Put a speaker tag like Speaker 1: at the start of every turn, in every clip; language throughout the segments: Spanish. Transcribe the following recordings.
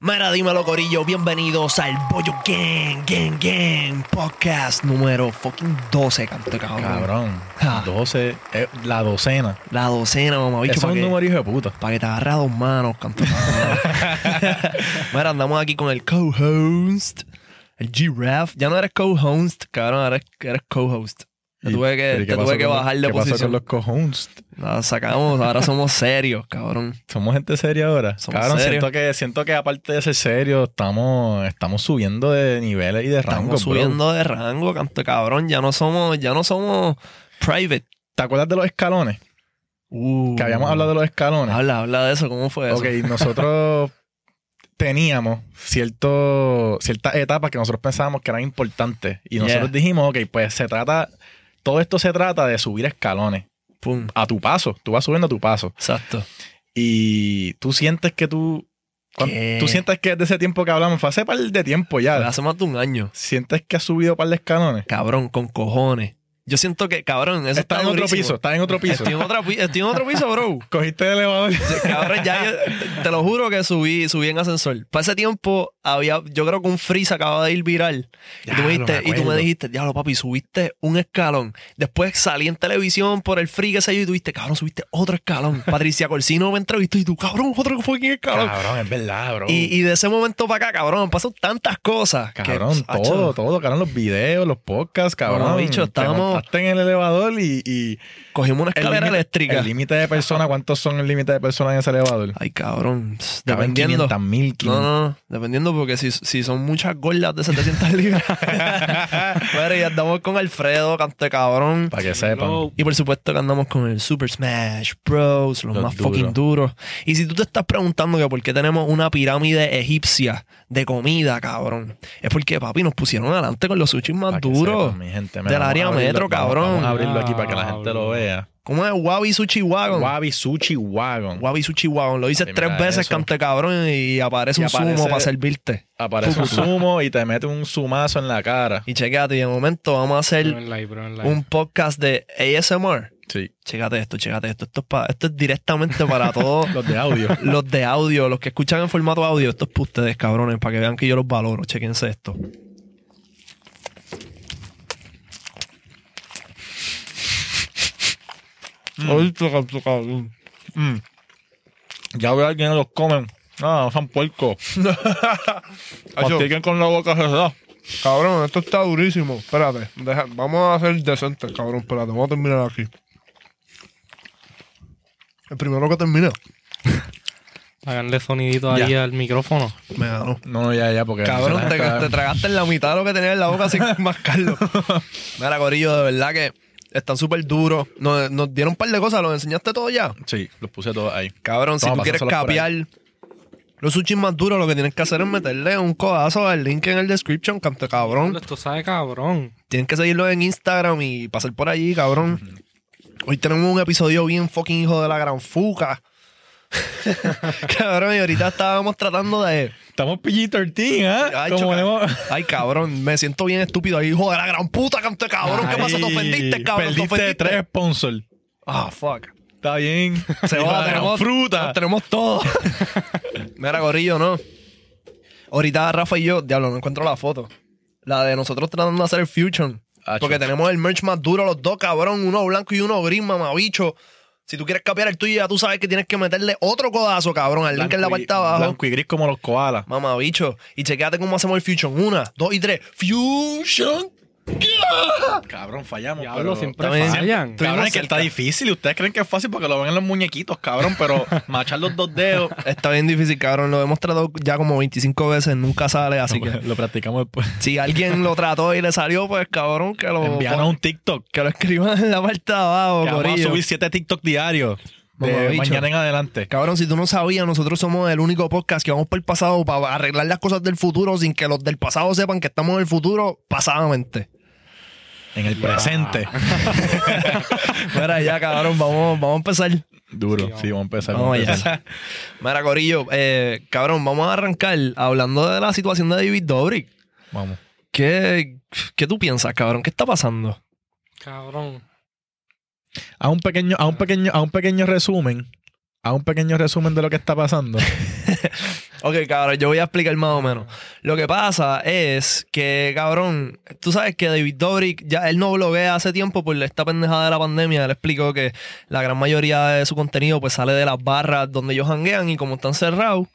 Speaker 1: Mira, dímelo, Corillo. Bienvenidos al Bollo Gang, Gang, Gang podcast número fucking 12, canto de cabrón.
Speaker 2: Cabrón.
Speaker 1: Ah.
Speaker 2: 12. eh, la docena.
Speaker 1: La docena, mamá.
Speaker 2: Eso
Speaker 1: Bicho,
Speaker 2: es
Speaker 1: para
Speaker 2: un
Speaker 1: que,
Speaker 2: número hijo de puta.
Speaker 1: pa' que te agarres a dos manos, canto de cabrón. Mira, andamos aquí con el co-host, el G-Raf. Ya no eres co-host, cabrón, ahora eres, eres co-host. Te
Speaker 2: Y-
Speaker 1: tuve
Speaker 2: pero
Speaker 1: que,
Speaker 2: ¿y
Speaker 1: te
Speaker 2: pasó
Speaker 1: tuve que
Speaker 2: con-
Speaker 1: bajar de
Speaker 2: ¿Qué pasó con
Speaker 1: posición.
Speaker 2: los cojones?
Speaker 1: La sacamos, ahora somos serios, cabrón.
Speaker 2: Somos gente seria ahora.
Speaker 1: Somos
Speaker 2: cabrón,
Speaker 1: serios.
Speaker 2: siento que, siento que aparte de ser serio, estamos, estamos subiendo de niveles y de
Speaker 1: Estamos
Speaker 2: rangos. bro.
Speaker 1: subiendo de rango, canto de cabrón. Ya no somos, ya no somos private.
Speaker 2: ¿Te acuerdas de los escalones? Que habíamos hablado de los escalones.
Speaker 1: Habla, habla Uh. de eso, ¿cómo fue eso?
Speaker 2: ok, nosotros teníamos cierto, ciertas etapas que nosotros pensábamos que eran importantes. Y nosotros
Speaker 1: Yeah.
Speaker 2: dijimos, ok, pues se trata, todo esto se trata de subir escalones
Speaker 1: Pum.
Speaker 2: a tu paso. Tú vas subiendo a tu paso.
Speaker 1: Exacto.
Speaker 2: Y tú sientes que tú. cuan-
Speaker 1: ¿Qué?
Speaker 2: Tú sientes que desde ese tiempo que hablamos, fue hace par de tiempo
Speaker 1: Fue
Speaker 2: ya.
Speaker 1: hace más de un año.
Speaker 2: Sientes que has subido par de escalones.
Speaker 1: Cabrón, con cojones. Yo siento que, cabrón, eso está,
Speaker 2: Estás en otro
Speaker 1: durísimo.
Speaker 2: piso, estás en otro piso.
Speaker 1: Estoy en, otra pi- estoy en otro piso, bro.
Speaker 2: Cogiste el elevador.
Speaker 1: Cabrón, ya yo- te lo juro que subí, subí en ascensor. Para ese tiempo había, yo creo que un freeze acaba de ir viral. Y tú, me
Speaker 2: Diablo,
Speaker 1: dijiste-
Speaker 2: me
Speaker 1: y tú me
Speaker 2: acuerdo.
Speaker 1: dijiste, diablo, papi, subiste un escalón. Después salí en televisión por el free que sé yo, y tú dijiste, cabrón, subiste otro escalón. Patricia Corsino me entrevistó y tú, cabrón, otro fucking escalón.
Speaker 2: Cabrón, es verdad, bro.
Speaker 1: Y, y de ese momento para acá, cabrón, han pasado tantas cosas. que, ah,
Speaker 2: Cabrón,
Speaker 1: hacho,
Speaker 2: todo, todo, cabrón, los videos, los podcasts, cabrón.
Speaker 1: Mamá, bicho,
Speaker 2: Te
Speaker 1: estábamos-
Speaker 2: montaste en el elevador y, y
Speaker 1: Cogimos una
Speaker 2: el
Speaker 1: escalera
Speaker 2: límite-
Speaker 1: eléctrica.
Speaker 2: el límite de personas, ¿cuántos son el límite de personas en ese elevador?
Speaker 1: Ay, cabrón, pss,
Speaker 2: Caben
Speaker 1: dependiendo.
Speaker 2: 500 mil,
Speaker 1: No, no, no, dependiendo porque si, si son muchas gordas de 700 libras. Pero ya andamos con Alfredo, cante cabrón.
Speaker 2: para que sepan.
Speaker 1: Y por supuesto que andamos con el Super Smash Bros, los,
Speaker 2: Los
Speaker 1: más fucking duros. Y si tú te estás preguntando que por qué tenemos una pirámide egipcia de comida, cabrón, es porque, papi, nos pusieron adelante con los sushis más
Speaker 2: pa' que
Speaker 1: duros.
Speaker 2: sepan, mi gente.
Speaker 1: Del
Speaker 2: vamos a
Speaker 1: área
Speaker 2: abrirlo-
Speaker 1: metro,
Speaker 2: vamos-
Speaker 1: cabrón.
Speaker 2: Vamos a abrirlo aquí para que la gente lo vea.
Speaker 1: ¿Cómo es? Wabi Sushi Wagon.
Speaker 2: Wabi Sushi Wagon.
Speaker 1: Wabi Sushi Wagon. Lo dices
Speaker 2: Papi,
Speaker 1: tres
Speaker 2: mira
Speaker 1: veces,
Speaker 2: eso.
Speaker 1: cante cabrón, y aparece
Speaker 2: Y
Speaker 1: un zumo
Speaker 2: aparece-
Speaker 1: para servirte.
Speaker 2: Aparece un sumo y te mete un sumazo en la cara.
Speaker 1: Y checate, y de momento vamos a hacer
Speaker 3: Bro en live, bro en live.
Speaker 1: un podcast de ASMR.
Speaker 2: Sí.
Speaker 1: Chécate esto, chécate esto. Esto es, pa- esto es directamente para todos
Speaker 2: Los de audio.
Speaker 1: los de audio, los que escuchan en formato audio. Esto es para ustedes, cabrones, para que vean que yo los valoro. Chequense esto. Ay, toca, toca, mm.
Speaker 2: ya veo a alguien que los comen. No, no son puercos. Mastiquen con la boca cerrada.
Speaker 4: Cabrón, esto está durísimo. Espérate, deja- vamos a ser decentes, cabrón. Espérate, vamos a terminar aquí. El primero que termina.
Speaker 3: Háganle sonidito ahí al micrófono.
Speaker 1: Me ganó.
Speaker 2: No, no, ya, ya, porque.
Speaker 1: Cabrón,
Speaker 2: se
Speaker 1: te,
Speaker 2: la cagaron.
Speaker 1: te tragaste en la mitad de lo que tenías en la boca sin mascarlo. Mira, Corillo, de verdad que están súper duros. Nos, nos dieron un par de cosas, los enseñaste todo ya.
Speaker 2: Sí, los puse todos ahí.
Speaker 1: Cabrón, si
Speaker 2: Toma,
Speaker 1: tú quieres
Speaker 2: pásaselos por ahí.
Speaker 1: capear los sushis más duros, lo que tienes que hacer es meterle un codazo al link en el description, canto cabrón.
Speaker 3: Esto sabe cabrón.
Speaker 1: Tienes que seguirlo en Instagram y pasar por allí, cabrón. Hoy tenemos un episodio bien fucking hijo de la gran fuca. cabrón, y ahorita estábamos tratando de...
Speaker 2: Estamos PG-13, ¿ah?
Speaker 1: Ay,
Speaker 2: Como
Speaker 1: choca-
Speaker 2: hemos-
Speaker 1: Ay, cabrón, me siento bien estúpido. ahí, Hijo de la gran puta, canto de cabrón. ¿Qué pasa? ¿Te
Speaker 2: Ay,
Speaker 1: ofendiste, cabrón? ¿Te
Speaker 2: Perdiste
Speaker 1: ofendiste?
Speaker 2: tres sponsors.
Speaker 1: Ah, fuck.
Speaker 2: Está bien.
Speaker 1: Se va, tenemos
Speaker 2: fruta.
Speaker 1: nos Tenemos todo. Mira, Gorillo, no. Ahorita Rafa y yo, diablo, no encuentro la foto. La de nosotros tratando de hacer el Future.
Speaker 2: Acho.
Speaker 1: Porque tenemos el merch más duro, los dos, cabrón. Uno blanco y uno gris, mamabicho. Si tú quieres capear el tuyo, ya tú sabes que tienes que meterle otro codazo, cabrón. Al link en la
Speaker 2: Blanco y-
Speaker 1: parte de abajo.
Speaker 2: Blanco y gris como los koalas.
Speaker 1: Mamabicho. Y chequéate cómo hacemos el Fusion. Una, dos y tres. Fusion.
Speaker 2: Ah, Cabrón, fallamos.
Speaker 3: Diablo, siempre
Speaker 1: está bien.
Speaker 3: fallan.
Speaker 1: Tú-
Speaker 2: Cabrón,
Speaker 1: Estuvimos
Speaker 2: es que
Speaker 1: cerca.
Speaker 2: está difícil. Ustedes creen que es fácil porque lo ven en los muñequitos, cabrón, pero machar los dos dedos.
Speaker 1: Está bien difícil, cabrón. Lo hemos tratado ya como 25 veces. Nunca sale, así que.
Speaker 2: lo practicamos después.
Speaker 1: Si alguien lo trató y le salió, pues cabrón, que lo,
Speaker 2: Envíanos un TikTok.
Speaker 1: que lo escriban en la parte de abajo,
Speaker 2: Que vamos a
Speaker 1: corillo.
Speaker 2: subir siete TikTok diarios. De
Speaker 1: Mamabicho.
Speaker 2: mañana en adelante.
Speaker 1: Cabrón, si tú no sabías, nosotros somos el único podcast que vamos por el pasado para arreglar las cosas del futuro sin que los del pasado sepan que estamos en el futuro pasadamente.
Speaker 2: En el presente.
Speaker 1: Mira, ya, cabrón, vamos, vamos a empezar.
Speaker 2: Duro. Sí,
Speaker 3: Sí, vamos.
Speaker 2: vamos a empezar.
Speaker 1: Vamos
Speaker 2: vamos a empezar.
Speaker 1: allá. Mira, Corillo, eh, cabrón, vamos a arrancar hablando de la situación de David Dobrik.
Speaker 2: Vamos.
Speaker 1: ¿Qué, ¿Qué tú piensas, cabrón? ¿Qué está pasando?
Speaker 3: Cabrón.
Speaker 2: A un pequeño, a un pequeño, a un pequeño resumen. A un pequeño resumen de lo que está pasando.
Speaker 1: ok, cabrón, yo voy a explicar más o menos. Lo que pasa es que, cabrón, tú sabes que David Dobrik, ya él no bloguea hace tiempo por esta pendejada de la pandemia. Él explicó que la gran mayoría de su contenido pues sale de las barras donde ellos hanguean y como están cerrados,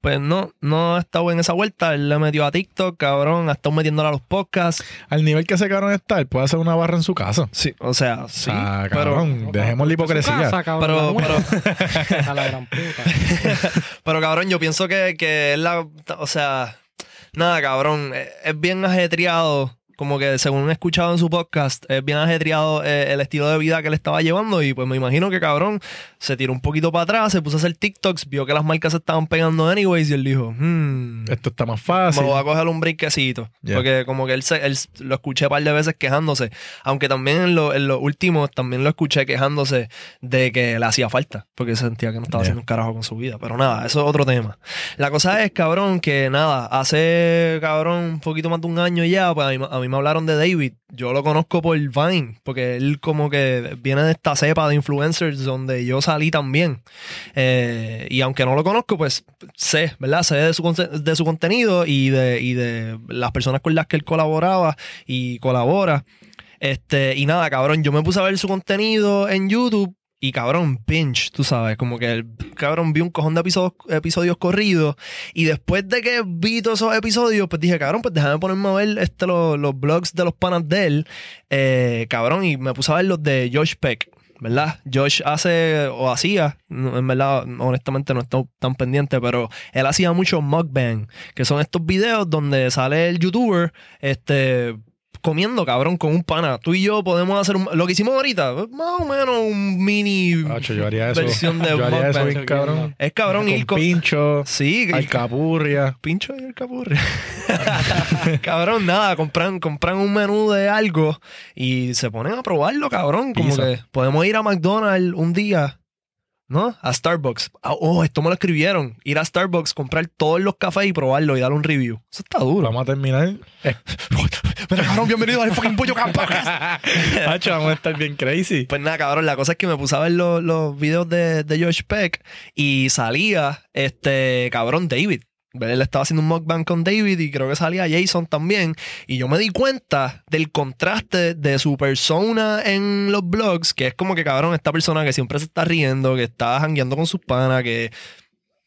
Speaker 1: pues no, no ha estado en esa vuelta. Él le metió a TikTok, cabrón, ha estado metiéndola a los podcasts.
Speaker 5: Al nivel que ese cabrón está, él puede hacer una barra en su casa.
Speaker 1: Sí, o sea, sí.
Speaker 5: o sea,
Speaker 2: Ah,
Speaker 1: pero,
Speaker 5: cabrón, dejemos la hipocresía.
Speaker 3: Casa,
Speaker 1: pero,
Speaker 3: cabrón,
Speaker 1: pero,
Speaker 3: A la gran puta.
Speaker 1: Pero cabrón, yo pienso que, que es la. O sea, nada, cabrón. eh, Es bien ajetreado. Como que según he escuchado en su podcast, es bien ajetreado eh, el estilo de vida que él estaba llevando. Y pues me imagino que cabrón se tiró un poquito para atrás, se puso a hacer TikToks, vio que las marcas se estaban pegando anyways. Y él dijo, hmm.
Speaker 5: Esto está más fácil.
Speaker 1: Me voy a coger un brinquecito.
Speaker 5: Ya.
Speaker 1: Porque como que él, se- él s- lo escuché un par de veces quejándose. Aunque también en, lo- en los últimos también lo escuché quejándose de que le hacía falta. Porque sentía que no
Speaker 5: Ya.
Speaker 1: estaba haciendo un carajo con su vida. Pero nada, eso es otro tema. La cosa es, cabrón, que nada, hace, cabrón, un poquito más de un año ya, pues a mí, a mí me hablaron de David. Yo lo conozco por Vine. Porque él como que viene de esta cepa de influencers donde yo salí también. Eh, y aunque no lo conozco, pues sé, ¿verdad? Sé de su, conse- de su contenido y de, y de las personas con las que él colaboraba y colabora. Este, y nada, cabrón, yo me puse a ver su contenido en YouTube y cabrón, pinch, tú sabes, como que el cabrón vi un cojón de episodios, episodios corridos y después de que vi todos esos episodios, pues dije, cabrón, pues déjame ponerme a ver este, los, los blogs de los panas de él, eh, cabrón, y me puse a ver los de Josh Peck. ¿Verdad? Josh hace o hacía, no, en verdad, honestamente no estoy tan pendiente, pero él hacía mucho mukbang, que son estos videos donde sale el youtuber este, comiendo, cabrón, con un pana. Tú y yo podemos hacer un- lo que hicimos ahorita, más o menos un mini
Speaker 5: Acho, yo haría Ah, eso.
Speaker 1: Versión de
Speaker 5: yo haría eso
Speaker 1: mukbang.
Speaker 5: bien cabrón.
Speaker 1: es cabrón ir
Speaker 5: con
Speaker 1: con...
Speaker 5: pincho,
Speaker 1: Sí, y-
Speaker 5: alcapurria.
Speaker 1: pincho y el capurre. cabrón, nada, compran, compran un menú de algo y se ponen a probarlo, cabrón. Como
Speaker 5: Pizza.
Speaker 1: que podemos ir a McDonald's un día, ¿no? A Starbucks. Ah, Oh, esto me lo escribieron. Ir a Starbucks, comprar todos los cafés y probarlo y dar un review. Eso está duro.
Speaker 5: Uh, Vamos a terminar.
Speaker 1: Pero cabrón, bienvenido al fucking pollo campo.
Speaker 5: Hacho, vamos a estar bien crazy.
Speaker 1: Pues nada, cabrón, la cosa es que me puse a ver los, los videos de, de Josh Peck y salía este cabrón David. Él estaba haciendo un mukbang con David y creo que salía Jason también. Y yo me di cuenta del contraste de su persona en los blogs, que es como que cabrón, esta persona que siempre se está riendo, que está jangueando con sus panas, que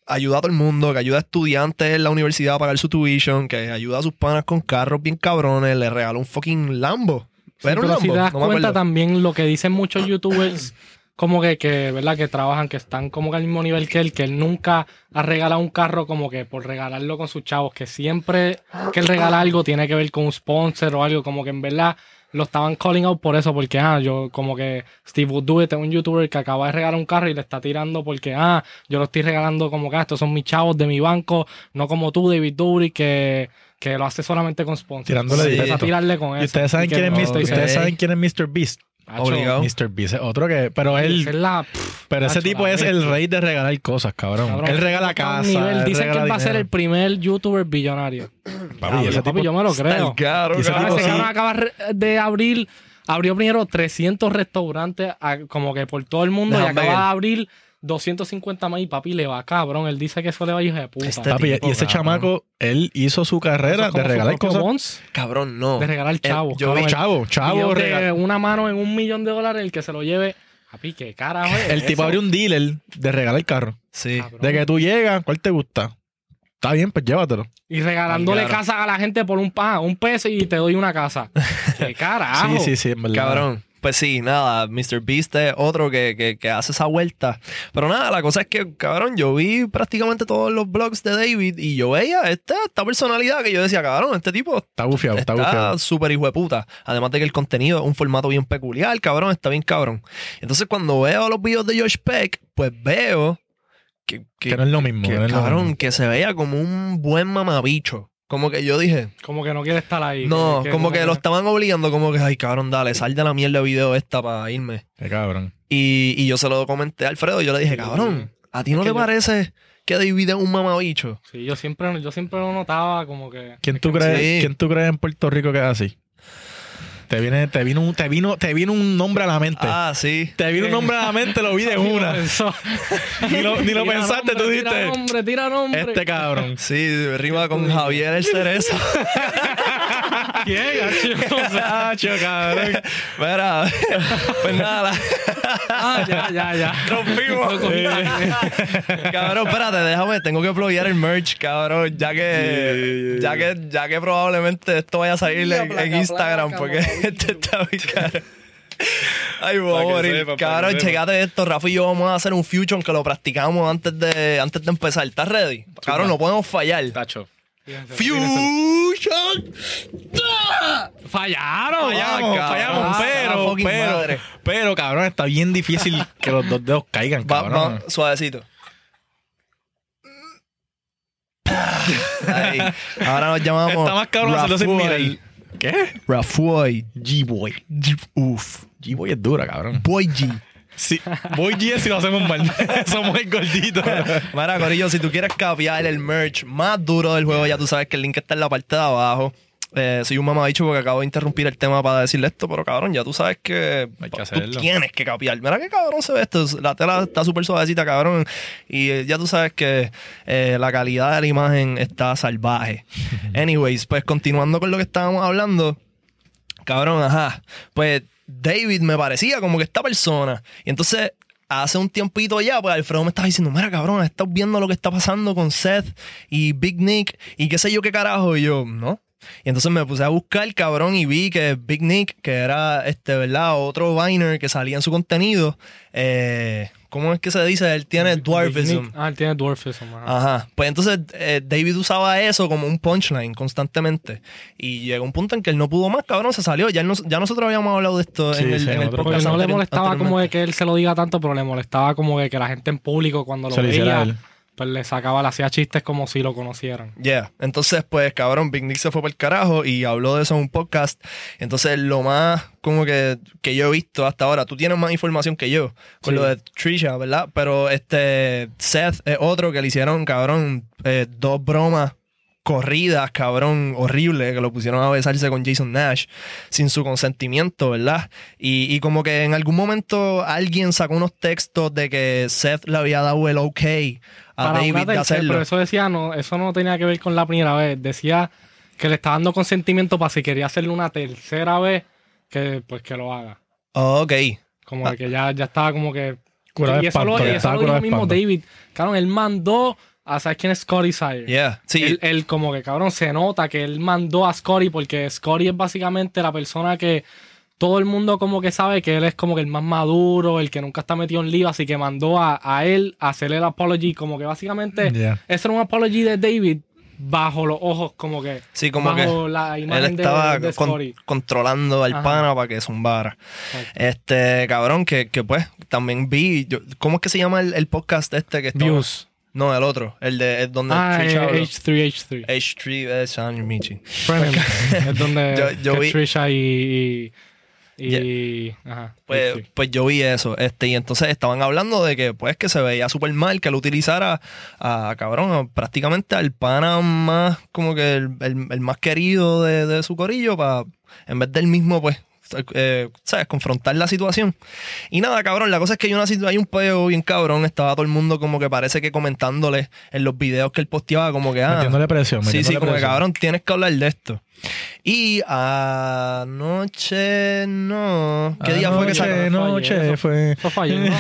Speaker 1: ayuda a todo el mundo, que ayuda a estudiantes en la universidad a pagar su tuition, que ayuda a sus panas con carros bien cabrones, le regaló un fucking Lambo. Pero un
Speaker 3: Pero
Speaker 1: Lambo,
Speaker 3: si te das
Speaker 1: no me
Speaker 3: cuenta
Speaker 1: acuerdo.
Speaker 3: también lo que dicen muchos youtubers, como que, que, ¿verdad? Que trabajan, que están como que al mismo nivel que él, que él nunca ha regalado un carro como que por regalarlo con sus chavos, que siempre que él regala algo tiene que ver con un sponsor o algo, como que en verdad lo estaban calling out por eso, porque, ah, yo como que Steve Wood este es un youtuber que acaba de regalar un carro y le está tirando porque, ah, yo lo estoy regalando como que ah, estos son mis chavos de mi banco, no como tú, David Dury, que, que lo hace solamente con sponsors.
Speaker 5: Tirándole
Speaker 3: Entonces,
Speaker 1: directo.
Speaker 3: a tirarle con eso.
Speaker 5: ¿Y ustedes saben,
Speaker 3: que
Speaker 5: quién es
Speaker 3: no
Speaker 5: Mr.
Speaker 3: te-
Speaker 5: ustedes
Speaker 1: ok.
Speaker 5: saben quién es Mr. Beast?
Speaker 3: Hacho,
Speaker 1: Obligado. No.
Speaker 5: Mr. Beast es otro que. Pero
Speaker 3: esa
Speaker 5: él.
Speaker 3: es la-
Speaker 5: Pero ese
Speaker 3: Hacho,
Speaker 5: tipo
Speaker 3: la
Speaker 5: es el
Speaker 3: bestia.
Speaker 5: rey de regalar cosas, cabrón.
Speaker 3: cabrón,
Speaker 5: Él regala
Speaker 3: está a un
Speaker 5: casa.
Speaker 3: nivel.
Speaker 5: él
Speaker 3: Dicen que
Speaker 5: regala
Speaker 3: él va a ser el
Speaker 5: dinero.
Speaker 3: primer youtuber billonario.
Speaker 5: Papi, ese
Speaker 3: Papi,
Speaker 5: tipo-
Speaker 3: yo me lo
Speaker 1: Está
Speaker 3: creo.
Speaker 1: el caro,
Speaker 5: Y ese
Speaker 1: cabrón.
Speaker 5: tipo
Speaker 3: Ese
Speaker 5: sí.
Speaker 3: cabrón acaba re- de abrir, abrió primero 300 restaurantes a- como que por todo el mundo
Speaker 1: De
Speaker 3: y acaba
Speaker 1: hamburger.
Speaker 3: de abrir 250 más y papi le va cabrón. Él dice que eso le va a hijo de puta.
Speaker 1: Este
Speaker 3: Eso
Speaker 5: Papi,
Speaker 1: tipo,
Speaker 5: y ese
Speaker 1: cabrón.
Speaker 5: chamaco, él hizo su
Speaker 3: es
Speaker 5: carrera
Speaker 3: como
Speaker 5: de
Speaker 3: su
Speaker 5: regalar
Speaker 3: propio
Speaker 5: cosas.
Speaker 3: bonds,
Speaker 1: ah, Cabrón, no.
Speaker 3: de regalar chavo.
Speaker 1: yo vi
Speaker 5: Ey, Chavo, chavo, regal-
Speaker 3: una mano en un millón de dólares el que se lo lleve. Papi, qué carajo. es
Speaker 5: El tipo
Speaker 3: eso?
Speaker 5: abrió un dealer de regalar carro.
Speaker 1: Sí.
Speaker 3: Cabrón.
Speaker 5: De que tú llegas, ¿cuál te gusta? Está bien, pues llévatelo.
Speaker 3: Y regalándole
Speaker 1: Ay, claro.
Speaker 3: casa a la gente por un pa, un peso y te doy una casa. ¡Qué carajo!
Speaker 5: Sí, sí, sí, en verdad.
Speaker 1: Cabrón. Pues sí, nada, Mr. Beast es otro que, que, que hace esa vuelta. Pero nada, la cosa es que, cabrón, yo vi prácticamente todos los blogs de David y yo veía esta, esta personalidad que yo decía, cabrón, este tipo
Speaker 5: Está bufiado, está,
Speaker 1: está
Speaker 5: bufiado.
Speaker 1: súper hijo de puta. Además de que el contenido es un formato bien peculiar, cabrón, está bien cabrón. Entonces cuando veo los videos de Josh Peck, pues veo que, que,
Speaker 5: Que no es lo mismo.
Speaker 1: que,
Speaker 5: no es lo
Speaker 1: cabrón,
Speaker 5: mismo.
Speaker 1: que se veía como un buen mamabicho. Como que yo dije,
Speaker 3: Como que no quiere estar ahí.
Speaker 1: No, como que lo estaban obligando, como que, ay, cabrón, dale, sal de la mierda de video esta para irme.
Speaker 5: Qué cabrón.
Speaker 1: Y, y yo se lo comenté a Alfredo, yo le dije, cabrón, ¿a ti no
Speaker 3: Es
Speaker 1: te
Speaker 3: que yo-
Speaker 1: parece que David es un mamabicho?
Speaker 3: Sí, yo siempre, yo siempre lo notaba como que...
Speaker 5: ¿Quién tú, crees,
Speaker 1: Sí.
Speaker 5: ¿Quién tú crees en Puerto Rico que es así? Te, viene, te, vino, un- te, vino, te vino un nombre a la mente.
Speaker 1: Ah, sí.
Speaker 5: Te vino un nombre a la mente, lo vi de una. Ni lo, ni lo pensaste, tú
Speaker 3: Tira
Speaker 5: dijiste.
Speaker 3: nombre, tira nombre.
Speaker 5: Este cabrón.
Speaker 1: Sí, rima con Javier el Cerezo.
Speaker 3: ¿Quién? Ah, yo no sé.
Speaker 5: Chacho, cabrón.
Speaker 1: Mira, pues nada.
Speaker 3: Ah, ya, ya, ya.
Speaker 1: Rompimos.
Speaker 3: Lo cogí.
Speaker 1: Cabrón, espérate, déjame, tengo que pluguear el merch, cabrón, ya que,
Speaker 5: Yeah, yeah,
Speaker 1: ya que, ya que probablemente esto vaya a salir
Speaker 2: Ya,
Speaker 1: en,
Speaker 2: placa,
Speaker 1: en Instagram,
Speaker 2: placa,
Speaker 1: porque
Speaker 2: mamá.
Speaker 1: este está muy caro. Ay, voy a
Speaker 5: Pa' que
Speaker 1: morir.
Speaker 5: sepa, pa' que
Speaker 1: cabrón,
Speaker 5: sepa.
Speaker 1: checate esto, Rafa y yo vamos a hacer un fusion que lo practicamos antes de, antes de empezar. ¿Estás ready? Cabrón, no podemos fallar.
Speaker 5: Tacho.
Speaker 1: Fusion.
Speaker 3: Fallaron.
Speaker 1: Fallamos,
Speaker 5: Fallamos,
Speaker 1: fallamos,
Speaker 5: fallamos,
Speaker 1: ah,
Speaker 5: pero,
Speaker 1: fucking
Speaker 5: pero,
Speaker 1: madre.
Speaker 5: pero, cabrón, está bien difícil que los dos dedos caigan,
Speaker 1: Va,
Speaker 5: cabrón.
Speaker 1: va, suavecito. Ahí. Ahora nos llamamos.
Speaker 5: Está más cabrón hacerlo sin
Speaker 1: Rafuel.
Speaker 5: mirar. ¿Qué?
Speaker 1: Rafuel.
Speaker 5: G-Boy. Uf. G-Boy es dura, cabrón.
Speaker 1: Boy G.
Speaker 5: Sí, Boy G es si lo hacemos mal. Somos el gordito.
Speaker 1: Mira, Corillo, si tú quieres capiar el merch más duro del juego, ya tú sabes que el link está en la parte de abajo. Eh, soy un mamabicho porque acabo de interrumpir el tema para decirle esto, pero cabrón, ya tú sabes que,
Speaker 5: Hay que
Speaker 1: tú
Speaker 5: hacerlo.
Speaker 1: tienes que capiar. Mira qué cabrón se ve esto. La tela está súper suavecita, cabrón. Y eh, ya tú sabes que eh, la calidad de la imagen está salvaje. Anyways, pues continuando con lo que estábamos hablando, cabrón, ajá. Pues David me parecía como que esta persona. Y entonces, hace un tiempito ya, pues Alfredo me estaba diciendo, mira, cabrón, estás viendo lo que está pasando con Seth y Big Nick y qué sé yo qué carajo. Y yo, ¿no? Y entonces me puse a buscar, cabrón, y vi que Big Nick, que era, este, ¿verdad? Otro Viner que salía en su contenido. eh, ¿Cómo es que se dice? Él tiene dwarfism.
Speaker 3: Ah, él tiene dwarfism.
Speaker 5: Ah,
Speaker 3: ajá.
Speaker 1: Ajá. Pues entonces eh, David usaba eso como un punchline constantemente. Y llegó un punto en que él no pudo más, cabrón, se salió. Ya, nos- ya nosotros habíamos hablado de esto
Speaker 5: Sí,
Speaker 1: en el,
Speaker 5: sí,
Speaker 1: en el
Speaker 5: nosotros-
Speaker 1: podcast.
Speaker 3: Porque no le
Speaker 1: anterior-
Speaker 3: molestaba como
Speaker 1: anteriormente.
Speaker 3: de que él se lo diga tanto, pero le molestaba como de que la gente en público cuando lo
Speaker 5: Se lo hiciera a
Speaker 3: veía,
Speaker 5: él.
Speaker 3: pues le sacaba, le hacía chistes como si lo conocieran.
Speaker 1: Yeah. Entonces, pues, cabrón, Big Nick se fue para el carajo y habló de eso en un podcast. Entonces, lo más como que, que yo he visto hasta ahora, tú tienes más información que yo con
Speaker 3: Sí.
Speaker 1: lo de Trisha, ¿verdad? Pero este Seth es otro que le hicieron, cabrón, eh, dos bromas corridas, cabrón, horrible, que lo pusieron a besarse con Jason Nash sin su consentimiento, ¿verdad? Y, y como que en algún momento alguien sacó unos textos de que Seth le había dado el ok a
Speaker 3: Para
Speaker 1: David
Speaker 3: una
Speaker 1: de
Speaker 3: tercera,
Speaker 1: hacerlo.
Speaker 3: Pero eso decía, no, eso no tenía que ver con la primera vez. Decía que le estaba dando consentimiento para si quería hacerle una tercera vez, que pues que lo haga.
Speaker 1: Ok.
Speaker 3: Como
Speaker 1: Ah.
Speaker 3: de que ya, ya estaba como que.
Speaker 5: Curado de
Speaker 3: y eso lo,
Speaker 5: espanto,
Speaker 3: y
Speaker 5: ya
Speaker 3: eso
Speaker 5: estaba
Speaker 3: lo dijo
Speaker 5: curado de
Speaker 3: mismo
Speaker 5: espanto.
Speaker 3: David. Claro, él mandó a ¿sabes quién es Scotty Sire?
Speaker 1: Yeah. Sí.
Speaker 3: Él, él como que cabrón se nota que él mandó a Scotty porque Scotty es básicamente la persona que todo el mundo como que sabe que él es como que el más maduro, el que nunca está metido en lío, así que mandó a, a él a hacerle el apology, como que básicamente
Speaker 5: Ya.
Speaker 3: eso era un apology de David bajo los ojos, como que
Speaker 1: Sí, como que
Speaker 3: bajo la
Speaker 1: él
Speaker 3: imagen de-
Speaker 1: estaba
Speaker 3: de,
Speaker 1: con-
Speaker 3: Scotty.
Speaker 1: controlando al
Speaker 3: Ajá.
Speaker 1: pana para que zumbara.
Speaker 3: Exacto.
Speaker 1: Este, cabrón, que, que pues también vi. yo- ¿Cómo es que se llama el, el podcast este que está?
Speaker 3: Views.
Speaker 1: No, el otro. El de el donde
Speaker 3: Ah,
Speaker 1: Trisha habló.
Speaker 3: eh, H3H3.
Speaker 1: H3 de San Michi.
Speaker 3: Frenemies, es donde
Speaker 1: Yo- yo
Speaker 3: que
Speaker 1: vi-
Speaker 3: Trisha y. y, y- ajá,
Speaker 1: Pues,
Speaker 3: H3.
Speaker 1: pues yo vi eso. Este, y entonces estaban hablando de que pues que se veía súper mal que lo utilizara a, a, cabrón, a- prácticamente al pana más, como que el, el- el más querido de, de su corillo, para en vez del mismo, pues, eh, ¿sabes? Confrontar la situación. Y nada, cabrón, la cosa es que hay, una, situ- hay un peo bien cabrón. Estaba todo el mundo como que parece que comentándole en los videos que él posteaba, como que, ah,
Speaker 5: Metiéndole presión.
Speaker 2: Pues
Speaker 1: Sí, sí,
Speaker 5: metiéndole
Speaker 1: como que,
Speaker 5: presión.
Speaker 1: cabrón, tienes que hablar de esto. Y anoche no. ¿Qué día fue que
Speaker 5: Anoche,
Speaker 1: salió?
Speaker 5: Noche fue.
Speaker 3: Eso falló, ¿no?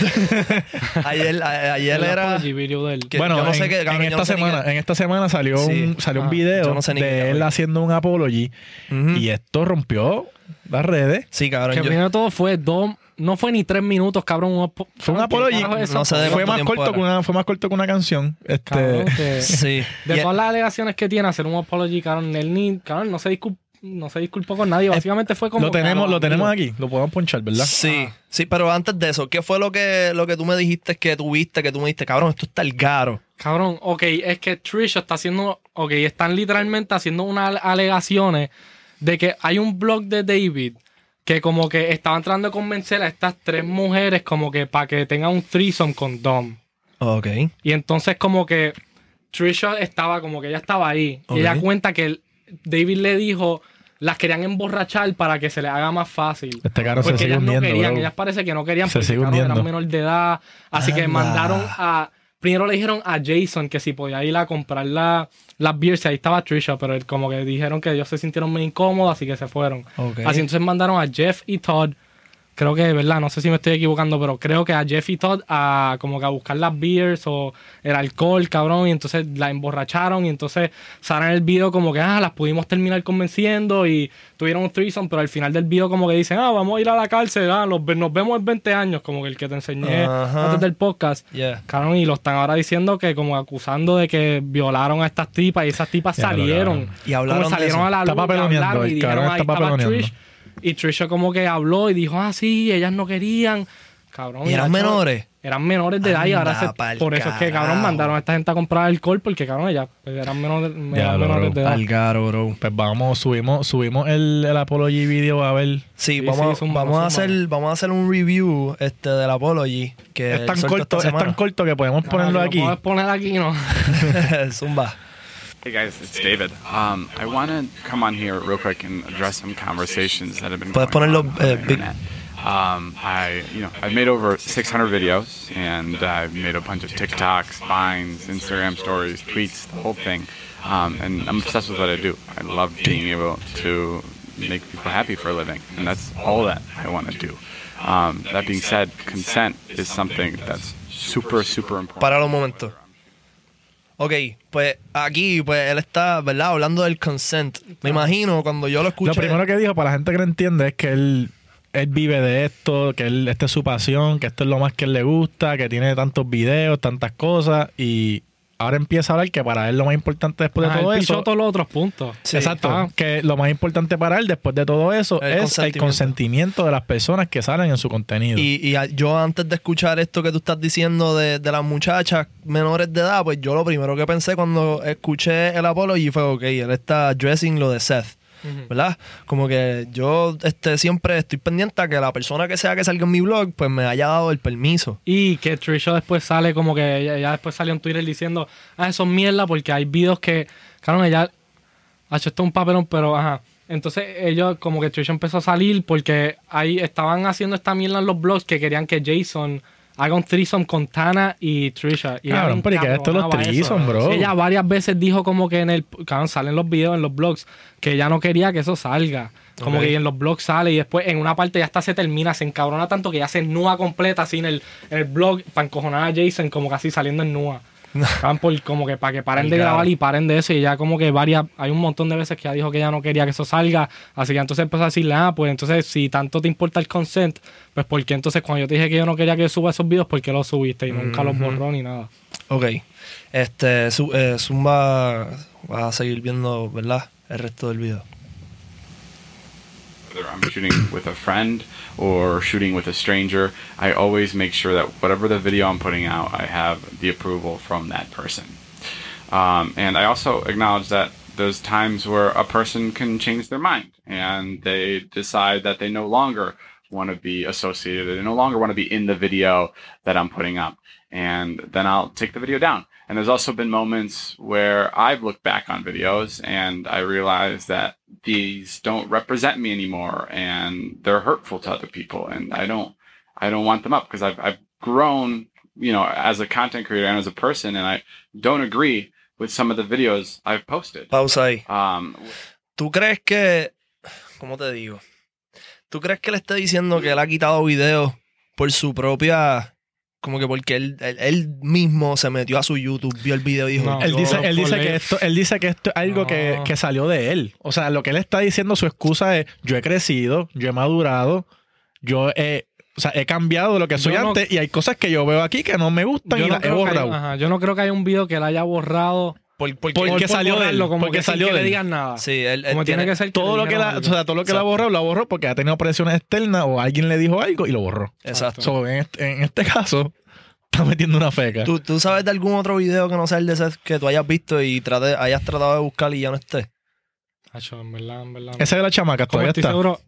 Speaker 1: Ayer, a- ayer
Speaker 3: El
Speaker 1: era.
Speaker 3: apology video de él.
Speaker 1: que
Speaker 5: bueno,
Speaker 1: yo no
Speaker 5: en,
Speaker 1: sé qué, cabrón,
Speaker 5: en esta
Speaker 1: yo no sé ni
Speaker 5: semana, en esta semana salió
Speaker 1: Sí.
Speaker 5: un salió
Speaker 3: Ah,
Speaker 5: un video
Speaker 1: yo no sé ni qué
Speaker 5: de él
Speaker 1: era.
Speaker 5: haciendo un apology
Speaker 1: Ujú.
Speaker 5: y esto rompió las redes.
Speaker 1: Sí, cabrón.
Speaker 3: Que
Speaker 1: yo-
Speaker 3: primero de todo fue dos, no fue ni tres minutos, cabrón. un apo-
Speaker 5: Fue un
Speaker 3: ¿Qué
Speaker 5: apology,
Speaker 3: carajo es eso?
Speaker 1: no sé de
Speaker 5: Fue
Speaker 1: cuánto
Speaker 5: más
Speaker 1: tiempo
Speaker 5: corto
Speaker 1: era.
Speaker 5: que una fue más corto que una canción. Este
Speaker 3: Cabrón, que-
Speaker 1: Sí.
Speaker 3: de
Speaker 1: Y-
Speaker 3: todas las alegaciones que tiene hacer un apology, cabrón, él ni, cabrón, no se disculpó, no se disculpó con nadie. Básicamente fue como.
Speaker 5: lo tenemos
Speaker 3: cabrón,
Speaker 5: lo tenemos
Speaker 3: amigo.
Speaker 5: aquí, lo podemos ponchar, ¿verdad?
Speaker 1: Sí, sí, pero antes de eso, ¿qué fue lo que, lo que tú me dijiste que tuviste? Que tú me dijiste, cabrón, esto está el garo.
Speaker 3: Cabrón, ok, es que Trisha está haciendo, ok, están literalmente haciendo unas alegaciones de que hay un blog de David que como que estaban tratando de convencer a estas tres mujeres como que para que tengan un threesome con Dom.
Speaker 1: Ok.
Speaker 3: Y entonces como que Trisha estaba, como que ella estaba ahí.
Speaker 1: Ok.
Speaker 3: Y ella cuenta que el- David le dijo, las querían emborrachar para que se les haga más fácil.
Speaker 2: Este carro se
Speaker 3: porque
Speaker 2: sigue
Speaker 3: ellas no
Speaker 2: hundiendo,
Speaker 3: querían,
Speaker 2: bro.
Speaker 3: ellas parece que no querían
Speaker 2: Se
Speaker 3: porque
Speaker 2: sigue
Speaker 3: claro, eran
Speaker 2: hundiendo.
Speaker 3: menor de edad. Así que
Speaker 2: Anda.
Speaker 3: mandaron a. Primero le dijeron a Jason que si podía ir a comprar la- las beers, y ahí estaba Trisha, pero él como que dijeron que ellos se sintieron muy incómodos, así que se fueron.
Speaker 1: Ok.
Speaker 3: Así entonces mandaron a Jeff y Todd, creo que, ¿verdad? No sé si me estoy equivocando, pero creo que a Jeff y Todd a como que a buscar las beers o el alcohol, cabrón, y entonces la emborracharon y entonces salen el video como que, ah, las pudimos terminar convenciendo y tuvieron un threesome, pero al final del video como que dicen, ah, vamos a ir a la cárcel, ah, los ve- nos vemos en 20 años, como que el que te enseñé
Speaker 1: Ajá.
Speaker 3: antes del podcast.
Speaker 1: Yeah.
Speaker 3: Cabrón, y lo están ahora diciendo que como acusando de que violaron a estas tipas y esas tipas
Speaker 2: Ya, pero,
Speaker 3: salieron.
Speaker 2: cabrón.
Speaker 1: Y hablaron
Speaker 3: Como
Speaker 1: de
Speaker 3: salieron
Speaker 1: eso.
Speaker 3: a la luz,
Speaker 2: Está papeloneando,
Speaker 3: y hablaron y
Speaker 2: el
Speaker 3: dijeron,
Speaker 2: cabrón
Speaker 3: ahí
Speaker 2: está
Speaker 3: estaba
Speaker 2: papeloneando.
Speaker 3: Trish. Y Trisha como que habló y dijo, ah, sí, ellas no querían. Cabrón.
Speaker 1: ¿Y eran
Speaker 3: macho,
Speaker 1: menores?
Speaker 3: Eran menores de edad y ahora
Speaker 1: Anda,
Speaker 3: se-
Speaker 1: pa'l
Speaker 3: por eso es que cabrón
Speaker 1: carajo.
Speaker 3: mandaron a esta gente a comprar alcohol porque cabrón ellas pues, eran menores, eran
Speaker 2: lo,
Speaker 3: menores
Speaker 2: bro.
Speaker 3: de edad.
Speaker 1: Al garo, bro.
Speaker 2: Pues vamos, subimos, subimos el, el Apology video a ver.
Speaker 1: Sí,
Speaker 3: Sí,
Speaker 1: vamos,
Speaker 3: sí, zumba,
Speaker 1: vamos, a
Speaker 3: zumba.
Speaker 1: hacer, vamos a hacer un review este, del Apology. Que
Speaker 2: Es
Speaker 1: suelto
Speaker 2: tan
Speaker 1: esta
Speaker 2: corto, es tan
Speaker 1: semana.
Speaker 2: corto que podemos ponerlo
Speaker 3: Ah, que
Speaker 2: aquí.
Speaker 3: Lo puedes poner aquí, ¿no?
Speaker 1: Zumba.
Speaker 6: Hey guys, it's David. Um, I want to come on here real quick and address some conversations that have been
Speaker 1: Puedes
Speaker 6: going on,
Speaker 1: ponerlo,
Speaker 6: on the
Speaker 1: eh, big.
Speaker 6: internet. Um, I, you know, I've made over 600 videos and I've made a bunch of TikToks, Vines, Instagram stories, tweets, the whole thing. Um, and I'm obsessed with what I do. I love being able to make people happy for a living, and that's all that I want to do. Um, that being said, consent is something that's super, super important.
Speaker 1: Páralo un momento. Ok, pues aquí, pues él está, ¿verdad? Hablando del consent. Me imagino cuando yo lo escuché.
Speaker 2: Lo primero que dijo, para la gente que no entiende, es que él, él vive de esto, que él, esta es su pasión, que esto es lo más que él le gusta, que tiene tantos videos, tantas cosas, y ahora empieza a hablar que para él lo más importante después de
Speaker 3: Ah,
Speaker 2: Pues todo
Speaker 3: él
Speaker 2: eso...
Speaker 3: pichó todos los otros puntos.
Speaker 1: Sí.
Speaker 2: Exacto,
Speaker 3: Ah.
Speaker 2: que lo más importante para él después de todo eso
Speaker 1: El
Speaker 2: es el
Speaker 1: consentimiento.
Speaker 2: consentimiento de las personas que salen en su contenido.
Speaker 1: Y, y a- yo antes de escuchar esto que tú estás diciendo de, de las muchachas menores de edad, pues yo lo primero que pensé cuando escuché el Apology fue, ok, él está addressing lo de Seth. ¿Verdad? Como que yo este, siempre estoy pendiente a que la persona que sea que salga en mi blog, pues me haya dado el permiso.
Speaker 3: Y que Trisha después sale como que ella, ella después salió en Twitter diciendo, ah, eso es mierda porque hay videos que, claro, ella ha hecho esto es Ah, un papelón, pero ajá. Entonces ellos como que Trisha empezó a salir porque ahí estaban haciendo esta mierda en los blogs que querían que Jason haga un threesome con Tana y Trisha. Y
Speaker 2: Cabrón,
Speaker 3: ella le
Speaker 2: pero ¿y qué es esto de los
Speaker 3: encabronaba eso.
Speaker 2: threesome, bro?
Speaker 3: Ella varias veces dijo como que en el, cabrón, salen los videos en los blogs, que ella no quería que eso salga. Como
Speaker 1: Ok.
Speaker 3: que en los blogs sale y después en una parte ya hasta se termina, se encabrona tanto que ya se nua completa así en el, en el blog para encojonar a Jason como casi saliendo en nua. Estaban por- como que para que paren de grabar y paren de eso y ya como que varias, hay un montón de veces que ya dijo que ya no quería que eso salga, así que entonces empezó a decirle, ah, pues entonces si tanto te importa el consent, pues porque entonces cuando yo te dije que yo no quería que yo suba esos videos, ¿por qué los subiste? Y nunca los borró ni nada.
Speaker 1: Ok. Este, su- eh, Zumba va a seguir viendo, ¿verdad? El resto del video.
Speaker 6: whether I'm shooting with a friend or shooting with a stranger, I always make sure that whatever the video I'm putting out, I have the approval from that person. Um, and I also acknowledge that there's times where a person can change their mind and they decide that they no longer want to be associated, they no longer want to be in the video that I'm putting up. And then I'll take the video down. And there's also been moments where I've looked back on videos and I realize that these don't represent me anymore and they're hurtful to other people and I don't I don't want them up because I've I've grown, you know, as a content creator and as a person and I don't agree with some of the videos I've posted.
Speaker 1: Pausa ahí.
Speaker 6: Um,
Speaker 1: ¿Tú crees que. ¿Cómo te digo? ¿Tú crees que le está diciendo que él ha quitado videos por su propia. Como que porque él, él, él mismo se metió a su YouTube, vio el video y dijo.
Speaker 3: No.
Speaker 2: Él
Speaker 1: yo-
Speaker 2: dice, él, dice
Speaker 3: colegas.
Speaker 2: que esto, él dice que esto es algo que,
Speaker 3: No.
Speaker 2: que salió de él. O sea, lo que él está diciendo, su excusa es, yo he crecido, yo he madurado, yo he, o sea, he cambiado de lo que soy
Speaker 3: Yo no-
Speaker 2: antes y hay cosas que yo veo aquí que no me gustan y
Speaker 3: Yo no,
Speaker 2: las he
Speaker 3: creo que
Speaker 2: borrado.
Speaker 3: hay- ajá, yo no creo que haya un video que él haya borrado
Speaker 1: por- porque-
Speaker 2: Porque
Speaker 3: por- por
Speaker 2: salió de él,
Speaker 3: borrarlo, como
Speaker 2: porque
Speaker 3: que sin
Speaker 2: salió de
Speaker 3: que le
Speaker 2: él. eh,
Speaker 3: digan nada.
Speaker 1: sí, él, él
Speaker 3: como tiene que ser que
Speaker 2: Todo
Speaker 3: le
Speaker 2: lo que,
Speaker 3: digan
Speaker 2: la, o
Speaker 3: algo.
Speaker 2: sea, todo lo que la borró, la borró porque ha tenido presiones externas o alguien le dijo algo y lo borró.
Speaker 1: Exacto.
Speaker 2: So, en, este, en este caso, está metiendo una feca.
Speaker 1: ¿Tú, tú sabes de algún otro video que no sea el de Seth que tú hayas visto y trate- hayas tratado de buscar y ya no esté?
Speaker 3: Acho, en verdad, en verdad.
Speaker 2: Esa de la chamaca
Speaker 3: Como
Speaker 2: todavía
Speaker 3: estoy
Speaker 2: está.
Speaker 3: seguro,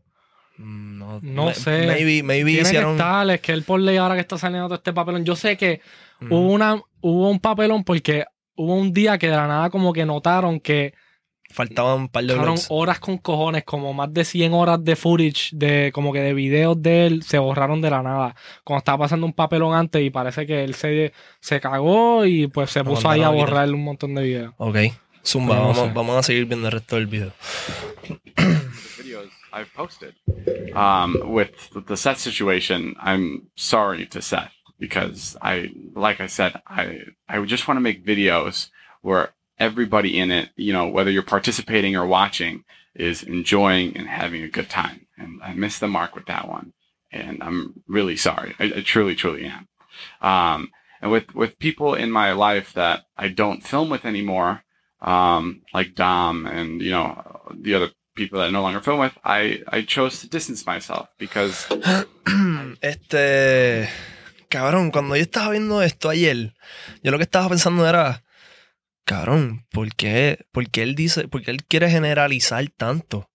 Speaker 1: Mm, No,
Speaker 3: No
Speaker 1: Me-
Speaker 3: sé.
Speaker 1: Maybe, maybe
Speaker 3: tiene
Speaker 1: hicieron.
Speaker 3: que estar, es que él por ley ahora que está saliendo todo este papelón. Yo sé que hubo, una, hubo un papelón porque hubo un día que de la nada como que notaron que
Speaker 1: faltaban un par de
Speaker 3: Cabrón,
Speaker 1: blogs.
Speaker 3: horas con cojones, como más de 100 horas de footage, de como que de videos de él, se borraron de la nada. Cuando estaba pasando un papelón antes y parece que él se, se cagó y pues se
Speaker 1: Lo
Speaker 3: puso ahí
Speaker 1: mandaron
Speaker 3: a
Speaker 1: a quitar.
Speaker 3: borrar un montón de videos.
Speaker 1: Ok. Zumba,
Speaker 3: Pero no
Speaker 1: vamos,
Speaker 3: sé.
Speaker 1: vamos a seguir viendo el resto del video.
Speaker 6: videos I've posted. Um, with the Seth situation, I'm sorry to Seth because I, like I said, I I would just want to make videos where everybody in it, you know, whether you're participating or watching, is enjoying and having a good time. And I missed the mark with that one, and I'm really sorry. I, I truly, truly am. Um, and with with people in my life that I don't film with anymore, um, like Dom and you know the other people that I no longer film with, I, I chose to distance myself because
Speaker 1: este. Cabrón, cuando yo estaba viendo esto ayer, yo lo que estaba pensando era. Cabrón, ¿por qué, por qué él dice, por qué él quiere generalizar tanto?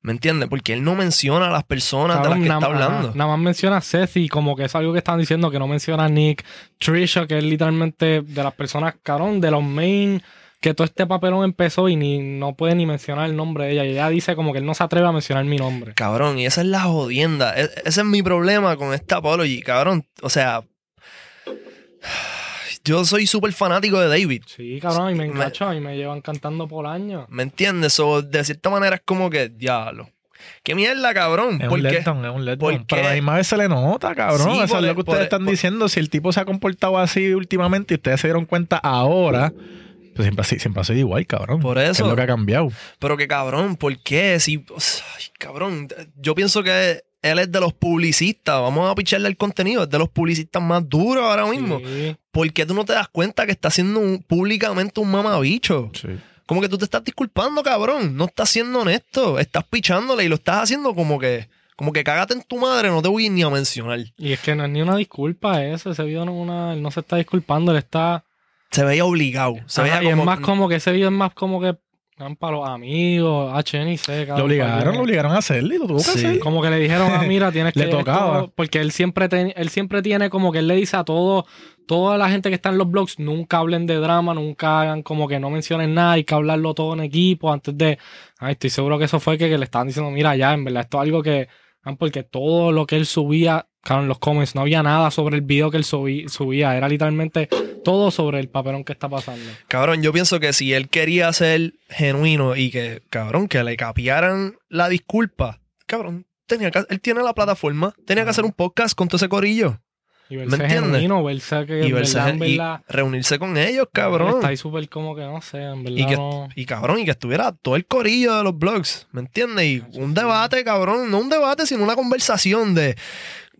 Speaker 1: ¿Me entiendes? Porque él no menciona a las personas
Speaker 3: Cabrón,
Speaker 1: de las que está
Speaker 3: nada, más-
Speaker 1: hablando.
Speaker 3: nada más menciona a Seth y como que es algo que están diciendo que no menciona a Nick, Trisha, que es literalmente de las personas, cabrón, de los main, que todo este papelón empezó y ni no puede ni mencionar el nombre de ella. Y ella dice como que él no se atreve a mencionar mi nombre.
Speaker 1: Cabrón, y esa es la jodienda. E- ese es mi problema con esta apology, cabrón. O sea, yo soy súper fanático de David.
Speaker 3: Sí, cabrón, y me
Speaker 1: Me-
Speaker 3: enganchó y me llevan cantando por años.
Speaker 1: ¿Me entiendes? O de cierta manera es como que, diablo. ¿Qué mierda, cabrón?
Speaker 2: Es
Speaker 1: ¿Por
Speaker 2: un
Speaker 1: qué?
Speaker 2: letdown, es un
Speaker 1: ¿Por
Speaker 2: letdown. Pero a
Speaker 1: qué?
Speaker 2: la misma vez se le nota, cabrón.
Speaker 1: Sí,
Speaker 2: Eso
Speaker 1: por-
Speaker 2: es lo que
Speaker 1: por-
Speaker 2: ustedes están
Speaker 1: por-
Speaker 2: diciendo. Si el tipo se ha comportado así últimamente y ustedes se dieron cuenta ahora, pues siempre, ha sido- siempre ha sido igual, cabrón.
Speaker 1: Por
Speaker 2: ¿Qué
Speaker 1: eso.
Speaker 2: Es lo que ha cambiado.
Speaker 1: Pero que cabrón, ¿por qué? Si, o sea, ay, cabrón, yo pienso que él es de los publicistas. Vamos a picharle el contenido. Es de los publicistas más duros ahora mismo.
Speaker 3: Sí.
Speaker 1: ¿Por qué tú no te das cuenta que está haciendo un- públicamente un mamabicho? Como que tú te estás disculpando, cabrón. No estás siendo honesto. Estás pichándole y lo estás haciendo como que, como que cágate en tu madre. No te voy ni a mencionar.
Speaker 3: Y es que no es ni una disculpa eso, ese video no, es una, él no se está disculpando, él está...
Speaker 1: Se veía obligado. Se
Speaker 3: Ajá,
Speaker 1: veía
Speaker 3: y
Speaker 1: como,
Speaker 3: es más como que ese video es más como que... van Para los amigos, ah, che, ni
Speaker 2: Lo
Speaker 3: sé, cabrón, para
Speaker 2: obligaron,
Speaker 3: que-
Speaker 2: lo obligaron a hacerlo y lo tuvo que
Speaker 1: Sí.
Speaker 2: hacer.
Speaker 3: Como que le dijeron, ah, mira, tienes que.
Speaker 2: Le tocaba.
Speaker 3: esto", porque él siempre, te- él siempre tiene como que él le dice a todo, toda la gente que está en los blogs, nunca hablen de drama, nunca hagan como que no mencionen nada, hay que hablarlo todo en equipo antes de. Ay, estoy seguro que eso fue que, que le estaban diciendo, mira, ya, en verdad, esto es algo que. ah, Porque todo lo que él subía, claro, en los comments, no había nada sobre el video que él subí- subía, era literalmente todo sobre el papelón que está pasando.
Speaker 1: Cabrón, yo pienso que si él quería ser genuino y que, cabrón, que le capiaran la disculpa, cabrón, tenía que, él tiene la plataforma, tenía que hacer un podcast con todo ese corillo
Speaker 3: Y
Speaker 1: ¿Me
Speaker 3: verse
Speaker 1: entiendes?
Speaker 3: genuino, verse que.
Speaker 1: y,
Speaker 3: en
Speaker 1: verse-
Speaker 3: verdad, en
Speaker 1: y
Speaker 3: verdad,
Speaker 1: reunirse con ellos, cabrón.
Speaker 3: Está ahí súper como que no sé, en verdad.
Speaker 1: Y que,
Speaker 3: no-
Speaker 1: y cabrón, y que estuviera todo el corillo de los blogs, ¿me entiendes? Y un debate, cabrón, no un debate, sino una conversación de,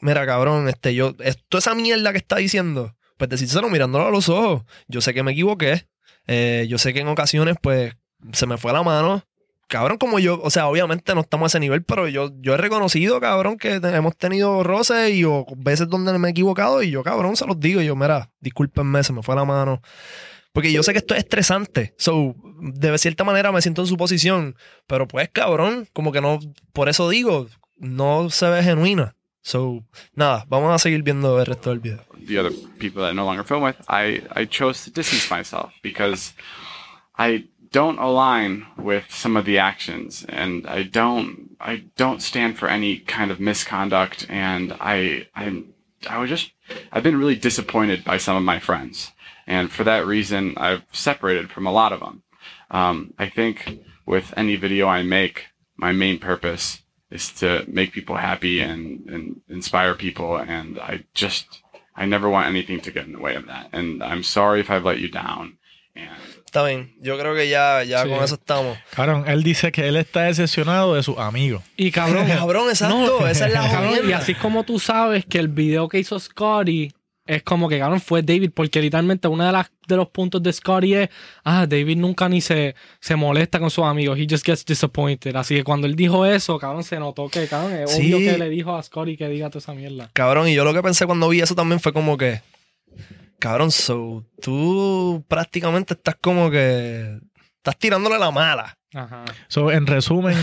Speaker 1: mira, cabrón, este, yo, es- toda esa mierda que está diciendo, pues decírselo mirándolo a los ojos. Yo sé que me equivoqué, eh, yo sé que en ocasiones, pues, se me fue la mano. Cabrón, como yo, o sea, obviamente no estamos a ese nivel, pero yo, yo he reconocido, cabrón, que te- hemos tenido roces y o veces donde me he equivocado y yo, cabrón, se los digo. Y yo, mira, discúlpenme, se me fue la mano. Porque yo sé que esto es estresante. So, de cierta manera me siento en su posición. Pero pues, cabrón, como que no. Por eso digo, no se ve genuina. So, nada, vamos a seguir viendo el resto del video.
Speaker 6: the other people that I no longer film with, I, I chose to distance myself because I don't align with some of the actions and I don't I don't stand for any kind of misconduct and I I'm I was just I've been really disappointed by some of my friends and for that reason I've separated from a lot of them. Um, I think with any video I make, my main purpose is to make people happy and, and inspire people and I just I never want anything to get in the way of that. And I'm sorry if I've let you down. And
Speaker 1: Está bien, yo creo que ya, ya
Speaker 3: Sí.
Speaker 1: con eso estamos.
Speaker 2: Cabrón, él dice que él está decepcionado de sus amigos.
Speaker 3: y cabrón,
Speaker 1: Cabrón, exacto, esa es la
Speaker 3: Cabrón, y
Speaker 1: jodienda.
Speaker 3: así es como tú sabes que el video que hizo Scotty es como que cabrón fue David, porque literalmente uno de, las, de los puntos de Scotty es, ah, David nunca ni se, se molesta con sus amigos, he just gets disappointed. Así que cuando él dijo eso, cabrón, se notó que, cabrón, es
Speaker 1: Sí.
Speaker 3: obvio que le dijo a Scotty que diga toda esa mierda.
Speaker 1: Cabrón, y yo lo que pensé cuando vi eso también fue como que. Cabrón, so, tú prácticamente estás como que. Estás tirándole la mala.
Speaker 3: Ajá.
Speaker 2: So, en resumen,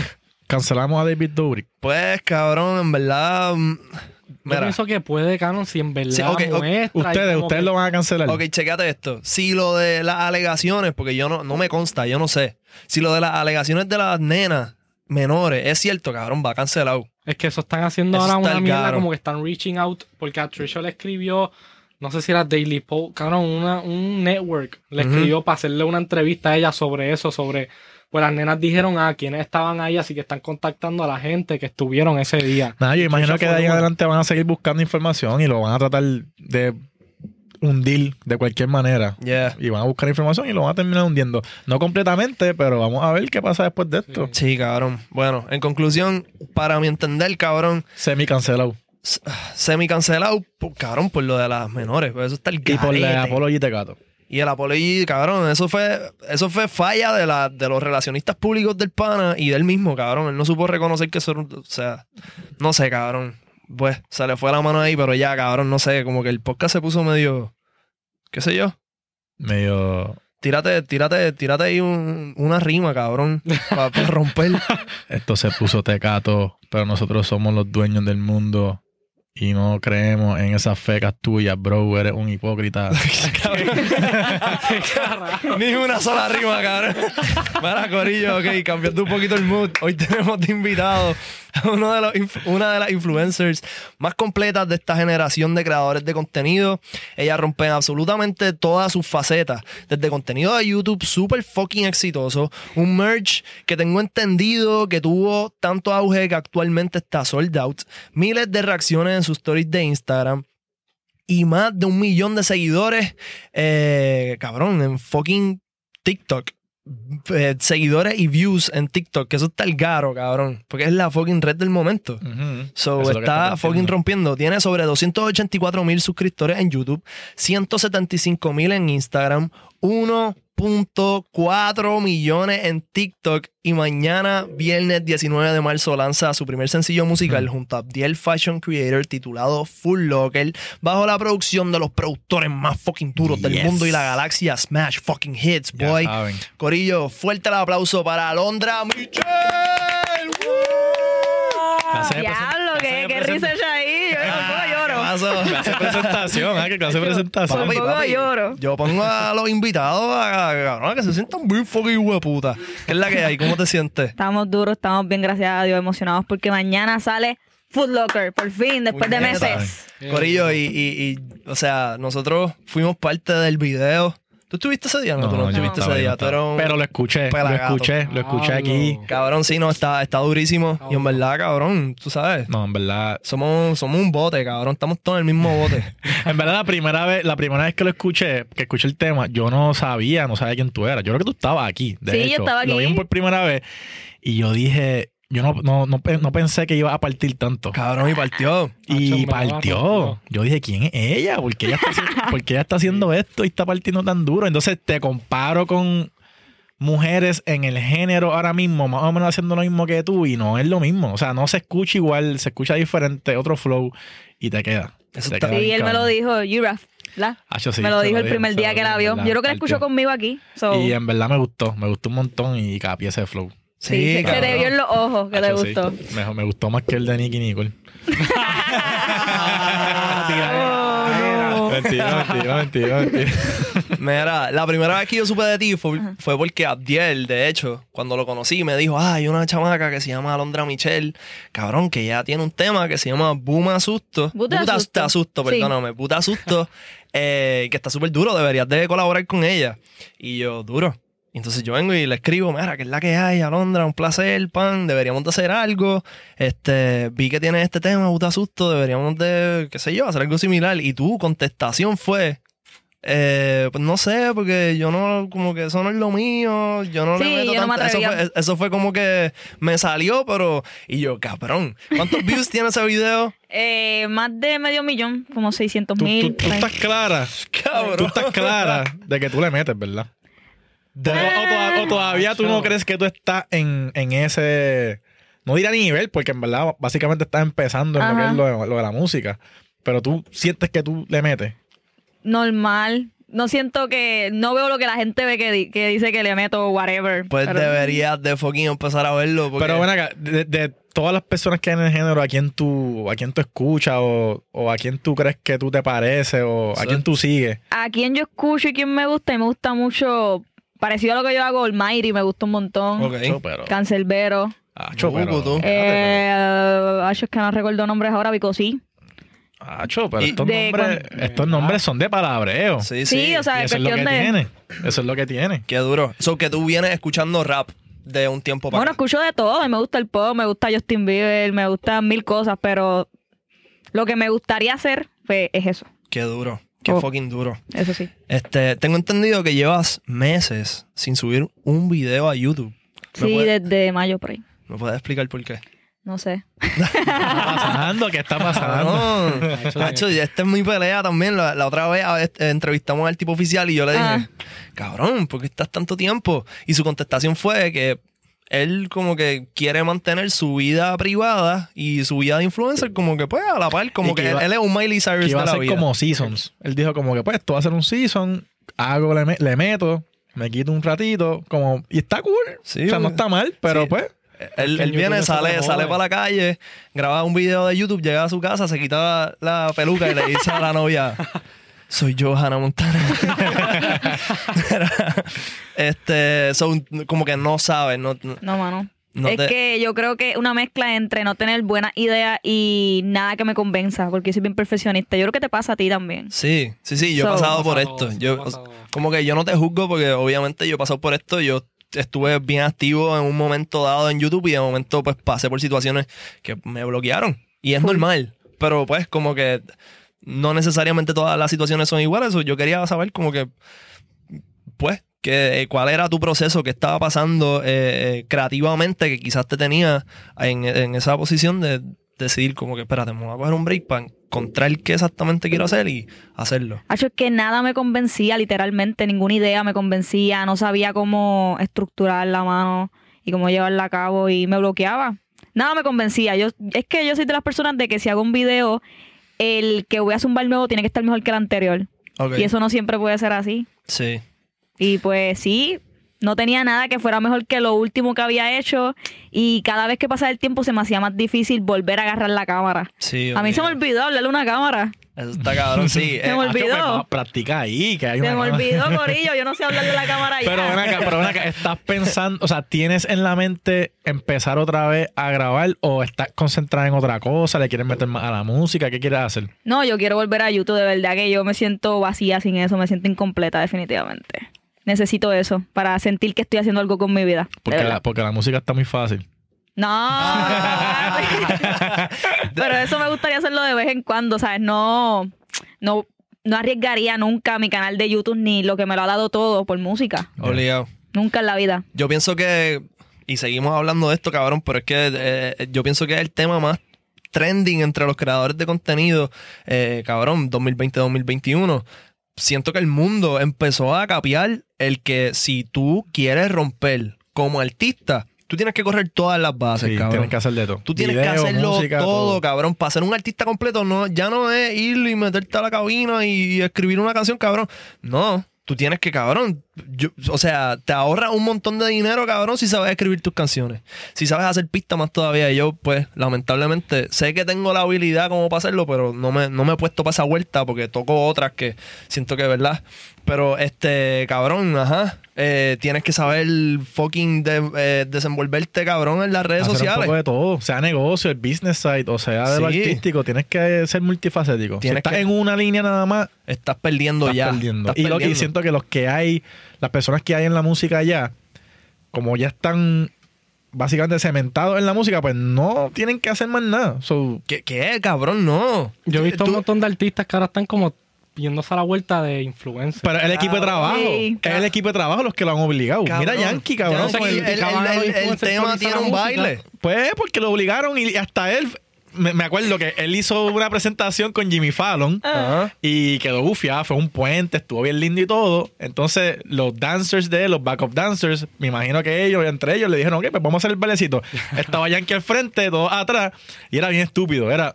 Speaker 2: cancelamos a David Dobrik.
Speaker 1: Pues, cabrón, en verdad, mm,
Speaker 3: Yo
Speaker 1: Mira,
Speaker 3: pienso que puede Canon si en verdad
Speaker 1: Sí, ok, ok.
Speaker 3: muestra y
Speaker 2: Ustedes,
Speaker 3: como
Speaker 2: ustedes
Speaker 3: que-
Speaker 2: lo van a cancelar.
Speaker 1: ok, checate esto. Si lo de las alegaciones, porque yo no, no me consta, yo no sé. Si lo de las alegaciones de las nenas menores es cierto, cabrón, va cancelado.
Speaker 3: Es que eso están haciendo
Speaker 1: Eso
Speaker 3: ahora
Speaker 1: está
Speaker 3: una
Speaker 1: el
Speaker 3: mierda
Speaker 1: caro.
Speaker 3: como que están reaching out porque a Trisha le escribió, no sé si era Daily Post, claro, una, un network le
Speaker 1: Ujú.
Speaker 3: escribió para hacerle una entrevista a ella sobre eso, sobre, pues las nenas dijeron a quienes estaban ahí, así que están contactando a la gente que estuvieron ese día.
Speaker 2: Nada, yo imagino
Speaker 3: Chucha
Speaker 2: que de
Speaker 3: fue
Speaker 2: ahí en
Speaker 3: una.
Speaker 2: adelante van a seguir buscando información y lo van a tratar de hundir de cualquier manera.
Speaker 1: Yeah.
Speaker 2: Y van a buscar información y lo van a terminar hundiendo. No completamente, pero vamos a ver qué pasa después de esto.
Speaker 1: Sí, cabrón. Bueno, en conclusión, para mi entender, cabrón,
Speaker 2: Semi cancelado.
Speaker 1: semi cancelado, cabrón, por lo de las menores. pues Eso está el
Speaker 2: Y por la
Speaker 1: garete.
Speaker 2: apología de gato.
Speaker 1: Y el Apolo y cabrón, eso fue, eso fue falla de, la, de los relacionistas públicos del pana y del mismo, cabrón. Él no supo reconocer que eso era un- O sea, no sé, cabrón. Pues se le fue la mano ahí, pero ya, cabrón, no sé. Como que el podcast se puso medio. ¿Qué sé yo?
Speaker 2: Medio.
Speaker 1: Tírate, tírate, tírate ahí un- una rima, cabrón. Para romper.
Speaker 2: Esto se puso tecato, pero nosotros somos los dueños del mundo y no creemos en esas fecas tuyas, bro. Eres un hipócrita.
Speaker 1: Ni una sola rima, cabrón. Para Corillo, ok, cambiando un poquito el mood. Hoy tenemos de invitado a uno de los, inf- una de las influencers más completas de esta generación de creadores de contenido. Ella rompe en absolutamente todas sus facetas. Desde contenido de YouTube súper fucking exitoso, un merch que tengo entendido que tuvo tanto auge que actualmente está sold out, miles de reacciones en sus stories de Instagram y más de un millón de seguidores, eh, cabrón, en fucking TikTok. Eh, seguidores y views en TikTok, que eso está el garo, cabrón, porque es la fucking red del momento.
Speaker 2: Ujú.
Speaker 1: So,
Speaker 2: Eso es lo que
Speaker 1: está
Speaker 2: está
Speaker 1: fucking
Speaker 2: rompiendo.
Speaker 1: rompiendo. Tiene sobre 284 mil suscriptores en YouTube, 175 mil en Instagram, 1.4 millones en TikTok y mañana, viernes 19 de marzo, lanza su primer sencillo musical junto a Abdiel Fashion Creator titulado Full Locker, bajo la producción de los productores más fucking duros del
Speaker 2: Yes.
Speaker 1: mundo y la galaxia Smash fucking Hits,
Speaker 2: Ya
Speaker 1: boy.
Speaker 2: saben.
Speaker 1: Corillo, fuerte el aplauso para Alondra Michelle. ¡Woo!
Speaker 2: Clase de
Speaker 7: Ah,
Speaker 2: presen-
Speaker 7: Diablo,
Speaker 2: clase
Speaker 7: qué,
Speaker 2: de
Speaker 7: qué
Speaker 2: presen-
Speaker 7: research ahí. Yo
Speaker 1: Ah,
Speaker 7: yo
Speaker 1: ¿qué
Speaker 7: lloro.
Speaker 1: pasó?
Speaker 2: clase de presentación, ¿ah? ¿Qué clase de presentación?
Speaker 1: Papi,
Speaker 7: Tampoco
Speaker 1: papi,
Speaker 7: lloro.
Speaker 1: Yo pongo a los invitados a, a- cabrón, a que se sientan bien fucking hueputa. ¿Qué es la que hay? ¿Cómo te sientes?
Speaker 7: Estamos duros, estamos bien, gracias a Dios, emocionados porque mañana sale Food Locker, por fin, después de
Speaker 1: Puñeta.
Speaker 7: meses.
Speaker 2: Eh.
Speaker 1: Corillo, y, y, y, o sea, nosotros fuimos parte del video. ¿Tú estuviste ese día? No, tú no,
Speaker 2: yo
Speaker 1: estuviste
Speaker 2: estaba,
Speaker 1: ese
Speaker 2: yo
Speaker 1: día. Tú
Speaker 2: estaba.
Speaker 1: eras un-
Speaker 2: Pero lo escuché, lo
Speaker 1: pelagato.
Speaker 2: escuché, lo escuché aquí.
Speaker 3: Pablo.
Speaker 1: Cabrón, sí, no, está, está durísimo. Y en verdad, cabrón, tú sabes,
Speaker 2: Ah, No, en verdad.
Speaker 1: somos, somos un bote, cabrón. Estamos todos en el mismo bote.
Speaker 2: En verdad, la primera vez, la primera vez que lo escuché, que escuché el tema, yo no sabía, no sabía quién tú eras. Yo creo que tú estabas aquí. De
Speaker 7: Sí, yo
Speaker 2: hecho,
Speaker 7: estaba
Speaker 2: Lo
Speaker 7: aquí.
Speaker 2: vimos por primera vez. Y yo dije, yo no, no, no, pe- no pensé que iba a partir tanto.
Speaker 1: Cabrón, y partió.
Speaker 3: Nacho,
Speaker 2: Y
Speaker 3: me
Speaker 2: partió.
Speaker 3: la rompió.
Speaker 2: Yo dije, ¿quién es ella? ¿Por qué ella, está haciendo, por qué ella está haciendo esto y está partiendo tan duro? Entonces te comparo con mujeres en el género ahora mismo, más o menos haciendo lo mismo que tú, y no es lo mismo. O sea, no se escucha igual, se escucha diferente, otro flow, y te queda.
Speaker 1: Eso
Speaker 2: Te
Speaker 1: está-
Speaker 2: queda
Speaker 7: Sí,
Speaker 2: bien
Speaker 7: él me
Speaker 2: cabrón.
Speaker 7: lo dijo, Giraffe, ¿verdad?
Speaker 2: Ah, yo sí,
Speaker 7: me lo
Speaker 2: se
Speaker 7: dijo el primer
Speaker 2: se
Speaker 7: día
Speaker 2: lo
Speaker 7: que
Speaker 2: dije,
Speaker 7: la
Speaker 2: en
Speaker 7: vio.
Speaker 2: verdad,
Speaker 7: Yo creo que la
Speaker 2: partió.
Speaker 7: escuchó conmigo aquí. So,
Speaker 2: Y em- en verdad me gustó, me gustó un montón y capié ese flow.
Speaker 7: sí, se- se
Speaker 1: cabrón.
Speaker 7: te vio en los ojos que
Speaker 2: Ah,
Speaker 7: te
Speaker 2: yo sí.
Speaker 7: gustó.
Speaker 2: Me, me gustó más que el de Nicky Nicole. Ah,
Speaker 1: Ah,
Speaker 7: Oh, no.
Speaker 2: Mentira, mentira, mentira, mentira.
Speaker 1: Mira, la primera vez que yo supe de ti fue, fue porque Abdiel, de hecho, cuando lo conocí, me dijo, ah, hay una chamaca que se llama Alondra Michelle, cabrón, que ya tiene un tema que se llama Buma Susto.
Speaker 7: Buta Susto.
Speaker 1: Susto, Susto,
Speaker 7: Sí.
Speaker 1: perdóname, Buta Susto, eh, que está súper duro, deberías de colaborar con ella. Y yo, duro. Y Entonces yo vengo y le escribo, mira, que es la que hay, Alondra, un placer, pan, deberíamos de hacer algo. Este, vi que tienes este tema, Buta Susto, deberíamos de, qué sé yo, hacer algo similar. Y tu contestación fue, eh, pues no sé, porque yo no, como que eso no es lo mío, yo no
Speaker 7: Sí,
Speaker 1: le meto
Speaker 7: yo no me
Speaker 1: tanta- eso,
Speaker 7: atrevía.
Speaker 1: fue, e-, eso fue como que me salió, pero. Y yo, cabrón, ¿cuántos views tiene ese video?
Speaker 7: Eh, más de medio millón, como 600
Speaker 2: Tú, tú-
Speaker 7: mil. pues,
Speaker 2: tú estás clara,
Speaker 1: Cabrón.
Speaker 2: tú estás clara de que tú le metes, ¿verdad? O, o toda- o todavía tú no crees que tú estás en, en ese. No dirá nivel, porque en verdad básicamente estás empezando en lo que
Speaker 7: Ajá.
Speaker 2: es lo de, lo de la música. Pero tú sientes que tú le metes.
Speaker 7: normal. no siento que, no veo lo que la gente ve que, di- que dice que le meto whatever.
Speaker 1: Pues
Speaker 7: pero-
Speaker 1: deberías de fucking empezar a verlo. Porque
Speaker 2: Pero ven acá, de, de todas las personas que hay en el género, ¿a quién tú, a quién tú escuchas o, o a quién tú crees que tú te pareces o a
Speaker 1: Sí.
Speaker 2: quién tú sigues?
Speaker 7: A quien yo escucho y quien me gusta, y me gusta mucho, parecido a lo que yo hago, Almighty, me gusta un montón.
Speaker 1: Ok.
Speaker 2: Acho, pero,
Speaker 7: Cancelbero.
Speaker 2: acho,
Speaker 1: Bubu,
Speaker 2: pero,
Speaker 1: tú.
Speaker 7: Eh, ay, es que no recuerdo nombres ahora, because sí.
Speaker 2: acho, pero
Speaker 1: Y
Speaker 2: estos,
Speaker 7: de
Speaker 2: nombres, estos nombres son de palabreo.
Speaker 1: Sí, sí.
Speaker 7: Sí, o sea,
Speaker 2: Y
Speaker 7: es
Speaker 2: eso es lo
Speaker 7: Ah, cuestión
Speaker 2: que
Speaker 7: de.
Speaker 2: tiene. Eso es lo que tiene.
Speaker 1: Qué duro. Eso que tú vienes escuchando rap de un tiempo para
Speaker 7: Bueno,
Speaker 1: acá.
Speaker 7: escucho de todo. y Me gusta el pop, me gusta Justin Bieber, me gustan mil cosas, pero lo que me gustaría hacer pues, es eso.
Speaker 1: Qué duro. Qué
Speaker 7: Oh.
Speaker 1: fucking duro.
Speaker 7: Eso sí.
Speaker 1: Este, tengo entendido que llevas meses sin subir un video a YouTube. ¿Me
Speaker 7: Sí,
Speaker 1: puedes-
Speaker 7: desde mayo por ahí.
Speaker 1: ¿Me puedes explicar por qué?
Speaker 7: No sé.
Speaker 2: ¿Qué está pasando? ¿Qué
Speaker 1: Ah,
Speaker 2: está pasando?
Speaker 1: No, Nacho, y esta es mi pelea también. La, la otra vez a ver, eh, entrevistamos al tipo oficial y yo le dije,
Speaker 7: Ah.
Speaker 1: cabrón, ¿por qué estás tanto tiempo? Y su contestación fue que él como que quiere mantener su vida privada y su vida de influencer como que pues a la par, como
Speaker 2: Y que
Speaker 1: que,
Speaker 2: iba-
Speaker 1: él, él es un Miley Cyrus
Speaker 2: Que
Speaker 1: de
Speaker 2: iba a
Speaker 1: la
Speaker 2: ser
Speaker 1: vida.
Speaker 2: como seasons. Él dijo como que pues tú vas a hacer un season, hago, le, me- le meto, me quito un ratito, como, y está cool.
Speaker 1: Sí,
Speaker 2: o sea, no
Speaker 1: güey.
Speaker 2: está mal, pero
Speaker 1: Sí.
Speaker 2: pues.
Speaker 1: Él,
Speaker 3: que en
Speaker 1: él viene,
Speaker 3: YouTube eso
Speaker 1: sale,
Speaker 3: te
Speaker 1: sale
Speaker 3: jode.
Speaker 1: para la calle, graba un video de YouTube, llega a su casa, se quita la, la peluca y le dice a la novia, soy yo, Hannah Montana. Mira, este, so, como que no sabes, no, no-
Speaker 7: No, mano.
Speaker 1: No
Speaker 7: es
Speaker 1: te-
Speaker 7: que yo creo que una mezcla entre no tener buena idea y nada que me convenza, porque yo soy bien perfeccionista. Yo creo que te pasa a ti también.
Speaker 1: Sí, sí, sí, yo he
Speaker 7: So-
Speaker 1: pasado por
Speaker 3: Pasa todo,
Speaker 1: esto.
Speaker 3: sí,
Speaker 1: Yo,
Speaker 3: pasa
Speaker 1: o sea,
Speaker 3: todo.
Speaker 1: como que yo no te juzgo porque obviamente yo he pasado por esto, yo estuve bien activo en un momento dado en YouTube y de momento pues pasé por situaciones que me bloquearon y es normal, pero pues como que no necesariamente todas las situaciones son iguales, so, yo quería saber como que pues que, eh, cuál era tu proceso, qué estaba pasando eh, eh, creativamente que quizás te tenía en, en esa posición de decidir como que espérate, me voy a coger un break para encontrar qué exactamente quiero hacer y hacerlo.
Speaker 7: Hacho, es que nada me convencía, literalmente, ninguna idea me convencía, no sabía cómo estructurar la mano y cómo llevarla a cabo y me bloqueaba. Nada me convencía. Yo, es que yo soy de las personas de que si hago un video, el que voy a zumbar nuevo tiene que estar mejor que el anterior.
Speaker 1: Ok.
Speaker 7: Y eso no siempre puede ser así.
Speaker 1: Sí.
Speaker 7: Y pues sí, no tenía nada que fuera mejor que lo último que había hecho y cada vez que pasaba el tiempo se me hacía más difícil volver a agarrar la cámara.
Speaker 1: Sí,
Speaker 7: A mí se me
Speaker 1: olvidó.
Speaker 7: olvidó hablarle a una cámara.
Speaker 1: Eso está cabrón, sí.
Speaker 7: Se
Speaker 1: eh,
Speaker 7: me
Speaker 2: acho, pues,
Speaker 7: olvidó.
Speaker 2: vamos, practica ahí, que hay
Speaker 7: Se
Speaker 2: una
Speaker 7: me
Speaker 2: cámara.
Speaker 7: olvidó, Corillo. Yo no sé hablarle a la cámara ya.
Speaker 2: Pero ven acá, pero ven acá, ¿estás pensando, o sea, tienes en la mente empezar otra vez a grabar o estás concentrada en otra cosa? ¿Le quieres meter más a la música? ¿Qué quieres hacer?
Speaker 7: No, yo quiero volver a YouTube, de verdad que yo me siento vacía sin eso, me siento incompleta definitivamente. Necesito eso para sentir que estoy haciendo algo con mi vida. de
Speaker 2: Porque la,
Speaker 7: verdad.
Speaker 2: porque la música está muy fácil.
Speaker 7: No. Pero eso me gustaría hacerlo de vez en cuando, ¿sabes? No, no, no arriesgaría nunca mi canal de YouTube ni lo que me lo ha dado todo por música.
Speaker 1: pues, Obligado.
Speaker 7: Nunca en la vida.
Speaker 1: Yo pienso que. Y seguimos hablando de esto, cabrón, pero es que eh, yo pienso que es el tema más trending entre los creadores de contenido, eh, cabrón, 2020-2021. Siento que el mundo empezó a capiar el que si tú quieres romper como artista, tú tienes que correr todas las bases,
Speaker 2: Sí,
Speaker 1: cabrón.
Speaker 2: tienes que hacer de todo.
Speaker 1: Tú tienes que
Speaker 2: Video,
Speaker 1: hacerlo
Speaker 2: música,
Speaker 1: todo, cabrón. Para ser un artista completo, no, ya no es ir y meterte a la cabina y escribir una canción, cabrón. No, tú tienes que, cabrón. yo- o sea, te ahorras un montón de dinero, cabrón, si sabes escribir tus canciones. Si sabes hacer pistas más todavía. Y yo, pues, lamentablemente, sé que tengo la habilidad como para hacerlo, pero no me, no me he puesto para esa vuelta porque toco otras que siento que, ¿verdad? Pero este, cabrón, ajá. eh, tienes que saber fucking de- eh, desenvolverte, cabrón, en las redes
Speaker 2: hacer Un
Speaker 1: sociales.
Speaker 2: poco de todo, sea negocio, el business side, o sea, de lo
Speaker 1: Sí.
Speaker 2: artístico, tienes que ser multifacético. si
Speaker 1: Tienes
Speaker 2: estás
Speaker 1: que-
Speaker 2: en una línea nada más,
Speaker 1: estás perdiendo
Speaker 2: estás
Speaker 1: ya.
Speaker 2: perdiendo.
Speaker 1: Estás
Speaker 2: y lo que
Speaker 1: perdiendo.
Speaker 2: siento que los que hay, las personas que hay en la música ya, como ya están básicamente cementados en la música, pues no tienen que hacer más nada. So,
Speaker 1: ¿Qué, qué, cabrón? No.
Speaker 3: Yo he visto
Speaker 1: Tú-
Speaker 3: un montón de artistas que ahora están como yéndose a la vuelta de influencer.
Speaker 2: pero el equipo de trabajo,
Speaker 7: Sí.
Speaker 2: es el equipo de trabajo los que lo han obligado. Uh, Mira
Speaker 1: cabrón.
Speaker 2: Yankee, cabrón.
Speaker 1: Yankee,
Speaker 2: con el-
Speaker 1: el, el-
Speaker 3: cabrón,
Speaker 1: el-
Speaker 3: influencer
Speaker 1: el tema
Speaker 3: actualiza
Speaker 1: tiene
Speaker 3: la
Speaker 1: un
Speaker 3: música.
Speaker 1: baile.
Speaker 2: Pues porque lo obligaron y hasta él, me, me acuerdo que él hizo una presentación con Jimmy Fallon y quedó bufiada, fue un puente, estuvo bien lindo y todo. Entonces los dancers de él, los backup dancers, me imagino que ellos, entre ellos, le dijeron, ok, pues vamos a hacer el bailecito. Estaba Yankee al frente, todos atrás, y era bien estúpido, era...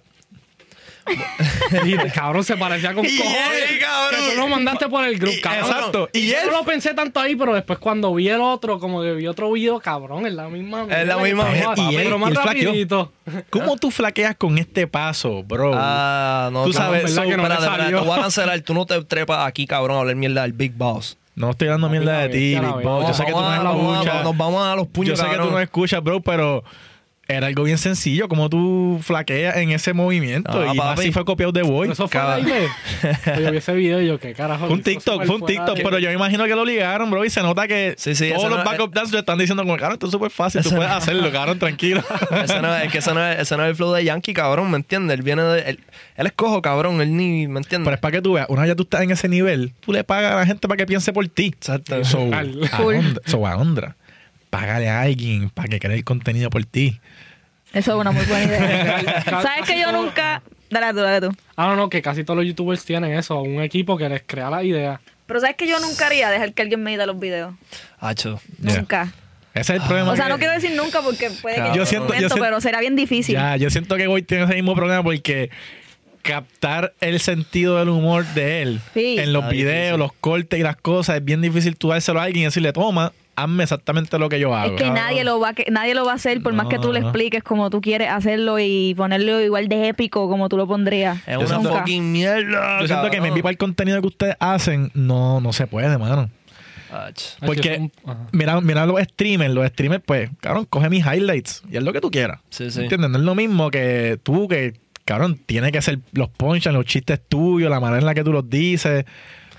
Speaker 3: Y el cabrón se parecía con cojones.
Speaker 1: él, cabrón.
Speaker 3: Que tú lo mandaste por el grupo,
Speaker 1: Y-
Speaker 3: cabrón.
Speaker 1: exacto. Y
Speaker 3: Y yo
Speaker 1: él-
Speaker 3: no lo pensé tanto ahí, pero después cuando vi el otro, como que vi otro video, cabrón, es la misma. mierda
Speaker 1: la
Speaker 3: que
Speaker 1: misma
Speaker 3: estaba,
Speaker 1: mierda.
Speaker 2: Y
Speaker 3: papi,
Speaker 2: él-
Speaker 3: pero más
Speaker 2: y él flaqueó.
Speaker 3: rapidito.
Speaker 2: ¿Cómo tú flaqueas con este paso, bro?
Speaker 1: Ah, no,
Speaker 2: Oh. Tú
Speaker 1: cabrón,
Speaker 2: sabes,
Speaker 1: so,
Speaker 3: ¿verdad que no me
Speaker 1: espérate, espérate,
Speaker 3: salió?
Speaker 1: te voy a cancelar. Tú no te trepas aquí, cabrón, a hablar mierda del Big Boss.
Speaker 2: no estoy dando mierda de ti,
Speaker 3: Ya la
Speaker 2: Big
Speaker 3: veo.
Speaker 2: Bob. Yo sé que tú
Speaker 1: Vamos a- vamos
Speaker 2: no
Speaker 1: a-
Speaker 2: escuchas.
Speaker 1: Nos vamos a dar los puños,
Speaker 2: Yo sé que tú
Speaker 1: cabrón.
Speaker 2: no escuchas, bro, pero era algo bien sencillo. Como tú flaqueas en ese movimiento.
Speaker 1: Ah,
Speaker 2: y más
Speaker 1: papi.
Speaker 2: si fue copiado de Boy.
Speaker 3: Pero eso fue
Speaker 2: Cabrón.
Speaker 3: ahí, ve. Pues Yo vi ese video y yo, qué carajo.
Speaker 2: Fue un
Speaker 3: Eso
Speaker 2: TikTok,
Speaker 3: súper
Speaker 2: fue un
Speaker 3: fuera
Speaker 2: TikTok,
Speaker 3: de-
Speaker 2: pero yo me imagino que lo obligaron, bro, y se nota que
Speaker 1: Sí, sí, ese
Speaker 2: todos
Speaker 1: no- eh,
Speaker 2: los backup dancers le están diciendo como, cabrón, esto es súper fácil, tú
Speaker 1: Ese-
Speaker 2: puedes hacerlo, cabrón, tranquilo.
Speaker 1: Ese no, es que ese no, es, ese no es el flow de Yankee, cabrón, ¿me entiendes? Él viene de. Él, él es cojo, cabrón, él ni. ¿Me
Speaker 2: Pero
Speaker 1: entiendes?
Speaker 2: es para que tú veas, una vez ya tú estás en ese nivel, tú le pagas a la gente para que piense por ti.
Speaker 1: Exacto.
Speaker 2: So, a
Speaker 3: Al-
Speaker 2: Ondra- so, a Ondra, págale a alguien para que cree el contenido por ti.
Speaker 7: Eso es una muy buena idea. ¿Sabes que yo nunca... Dale tú, dale tú.
Speaker 3: Ah, no, no, que casi todos los youtubers tienen eso, un equipo que les crea la idea.
Speaker 7: Pero ¿sabes que yo nunca haría dejar que alguien me edita los videos?
Speaker 1: Hacho.
Speaker 2: Ya.
Speaker 7: Nunca.
Speaker 2: Ese
Speaker 1: Ah.
Speaker 2: es el problema.
Speaker 7: O sea,
Speaker 2: que-
Speaker 7: no quiero decir nunca porque puede que
Speaker 1: Yo
Speaker 7: llegue el
Speaker 2: siento- yo
Speaker 7: momento,
Speaker 2: siento-
Speaker 7: pero será bien difícil.
Speaker 2: Ya, yo siento que Boy tiene ese mismo problema porque captar el sentido del humor de él
Speaker 7: Sí.
Speaker 2: en los
Speaker 1: Ah,
Speaker 2: videos,
Speaker 1: difícil.
Speaker 2: los cortes y las cosas, es bien difícil tú dárselo a alguien y decirle, toma, hazme exactamente lo que yo
Speaker 7: Es
Speaker 2: hago.
Speaker 7: que nadie lo va a, que, nadie lo va a hacer por más que tú le
Speaker 2: No.
Speaker 7: expliques como tú quieres hacerlo y ponerlo igual de épico como tú lo pondrías.
Speaker 1: Es
Speaker 2: Yo
Speaker 1: una
Speaker 2: siento-
Speaker 1: fucking mierda.
Speaker 2: Yo siento que me envío para el contenido que ustedes hacen, no, no se puede, mano.
Speaker 3: Ay,
Speaker 2: Porque-
Speaker 3: que es un-
Speaker 1: Ah.
Speaker 3: ajá.
Speaker 2: Mira, mira los streamers, los streamers, pues, cabrón, coge mis highlights y haz lo que tú quieras.
Speaker 1: Sí, sí.
Speaker 2: ¿Entiendes? No es lo mismo que tú, que, cabrón, tiene que ser los punchlines, los chistes tuyos, la manera en la que tú los dices.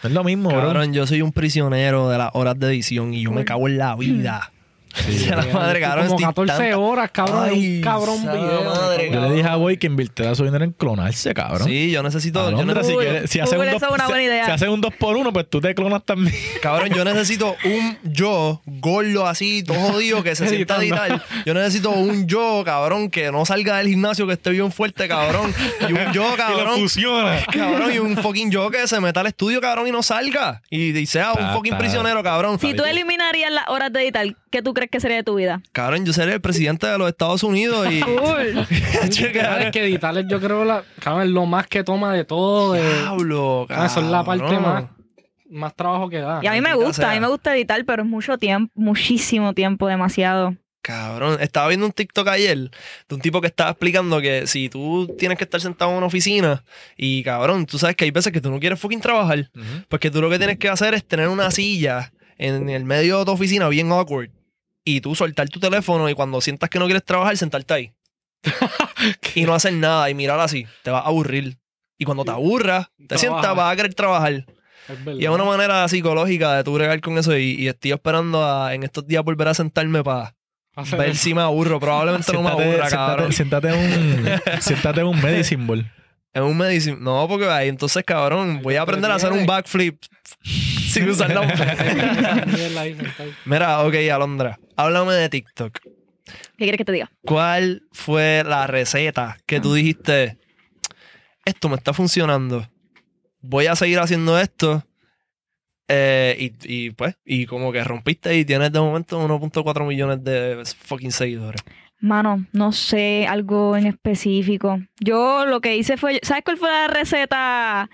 Speaker 2: No es lo mismo, bro.
Speaker 1: Cabrón, yo soy un prisionero de las horas de edición y yo me cago en la vida. De la madre, cabrón.
Speaker 3: Como
Speaker 1: estoy
Speaker 3: 14
Speaker 1: tanta-
Speaker 3: horas, cabrón, en
Speaker 1: Ay,
Speaker 3: un cabrón
Speaker 1: esa
Speaker 3: video.
Speaker 1: madre,
Speaker 2: Yo le dije a Boy que invirtiera su dinero en clonarse, cabrón.
Speaker 1: Sí, yo necesito. yo
Speaker 2: Alondra, si
Speaker 1: necesito-
Speaker 2: quieres- si
Speaker 7: Uy,
Speaker 2: haces un
Speaker 7: esa
Speaker 2: dos-
Speaker 7: es una buena
Speaker 2: si-
Speaker 7: idea.
Speaker 2: si haces un 2 por 1 pues tú te clonas también.
Speaker 1: Cabrón, yo necesito un yo gordo así, todo jodido, que se sienta a editar. Yo necesito un yo, cabrón, que no salga del gimnasio, que esté bien fuerte, cabrón. Y un yo,
Speaker 2: Y lo
Speaker 1: cabrón.
Speaker 2: fusiona.
Speaker 1: Cabrón, y un fucking yo que se meta al estudio, cabrón, y no salga. Y, y sea un
Speaker 2: Ta,
Speaker 1: fucking
Speaker 2: ta.
Speaker 1: prisionero, cabrón.
Speaker 7: Si tú eliminarías las horas de editar, ¿qué tú crees que sería de tu vida?
Speaker 1: Cabrón, yo seré el presidente de los Estados Unidos y.
Speaker 3: Literal, es que editarles yo creo la, cabrón, es lo más que toma de todo. de-
Speaker 1: Diablo,
Speaker 3: cabrón, Pues, ah, eso es la parte
Speaker 1: cabrón.
Speaker 3: más, más trabajo que da.
Speaker 7: Y a mí me
Speaker 1: maldita
Speaker 7: gusta, a mí
Speaker 1: sea.
Speaker 7: me gusta editar, pero es mucho tiempo, muchísimo tiempo, demasiado.
Speaker 1: Cabrón, estaba viendo un TikTok ayer de un tipo que estaba explicando que si tú tienes que estar sentado en una oficina y cabrón, tú sabes que hay veces que tú no quieres fucking trabajar, pues que tú lo que tienes que hacer es tener una silla en el medio de tu oficina bien awkward y tú soltar tu teléfono y cuando sientas que no quieres trabajar, sentarte ahí. y no hacer nada y mirar así, te vas a aburrir. Y cuando te aburras, te
Speaker 3: Trabaja.
Speaker 1: sientas, vas a querer trabajar.
Speaker 3: Es verdad.
Speaker 1: Y es una manera psicológica de tú bregar con eso y, y estoy esperando a, en estos días volver a sentarme para
Speaker 3: Hacer
Speaker 1: ver
Speaker 3: eso.
Speaker 1: si me aburro. Probablemente no me aburra, cabrón.
Speaker 2: siéntate, siéntate en un, siéntate en un medicine ball.
Speaker 1: En un medicine. No, porque ahí entonces, cabrón, voy a aprender a hacer un backflip sin usar la
Speaker 3: Mierda ahí, sentado.
Speaker 1: Mira, ok, Alondra, háblame de TikTok.
Speaker 7: ¿Qué quieres que te diga?
Speaker 1: ¿Cuál fue la receta que tú dijiste? Esto me está funcionando. Voy a seguir haciendo esto. Eh, y, y, pues, y como que rompiste y tienes de momento 1.4 millones de fucking seguidores.
Speaker 7: Mano, no sé algo en específico. Yo lo que hice fue, ¿sabes cuál fue la receta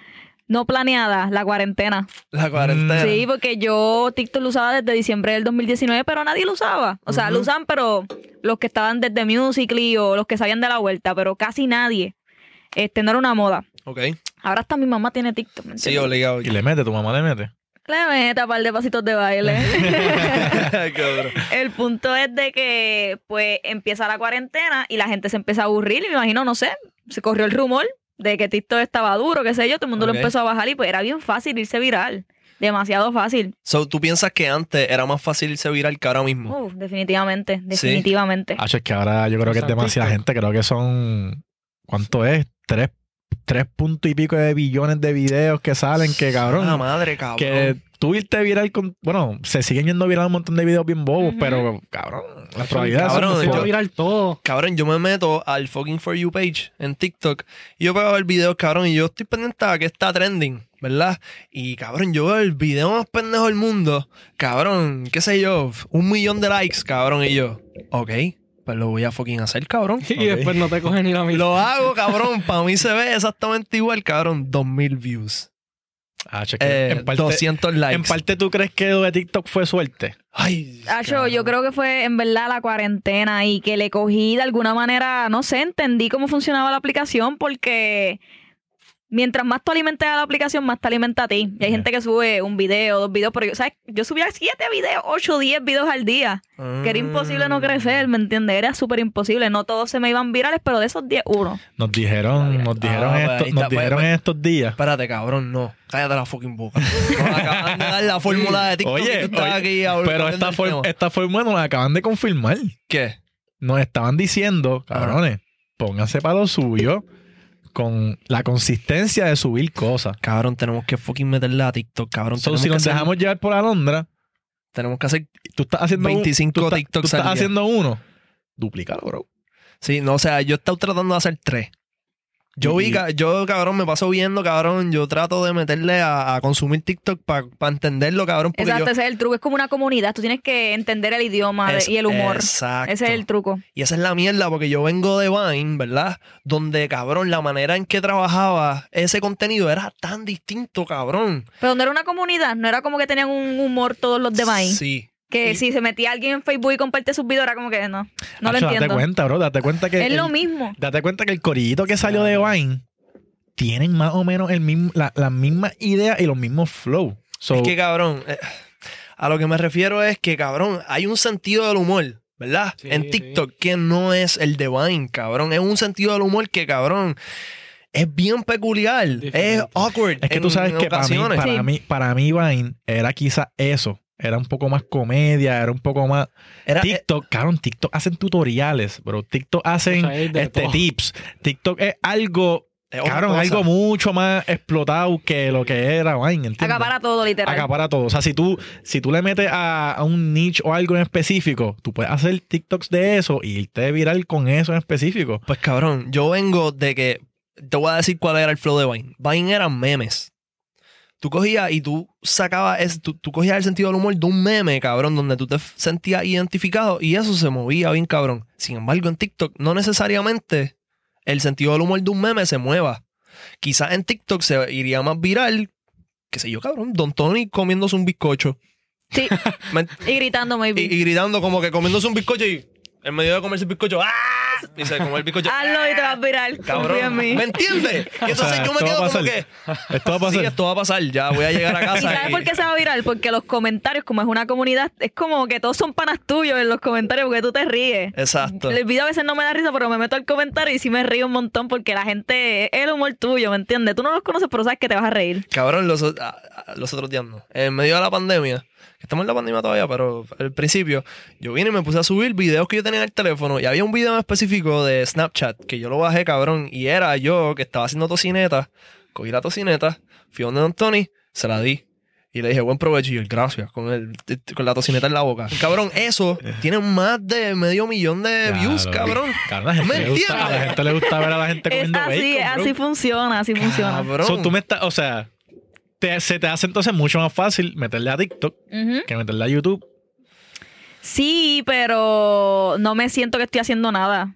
Speaker 7: no planeada? La cuarentena.
Speaker 1: La cuarentena.
Speaker 2: Mm.
Speaker 7: Sí, porque yo TikTok lo usaba desde diciembre del 2019, pero nadie lo usaba. O sea, lo usan, pero los que estaban desde Musical.ly o los que sabían de la vuelta, pero casi nadie. Este no era una moda.
Speaker 1: Ok.
Speaker 7: Ahora hasta mi mamá tiene TikTok. ¿me
Speaker 1: Sí,
Speaker 7: entiendes?
Speaker 1: obligado.
Speaker 2: Y le mete, tu mamá le mete.
Speaker 7: Le meta par de pasitos de baile.
Speaker 1: Qué duro.
Speaker 7: El punto es de que pues empieza la cuarentena y la gente se empieza a aburrir y me imagino, no sé, se corrió el rumor de que TikTok estaba duro, qué sé yo, todo el mundo
Speaker 1: Ok.
Speaker 7: lo empezó a bajar y pues era bien fácil irse viral. Demasiado fácil.
Speaker 1: So, ¿tú piensas que antes era más fácil irse viral que ahora mismo?
Speaker 7: Uf, definitivamente, definitivamente.
Speaker 2: Ah, es que ahora yo creo que es
Speaker 3: Usan
Speaker 2: demasiada
Speaker 3: TikTok.
Speaker 2: gente. Creo que son. ¿Cuánto es? Tres, tres punto y pico de billones de videos que salen, que cabrón.
Speaker 1: Ah, madre, cabrón.
Speaker 2: que tú irte viral con. Bueno, se siguen yendo viral un montón de videos bien bobos,
Speaker 7: Ujú.
Speaker 2: pero cabrón, las probabilidades
Speaker 1: Cabrón,
Speaker 2: son.
Speaker 3: Se va
Speaker 1: yo-
Speaker 3: a virar todo.
Speaker 1: Cabrón, yo me meto al fucking For You page en TikTok y yo puedo ver videos, cabrón, y yo estoy pendiente a que está trending, ¿verdad? Y cabrón, yo veo el video más pendejo del mundo, cabrón, qué sé yo, un millón de likes, cabrón, y yo, ok, pues lo voy a fucking hacer, cabrón.
Speaker 3: Y después no te cogen ni la mitad.
Speaker 1: Lo hago, cabrón. Para mí se ve exactamente igual, cabrón. 2000 views.
Speaker 2: Ah, cheque.
Speaker 1: Eh,
Speaker 2: en, parte,
Speaker 1: 200 likes.
Speaker 2: en parte, ¿tú crees que lo de TikTok fue suerte?
Speaker 1: Ay,
Speaker 7: Acho, Ah, yo creo que fue en verdad la cuarentena y que le cogí de alguna manera, no sé, entendí cómo funcionaba la aplicación porque mientras más tú alimentes a la aplicación, más te alimenta a ti. Y hay gente que sube un video, dos videos, pero yo, ¿sabes? Yo subía siete videos, ocho, diez videos al día.
Speaker 1: Ah.
Speaker 7: Que era imposible no crecer,
Speaker 1: Mm.
Speaker 7: ¿me entiendes? Era súper imposible. No todos se me iban virales, pero de esos diez, uno.
Speaker 2: Nos dijeron, nos dijeron,
Speaker 1: Ah,
Speaker 2: en
Speaker 1: pues,
Speaker 2: estos-
Speaker 1: ahí
Speaker 2: nos
Speaker 1: está, pues,
Speaker 2: dijeron
Speaker 1: pues.
Speaker 2: en estos días.
Speaker 1: Espérate, cabrón, no. Cállate la fucking boca. Nos acaban de dar la fórmula de TikTok. y
Speaker 2: Oye,
Speaker 1: tú estás
Speaker 2: oye,
Speaker 1: aquí hablando
Speaker 2: Pero
Speaker 1: del
Speaker 2: esta, for-
Speaker 1: tema.
Speaker 2: esta fórmula nos la acaban de confirmar.
Speaker 1: ¿Qué?
Speaker 2: Nos estaban diciendo, cabrones, pónganse para lo suyo con la consistencia de subir cosas.
Speaker 1: Cabrón, tenemos que fucking meterla a TikTok, cabrón.
Speaker 2: So,
Speaker 1: tenemos
Speaker 2: si
Speaker 1: que
Speaker 2: nos
Speaker 1: hacer-
Speaker 2: dejamos llevar por Alondra,
Speaker 1: Tenemos que hacer.
Speaker 2: tú estás haciendo un-
Speaker 1: 25
Speaker 2: tú estás-
Speaker 1: TikToks
Speaker 2: tú estás
Speaker 1: al día.
Speaker 2: haciendo uno. Duplícalo, bro.
Speaker 1: Sí, no, o sea, yo he estado tratando de hacer tres. Yo vi,
Speaker 2: Y-
Speaker 1: ca- yo, cabrón, me paso viendo, cabrón. Yo trato de meterle a, a consumir TikTok para entenderlo, cabrón. Porque
Speaker 7: Exacto,
Speaker 1: yo,
Speaker 7: ese es el truco. Es como una comunidad. Tú tienes que entender el idioma de-
Speaker 1: Es-
Speaker 7: y el humor.
Speaker 1: Exacto.
Speaker 7: Ese es el truco.
Speaker 1: Y esa es la mierda, porque yo vengo de Vine, ¿verdad? Donde, cabrón, la manera en que trabajaba ese contenido era tan distinto, cabrón.
Speaker 7: Pero donde era una comunidad, no era como que tenían un humor todos los de Vine.
Speaker 1: Sí.
Speaker 7: Que
Speaker 1: Y-
Speaker 7: si se metía alguien en Facebook y compartía sus videos, era como que no. No lo
Speaker 2: Hacho, Date
Speaker 7: entiendo.
Speaker 2: cuenta, bro. Date cuenta que.
Speaker 7: Es lo
Speaker 2: el-
Speaker 7: mismo.
Speaker 2: Date cuenta que el corillito que salió de Vine tienen más o menos el mismo, la, las mismas ideas y los mismos flow. So,
Speaker 1: Es que, cabrón, eh, a lo que me refiero es que, cabrón, hay un sentido del humor, ¿verdad?
Speaker 3: Sí,
Speaker 1: en TikTok, que no es el de Vine, cabrón. Es un sentido del humor que, cabrón, es bien peculiar. Es
Speaker 3: Diferente.
Speaker 1: awkward.
Speaker 2: Es que tú
Speaker 1: en
Speaker 2: sabes que para mí,
Speaker 1: ocasiones.
Speaker 2: para,
Speaker 7: Sí.
Speaker 2: mí, para mí Vine era quizá eso. Era un poco más comedia, era un poco más...
Speaker 1: Era- eh,
Speaker 2: TikTok, claro, en TikTok hacen tutoriales, bro. TikTok hacen
Speaker 3: O sea, es de
Speaker 2: este,
Speaker 3: todo.
Speaker 2: tips. TikTok es algo,
Speaker 1: es eh, otra
Speaker 2: claro,
Speaker 1: cosa.
Speaker 2: algo mucho más explotado que lo que era Vine, ¿entiendes?
Speaker 7: Acapara todo, literal.
Speaker 2: Acapara todo. O sea, si tú, si tú le metes a, a un nicho o algo en específico, tú puedes hacer TikToks de eso y irte viral con eso en específico.
Speaker 1: Pues cabrón, yo vengo de que. Te voy a decir cuál era el flow de Vine. Vine eran memes. Tú cogías y tú sacabas. es- tú, tú cogías el sentido del humor de un meme, cabrón, donde tú te f- sentías identificado y eso se movía bien, cabrón. Sin embargo, en TikTok no necesariamente el sentido del humor de un meme se mueva. Quizás en TikTok se iría más viral, qué sé yo, cabrón, Don Tony comiéndose un bizcocho.
Speaker 7: Sí,
Speaker 1: Me-
Speaker 7: y gritando,
Speaker 1: y,
Speaker 7: maybe.
Speaker 1: y gritando como que comiéndose un bizcocho y en medio de comerse el bizcocho, ¡ah! Y se come el bizcocho.
Speaker 7: Hazlo y te vas viral.
Speaker 1: Cabrón,
Speaker 7: Confía en mí.
Speaker 1: ¿me entiendes? Y entonces
Speaker 2: sea,
Speaker 1: yo me
Speaker 2: esto va
Speaker 1: quedo
Speaker 2: a
Speaker 1: como
Speaker 2: pasar.
Speaker 1: que.
Speaker 2: Esto va a pasar.
Speaker 1: Sí, esto va a pasar, ya voy a llegar a
Speaker 7: ¿Y
Speaker 1: casa.
Speaker 7: sabes por qué se va viral? Porque los comentarios, como es una comunidad, es como que todos son panas tuyos en los comentarios porque tú te ríes.
Speaker 1: Exacto.
Speaker 7: El video a veces no me da risa, pero me meto al comentario y sí me río un montón porque la gente es el humor tuyo, ¿me entiendes? Tú no los conoces, pero sabes que te vas a reír.
Speaker 1: Cabrón, los, a- a- los otros días no. En medio de la pandemia, que estamos en la pandemia todavía, pero al principio, yo vine y me puse a subir videos que yo tenía en el teléfono. Y había un video en específico de Snapchat que yo lo bajé, cabrón. Y era yo que estaba haciendo tocineta. Cogí la tocineta, fui donde Don Tony, se la di. Y le dije, buen provecho. Y él, gracias, con, el, con la tocineta en la boca. Cabrón, eso tiene más de medio millón de
Speaker 2: Claro.
Speaker 1: views, cabrón.
Speaker 2: Cabrón, a la gente
Speaker 1: ¿Me
Speaker 2: le gusta-
Speaker 1: entiendes?
Speaker 2: a la gente le gusta ver a la gente
Speaker 7: Es
Speaker 2: comiendo
Speaker 7: así,
Speaker 2: bacon,
Speaker 7: es
Speaker 2: bro.
Speaker 7: así funciona, así funciona.
Speaker 1: Cabrón.
Speaker 2: So, tú me estás, o sea, te- se te hace entonces mucho más fácil meterle a TikTok
Speaker 7: Ujú.
Speaker 2: que meterle a YouTube.
Speaker 7: Sí, pero no me siento que estoy haciendo nada.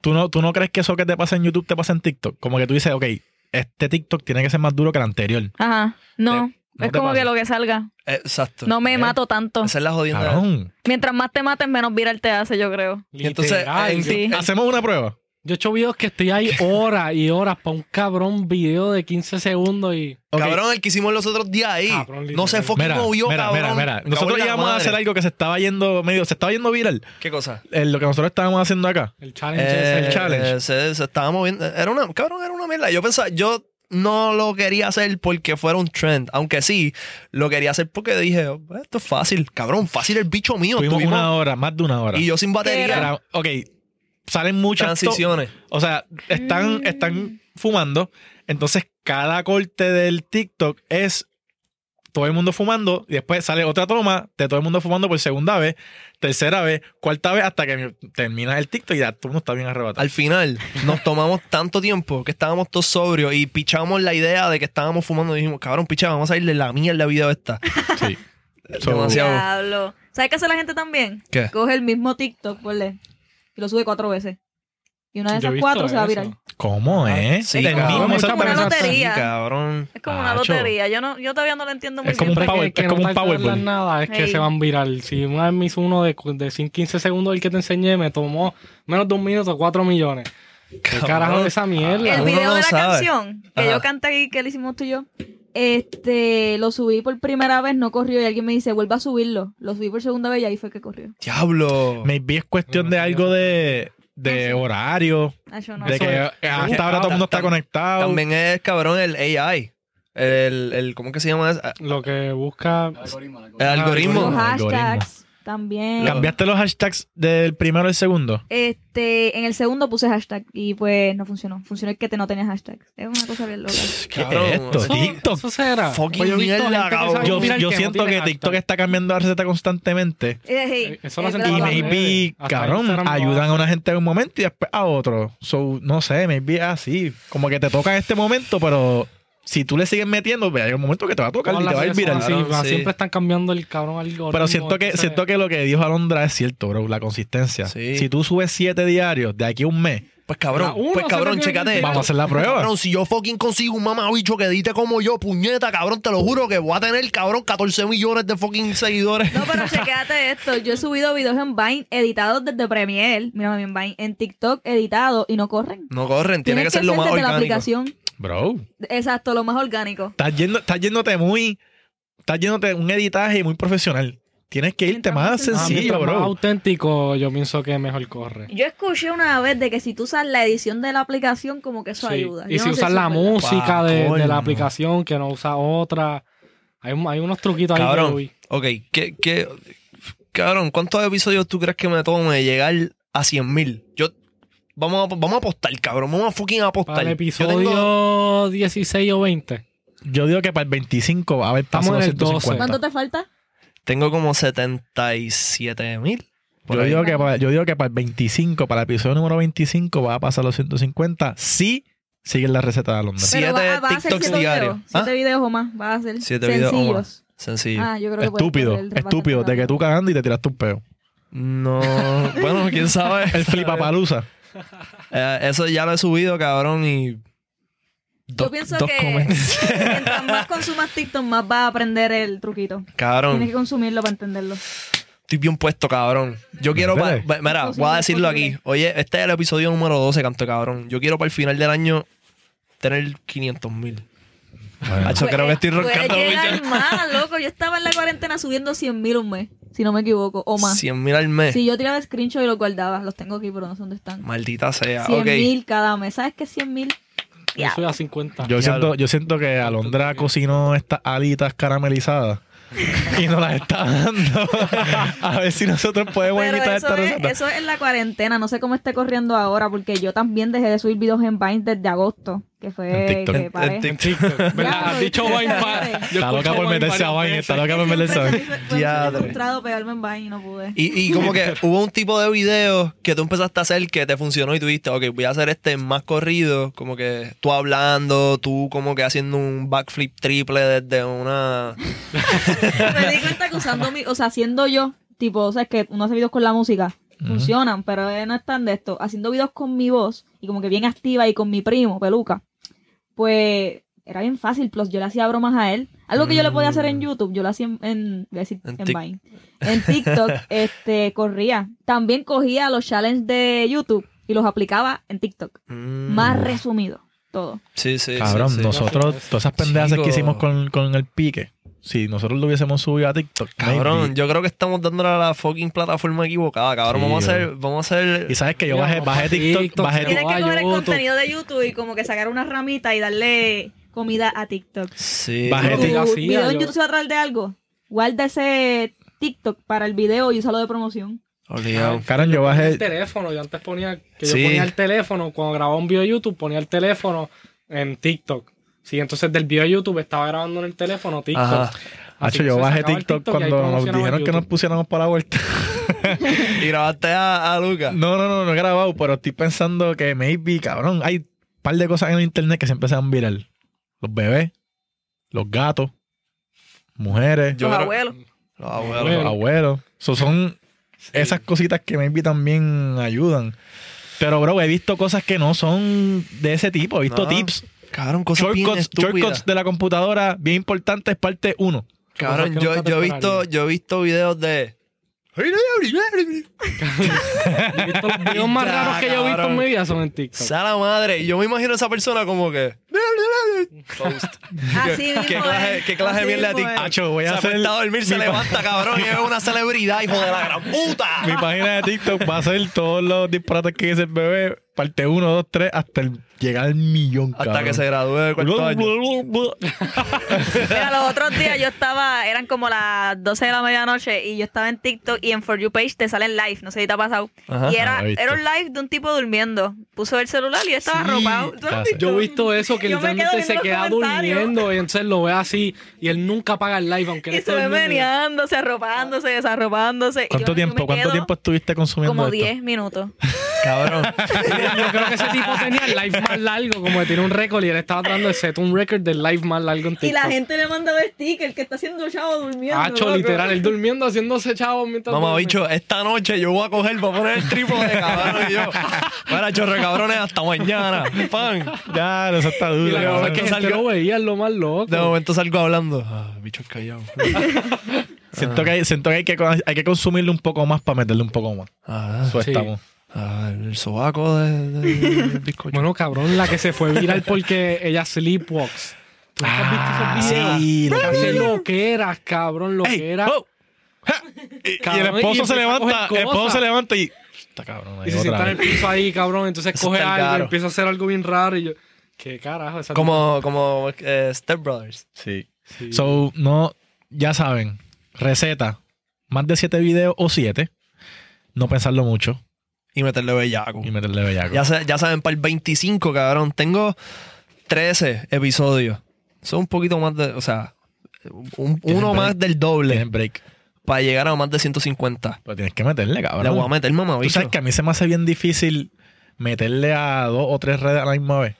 Speaker 2: ¿Tú no, ¿Tú no crees que eso que te pasa en YouTube te pasa en TikTok? Como que tú dices, ok, este TikTok tiene que ser más duro que el anterior.
Speaker 7: Ajá, no.
Speaker 2: no
Speaker 7: es
Speaker 2: te
Speaker 7: como
Speaker 2: pasa.
Speaker 7: que lo que salga.
Speaker 1: Exacto.
Speaker 7: No me
Speaker 1: Eh,
Speaker 7: mato tanto.
Speaker 1: Esa es la jodienda.
Speaker 2: Cabrón.
Speaker 7: Mientras más te mates, menos viral te hace, yo creo.
Speaker 1: Y entonces,
Speaker 3: Literal,
Speaker 1: en-
Speaker 3: yo-
Speaker 7: Sí.
Speaker 2: Hacemos una prueba.
Speaker 3: Yo he hecho videos que estoy ahí horas y horas para un cabrón video de 15 segundos y.
Speaker 2: Ok.
Speaker 1: Cabrón, el que hicimos los otros días ahí.
Speaker 3: Cabrón, literal.
Speaker 1: no se fucking
Speaker 2: Mira,
Speaker 1: movió,
Speaker 2: mira,
Speaker 1: cabrón.
Speaker 2: mira, mira.
Speaker 1: Me cago en
Speaker 2: Nosotros
Speaker 1: la
Speaker 2: íbamos a
Speaker 1: madre.
Speaker 2: hacer algo que se estaba yendo medio, se estaba yendo viral.
Speaker 1: ¿Qué cosa?
Speaker 2: Eh, lo que nosotros estábamos haciendo acá.
Speaker 3: El challenge
Speaker 1: Eh,
Speaker 3: ese.
Speaker 2: el challenge.
Speaker 1: eh, se, se estaba moviendo. Era una, cabrón, era una mierda. Yo pensaba, yo no lo quería hacer porque fuera un trend. Aunque sí, lo quería hacer porque dije, "Oh, esto es fácil. Cabrón, fácil el bicho mío.
Speaker 2: Tuvimos
Speaker 1: Tuvimos-
Speaker 2: una hora, más de una hora.
Speaker 1: y yo sin
Speaker 7: ¿Qué
Speaker 1: batería.
Speaker 7: era?
Speaker 2: Era- ok, salen muchas to-
Speaker 1: Transiciones.
Speaker 2: O sea, están,
Speaker 7: Mm.
Speaker 2: están fumando. Entonces, cada corte del TikTok es todo el mundo fumando. Y después sale otra toma de todo el mundo fumando por segunda vez, tercera vez, cuarta vez, hasta que termina el TikTok y ya todo el mundo está bien arrebatado.
Speaker 1: Al final, nos tomamos tanto tiempo que estábamos todos sobrios y pichamos la idea de que estáamos fumando. Y dijimos, cabrón, picha, vamos a ir de la mierda video esta.
Speaker 2: Sí.
Speaker 1: Demasiado.
Speaker 7: Diablo. ¿Sabes qué hace la gente también?
Speaker 1: ¿Qué?
Speaker 7: Coge el mismo TikTok, ponle. y lo sube cuatro veces. Y una
Speaker 3: Yo
Speaker 7: de
Speaker 3: he
Speaker 7: esas
Speaker 3: visto
Speaker 7: cuatro se va a
Speaker 3: eso.
Speaker 7: virar.
Speaker 2: ¿Cómo eh? es?
Speaker 1: Ah, Sí,
Speaker 2: Del
Speaker 1: cabrón,
Speaker 2: mismo
Speaker 7: es como una
Speaker 2: exactamente.
Speaker 7: lotería.
Speaker 1: Sí, cabrón.
Speaker 7: Es como una
Speaker 2: Acho.
Speaker 7: lotería. Yo no, yo todavía no lo entiendo muy
Speaker 2: eh, Es como un
Speaker 7: bien.
Speaker 3: Siempre
Speaker 2: power-
Speaker 3: que, que
Speaker 2: es como
Speaker 3: no
Speaker 2: un
Speaker 3: te acuerdas
Speaker 2: Powerball.
Speaker 3: nada, es que
Speaker 7: Ey.
Speaker 3: se van viral. Si una vez me hizo uno de, cu- de 100, 15 segundos el que te enseñé, me tomó menos de un minuto, 4 millones. ¿Qué
Speaker 1: Cabrón.
Speaker 3: carajo de esa mierda?
Speaker 7: El
Speaker 1: Uno
Speaker 7: video
Speaker 1: no
Speaker 7: de la
Speaker 1: sabe.
Speaker 7: canción que
Speaker 1: Ajá.
Speaker 7: yo canté aquí, que le hicimos tú y yo, este, lo subí por primera vez, no corrió. Y alguien me dice, vuelva a subirlo. Lo subí por segunda vez y ahí fue que corrió.
Speaker 1: Diablo.
Speaker 2: Maybe es cuestión de algo de, de horario,
Speaker 7: Ah, yo no.
Speaker 2: de que
Speaker 1: es-
Speaker 2: hasta ahora todo el mundo está
Speaker 1: tam-
Speaker 2: conectado.
Speaker 1: También es, cabrón, el AI. El, el, ¿Cómo que se llama? eso?
Speaker 3: Lo que busca.
Speaker 1: El algoritmo.
Speaker 7: Los
Speaker 2: algoritmo.
Speaker 7: hashtags también.
Speaker 2: ¿Cambiaste los hashtags del primero al segundo?
Speaker 7: Este, en el segundo puse hashtag y pues no funcionó. Funcionó el que te no tenía hashtag. Es una cosa bien loca.
Speaker 2: ¿Qué
Speaker 1: Cabrón,
Speaker 2: es esto?
Speaker 1: eso-
Speaker 2: TikTok.
Speaker 3: Eso será.
Speaker 1: Fucking
Speaker 3: Pues yo he visto
Speaker 1: mierda,
Speaker 3: gente que
Speaker 1: cabrón.
Speaker 3: sabe
Speaker 2: Yo,
Speaker 3: mirar
Speaker 2: yo
Speaker 3: no
Speaker 2: siento
Speaker 3: tiene
Speaker 2: que
Speaker 3: hashtag.
Speaker 2: TikTok está cambiando la receta constantemente.
Speaker 7: Eh, hey,
Speaker 3: Eso lo
Speaker 7: es
Speaker 3: hacen
Speaker 7: verdad.
Speaker 2: Y
Speaker 3: Claro.
Speaker 2: maybe,
Speaker 3: Hasta
Speaker 2: cabrón,
Speaker 3: Instagram lo
Speaker 2: ayudan a
Speaker 3: hace.
Speaker 2: una gente en un momento y después a otro. So, no sé, maybe es así. Como que te toca en este momento, pero si tú le sigues metiendo, ve, hay un momento que te va a tocar y te
Speaker 3: Todas las
Speaker 2: va a ir
Speaker 3: redes
Speaker 2: viral.
Speaker 3: son así,
Speaker 1: Claro, sí.
Speaker 3: Siempre están cambiando el cabrón algoritmo. Ah,
Speaker 2: Pero siento que,
Speaker 3: entonces-
Speaker 2: siento que lo que dijo Alondra es cierto, bro, la consistencia.
Speaker 1: Sí.
Speaker 2: Si tú subes siete diarios de aquí a un mes,
Speaker 1: Pues
Speaker 3: La
Speaker 1: cabrón,
Speaker 3: uno
Speaker 1: pues
Speaker 3: se
Speaker 1: cabrón,
Speaker 3: metió en
Speaker 1: chécate.
Speaker 3: el
Speaker 1: esto. Pues,
Speaker 2: vamos a hacer la prueba.
Speaker 1: Cabrón, si yo fucking consigo un mamabicho que edite como yo, puñeta, cabrón, te lo juro que voy a tener, cabrón, 14 millones de fucking seguidores.
Speaker 7: No, pero chequéate esto. Yo he subido videos en Vine editados desde Premiere, mira en Vine, en TikTok editados y no corren.
Speaker 1: No corren, tiene que
Speaker 7: Tienes
Speaker 1: ser lo más
Speaker 7: desde la
Speaker 1: orgánico.
Speaker 7: aplicación.
Speaker 2: Bro,
Speaker 7: Exacto, lo más orgánico.
Speaker 2: estás, yendo, estás yéndote muy. Estás yéndote un editaje muy profesional. Tienes que irte
Speaker 7: Mientras
Speaker 2: más
Speaker 7: más
Speaker 3: Ah,
Speaker 7: sencillo.
Speaker 2: sencillo,
Speaker 3: mientras más
Speaker 2: bro.
Speaker 3: auténtico, yo pienso que mejor corre.
Speaker 7: Yo escuché una vez de que si tú usas la edición de la aplicación, como que eso
Speaker 3: Sí.
Speaker 7: ayuda.
Speaker 3: Y
Speaker 7: Yo
Speaker 3: si
Speaker 7: no sé
Speaker 3: usas la
Speaker 7: es verdad.
Speaker 3: música
Speaker 1: Pa'
Speaker 3: de, de
Speaker 1: colmo.
Speaker 3: la aplicación que no usa otra. Hay, un- hay unos truquitos ahí. que
Speaker 1: Cabrón,
Speaker 3: yo vi.
Speaker 1: ok, ¿qué, qué, cabrón, ¿cuántos episodios tú crees que me tome llegar a 100 mil? Yo, vamos a, vamos a apostar, cabrón, vamos a fucking apostar.
Speaker 3: Para el
Speaker 1: yo tengo,
Speaker 3: episodio 16 o 20.
Speaker 2: Yo digo que para el 25 va a haber pasado
Speaker 3: Estamos en el
Speaker 2: 150.
Speaker 7: ¿Cuánto te falta?
Speaker 1: tengo como 77 mil. por
Speaker 2: Yo
Speaker 1: ahí.
Speaker 2: digo, que para, yo digo que para el 25, para el episodio número 25, va a pasar los 150 si siguen la receta de Alondra.
Speaker 1: Sí. Siete
Speaker 7: va- va a hacer
Speaker 1: TikToks
Speaker 7: siete
Speaker 1: diarios.
Speaker 7: videos, Siete
Speaker 1: ¿Ah?
Speaker 7: videos o más. Vas a hacer
Speaker 1: Siete videos o
Speaker 7: sencillos.
Speaker 1: más. Sencillo.
Speaker 7: Ah, yo creo que puedes
Speaker 2: Estúpido,
Speaker 7: correr
Speaker 2: estúpido, de
Speaker 7: bastante
Speaker 2: que tú cagando y te tiraste un peo.
Speaker 1: No, bueno, quién sabe.
Speaker 2: El flipapalusa.
Speaker 1: Eh, eso ya lo he subido, cabrón, y. Dos,
Speaker 7: Yo pienso
Speaker 1: dos
Speaker 7: que
Speaker 1: comments.
Speaker 7: mientras más consumas TikTok, más vas a aprender el truquito. Tienes que
Speaker 1: Cabrón,
Speaker 7: consumirlo para entenderlo.
Speaker 1: estoy bien puesto, cabrón. Yo quiero. pa-
Speaker 2: Dale.
Speaker 1: pa- mira, voy a decirlo aquí. Oye, este es el episodio número 12, canto cabrón. Yo quiero para el final del año tener 500 mil. Hacho, creo que estoy
Speaker 7: Puede
Speaker 1: roncando
Speaker 7: llegar más, loco. Yo estaba en la cuarentena subiendo 100 mil un mes, si no me equivoco, o más.
Speaker 1: 100 mil al mes.
Speaker 7: Si yo tiraba screenshot y los guardaba, los tengo aquí, pero no sé dónde están.
Speaker 1: Maldita sea.
Speaker 7: 100
Speaker 1: ok.
Speaker 7: mil cada mes. ¿Sabes qué? 100 mil.
Speaker 3: Yo soy a 50.
Speaker 2: Yo siento, yo siento que Alondra cocinó estas alitas caramelizadas y nos las está dando. A ver si nosotros podemos
Speaker 7: Pero
Speaker 2: imitar
Speaker 7: eso
Speaker 2: esta
Speaker 7: es,
Speaker 2: receta.
Speaker 7: eso es en la cuarentena. No sé cómo esté corriendo ahora, porque yo también dejé de subir videos en Vine desde agosto, que
Speaker 2: En
Speaker 7: fue
Speaker 2: TikTok.
Speaker 7: que paré.
Speaker 1: En- en tic-
Speaker 3: ¿Verdad? Has dicho
Speaker 7: Ya,
Speaker 3: Vine
Speaker 7: pero-
Speaker 3: pa- yo
Speaker 2: Está
Speaker 3: escucho
Speaker 2: loca por meterse a
Speaker 3: varias
Speaker 2: Vine, está
Speaker 3: veces.
Speaker 2: loca por
Speaker 7: Siempre
Speaker 2: meterse a Vine.
Speaker 7: fue- fue
Speaker 1: Diadre.
Speaker 7: frustrado pegarme en Vine y no pude.
Speaker 1: Y, y como que hubo un tipo de video que tú empezaste a hacer que te funcionó y tú dijiste, ok, voy a hacer este más corrido, como que tú hablando, tú como que haciendo un backflip triple desde una...
Speaker 7: Me di cuenta que usando mi, o sea, haciendo yo, tipo, o sea, es que uno hace videos con la música, funcionan, pero eh, no están de esto. Haciendo videos con mi voz, y como que bien activa, y con mi primo, peluca, pues era bien fácil, plus yo le hacía bromas a él. Algo que yo le podía hacer en YouTube, yo lo hacía en, en, voy a decir,
Speaker 1: Mm. En
Speaker 7: en,
Speaker 1: Tik-
Speaker 7: Vine. En TikTok, este, corría. También cogía los challenges de YouTube y los aplicaba en TikTok.
Speaker 1: Mm.
Speaker 7: Más resumido, todo.
Speaker 1: Sí, sí.
Speaker 2: Cabrón,
Speaker 1: sí, sí.
Speaker 2: nosotros, todas esas pendejas
Speaker 1: Chico.
Speaker 2: que hicimos con, con el pique, si nosotros lo hubiésemos subido a TikTok,
Speaker 1: Cabrón,
Speaker 2: maybe.
Speaker 1: yo creo que estamos dándole a la fucking plataforma equivocada, cabrón.
Speaker 2: Sí,
Speaker 1: vamos a hacer,
Speaker 2: bro.
Speaker 1: vamos a hacer...
Speaker 2: Y sabes que yo
Speaker 3: Mira,
Speaker 2: bajé,
Speaker 3: vamos
Speaker 2: bajé
Speaker 3: a
Speaker 2: TikTok,
Speaker 3: TikTok,
Speaker 2: bajé
Speaker 3: sí.
Speaker 7: Tienes
Speaker 3: Pero
Speaker 7: que coger el
Speaker 3: YouTube.
Speaker 7: contenido de YouTube y como que sacar una ramita y darle comida a TikTok.
Speaker 1: Sí.
Speaker 2: Bajé
Speaker 7: Tu
Speaker 2: Yo
Speaker 3: lo hacía,
Speaker 7: video
Speaker 3: yo-
Speaker 7: en YouTube se va a traer de algo. Guarda ese TikTok para el video y úsalo de promoción.
Speaker 1: Obligado.
Speaker 2: Cabrón, yo
Speaker 3: El
Speaker 2: bajé.
Speaker 3: teléfono, yo antes ponía, que
Speaker 1: Sí.
Speaker 3: yo ponía el teléfono, cuando grababa un video de YouTube, ponía el teléfono en TikTok. Sí, entonces del video de YouTube estaba grabando en el teléfono TikTok.
Speaker 1: Ajá.
Speaker 3: Así
Speaker 2: Hacho,
Speaker 3: que
Speaker 2: yo
Speaker 3: se
Speaker 2: bajé
Speaker 3: sacaba el
Speaker 2: TikTok
Speaker 3: y ahí
Speaker 2: cuando nos
Speaker 3: promocionaba
Speaker 2: dijeron
Speaker 3: en
Speaker 2: que nos
Speaker 3: YouTube.
Speaker 2: pusiéramos para la vuelta.
Speaker 1: Y grabaste a, a Lucas.
Speaker 2: No, no, no, no he grabado, pero estoy pensando que maybe, cabrón, hay un par de cosas en el internet que siempre se van viral. Los bebés, los gatos, mujeres,
Speaker 1: Yo
Speaker 7: los
Speaker 1: creo-
Speaker 7: abuelos.
Speaker 1: Los abuelos.
Speaker 2: los abuelos. So, son esas cositas que maybe también ayudan. Pero, bro, he visto cosas que no son de ese tipo. He visto
Speaker 1: No,
Speaker 2: tips,
Speaker 1: Cabrón, cosas bien
Speaker 2: shortcuts,
Speaker 1: estúpidas.
Speaker 2: shortcuts de la computadora bien importantes, parte 1.
Speaker 1: Cabrón,
Speaker 3: Cosas que
Speaker 1: yo,
Speaker 3: nunca te
Speaker 1: yo he visto,
Speaker 3: esperarías.
Speaker 1: yo he visto videos de...
Speaker 3: Yo he visto los videos más
Speaker 1: Ya,
Speaker 3: raros que yo he visto en
Speaker 1: cabrón.
Speaker 3: mi vida son en TikTok.
Speaker 1: Sala madre. Y yo me imagino a esa persona como que... Post.
Speaker 7: Así Ah, mismo.
Speaker 1: ¿Qué clase,
Speaker 7: es,
Speaker 1: qué clase de
Speaker 7: así
Speaker 1: mierda de
Speaker 7: mismo eh.
Speaker 1: TikTok?
Speaker 7: es.
Speaker 2: Acho, voy a
Speaker 1: se
Speaker 2: hacer
Speaker 1: acuesta a dormir, se
Speaker 2: mi pa-
Speaker 1: levanta, cabrón, y es una celebridad, hijo de la gran puta.
Speaker 2: Mi página de TikTok va a ser todos los disparates que dice el bebé, parte 1, 2, 3, hasta el- llegar al millón.
Speaker 1: Hasta
Speaker 2: cabrón.
Speaker 1: que se gradúe de cuarto año.
Speaker 7: Mira, los otros días yo estaba, eran como las 12 de la medianoche y yo estaba en TikTok y en For You page te salen live, no sé si te ha pasado.
Speaker 1: Ajá.
Speaker 7: y
Speaker 2: Ah,
Speaker 7: era,
Speaker 2: lo he visto.
Speaker 7: era un live de un tipo durmiendo. Puso el celular y estaba
Speaker 3: Sí,
Speaker 7: arropado. ¿Tú lo has
Speaker 2: clase.
Speaker 3: Yo
Speaker 7: visto?
Speaker 3: he visto eso que
Speaker 7: Yo me quedo
Speaker 3: literalmente
Speaker 7: viendo
Speaker 3: se
Speaker 7: los
Speaker 3: queda
Speaker 7: comentarios.
Speaker 3: durmiendo y entonces lo ve así y él nunca apaga el live aunque él
Speaker 7: Y
Speaker 3: esté
Speaker 7: se ve
Speaker 3: durmiendo.
Speaker 7: meneándose, arropándose, desarropándose. Y
Speaker 2: ¿Cuánto
Speaker 7: yo- yo me
Speaker 2: tiempo, cuánto
Speaker 7: quedo
Speaker 2: tiempo estuviste consumiendo
Speaker 7: Como
Speaker 2: esto?
Speaker 7: 10 minutos.
Speaker 1: Cabrón.
Speaker 3: Yo creo que ese tipo tenía el live más largo, como que tiene un récord y él estaba tratando de set un récord del live más largo en TikTok.
Speaker 7: gente le mandaba sticker que está haciendo chavo durmiendo.
Speaker 3: Hacho, literal, él durmiendo haciéndose chavo mientras.
Speaker 1: Mamá,
Speaker 3: duerme.
Speaker 1: bicho, esta noche yo voy a coger, voy a poner el trípode, cabrón, y yo. Para, chorre, cabrones, hasta mañana. Pan.
Speaker 2: Ya, no, eso está
Speaker 3: Y
Speaker 2: duro.
Speaker 3: la cosa es
Speaker 2: cabrón.
Speaker 3: que
Speaker 1: Salga-
Speaker 3: gente lo veía, es lo más
Speaker 1: De
Speaker 3: loco.
Speaker 1: momento salgo hablando. Ah, bicho callado.
Speaker 2: Ah. Siento que, hay, siento que hay que con- hay que consumirle un poco más para meterle un poco más.
Speaker 1: Ah,
Speaker 2: Eso
Speaker 3: Sí.
Speaker 2: estamos.
Speaker 1: ah, el sobaco de, de- del bizcocho.
Speaker 3: Bueno, cabrón, la que se fue viral porque ella sleepwalks. ¿Tú nunca has visto esos videos?
Speaker 2: Ah, sí, lo que-
Speaker 3: Hace lo que era, cabrón, lo que era.
Speaker 2: oh. Y, y el
Speaker 3: Cabrón,
Speaker 2: esposo
Speaker 3: y
Speaker 2: se
Speaker 3: empieza a
Speaker 2: levanta,
Speaker 3: coger
Speaker 2: el esposo
Speaker 3: cosas.
Speaker 2: se levanta y. Está cabrón. ahí
Speaker 3: Y se
Speaker 2: otra
Speaker 3: sienta en el
Speaker 2: vez.
Speaker 3: piso ahí, cabrón, entonces
Speaker 1: Eso
Speaker 3: coge
Speaker 1: está
Speaker 3: algo,
Speaker 1: caro.
Speaker 3: y empieza a hacer algo bien raro y yo. ¿Qué carajo? Esa
Speaker 1: Como, como eh, Step Brothers.
Speaker 2: Sí.
Speaker 3: Sí.
Speaker 2: So, no, ya saben, receta, más de 7 videos o 7, no pensarlo mucho
Speaker 1: Y meterle bellaco.
Speaker 2: y meterle bellaco.
Speaker 1: Ya, sa- ya saben, para el 25, cabrón. Tengo 13 episodios. Son un poquito más de. O sea, un- uno
Speaker 2: break.
Speaker 1: más del doble
Speaker 2: Tienes break.
Speaker 1: para llegar a más de 150.
Speaker 2: Pero tienes que meterle,
Speaker 1: Le voy a
Speaker 2: cabrón.
Speaker 1: meter, mamá.
Speaker 2: Tú sabes que a mí se me hace bien difícil meterle a dos o tres redes a la misma vez.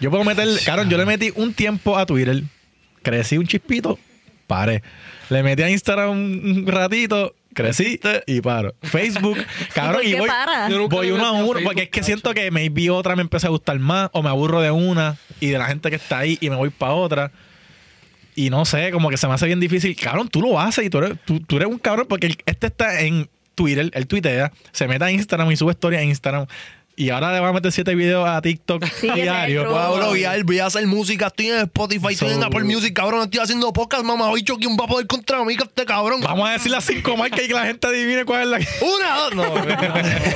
Speaker 2: Yo puedo meterle, cabrón, yo le metí un tiempo a Twitter, crecí un chispito, paré. Le metí a Instagram un un ratito, crecí y paro. Facebook, cabrón,
Speaker 7: ¿Por
Speaker 2: y
Speaker 7: qué
Speaker 2: voy,
Speaker 7: para?
Speaker 3: Yo nunca
Speaker 2: Voy
Speaker 3: me
Speaker 2: uno a
Speaker 3: metí a
Speaker 2: uno,
Speaker 3: Facebook,
Speaker 2: porque es que
Speaker 3: cacho.
Speaker 2: siento que maybe otra me empieza a gustar más, o me aburro de una y de la gente que está ahí y me voy para otra. Y no sé, como que se me hace bien difícil. Cabrón, tú lo haces y tú eres, tú, tú eres un cabrón, porque el- este está en Twitter, él tuitea, se mete a Instagram y sube historias a Instagram. Y ahora le va a meter siete videos a TikTok
Speaker 7: ese es el
Speaker 2: diario.
Speaker 7: truco.
Speaker 1: Voy a bloguear, voy a hacer música, estoy en Spotify, estoy en
Speaker 2: So-
Speaker 1: Apple Music, cabrón, estoy haciendo podcast, mamá, bicho, ¿quién va a poder contra mí, que este cabrón?
Speaker 2: Vamos a decir las cinco marcas y que la gente adivine cuál es la que.
Speaker 1: ¡Una, dos!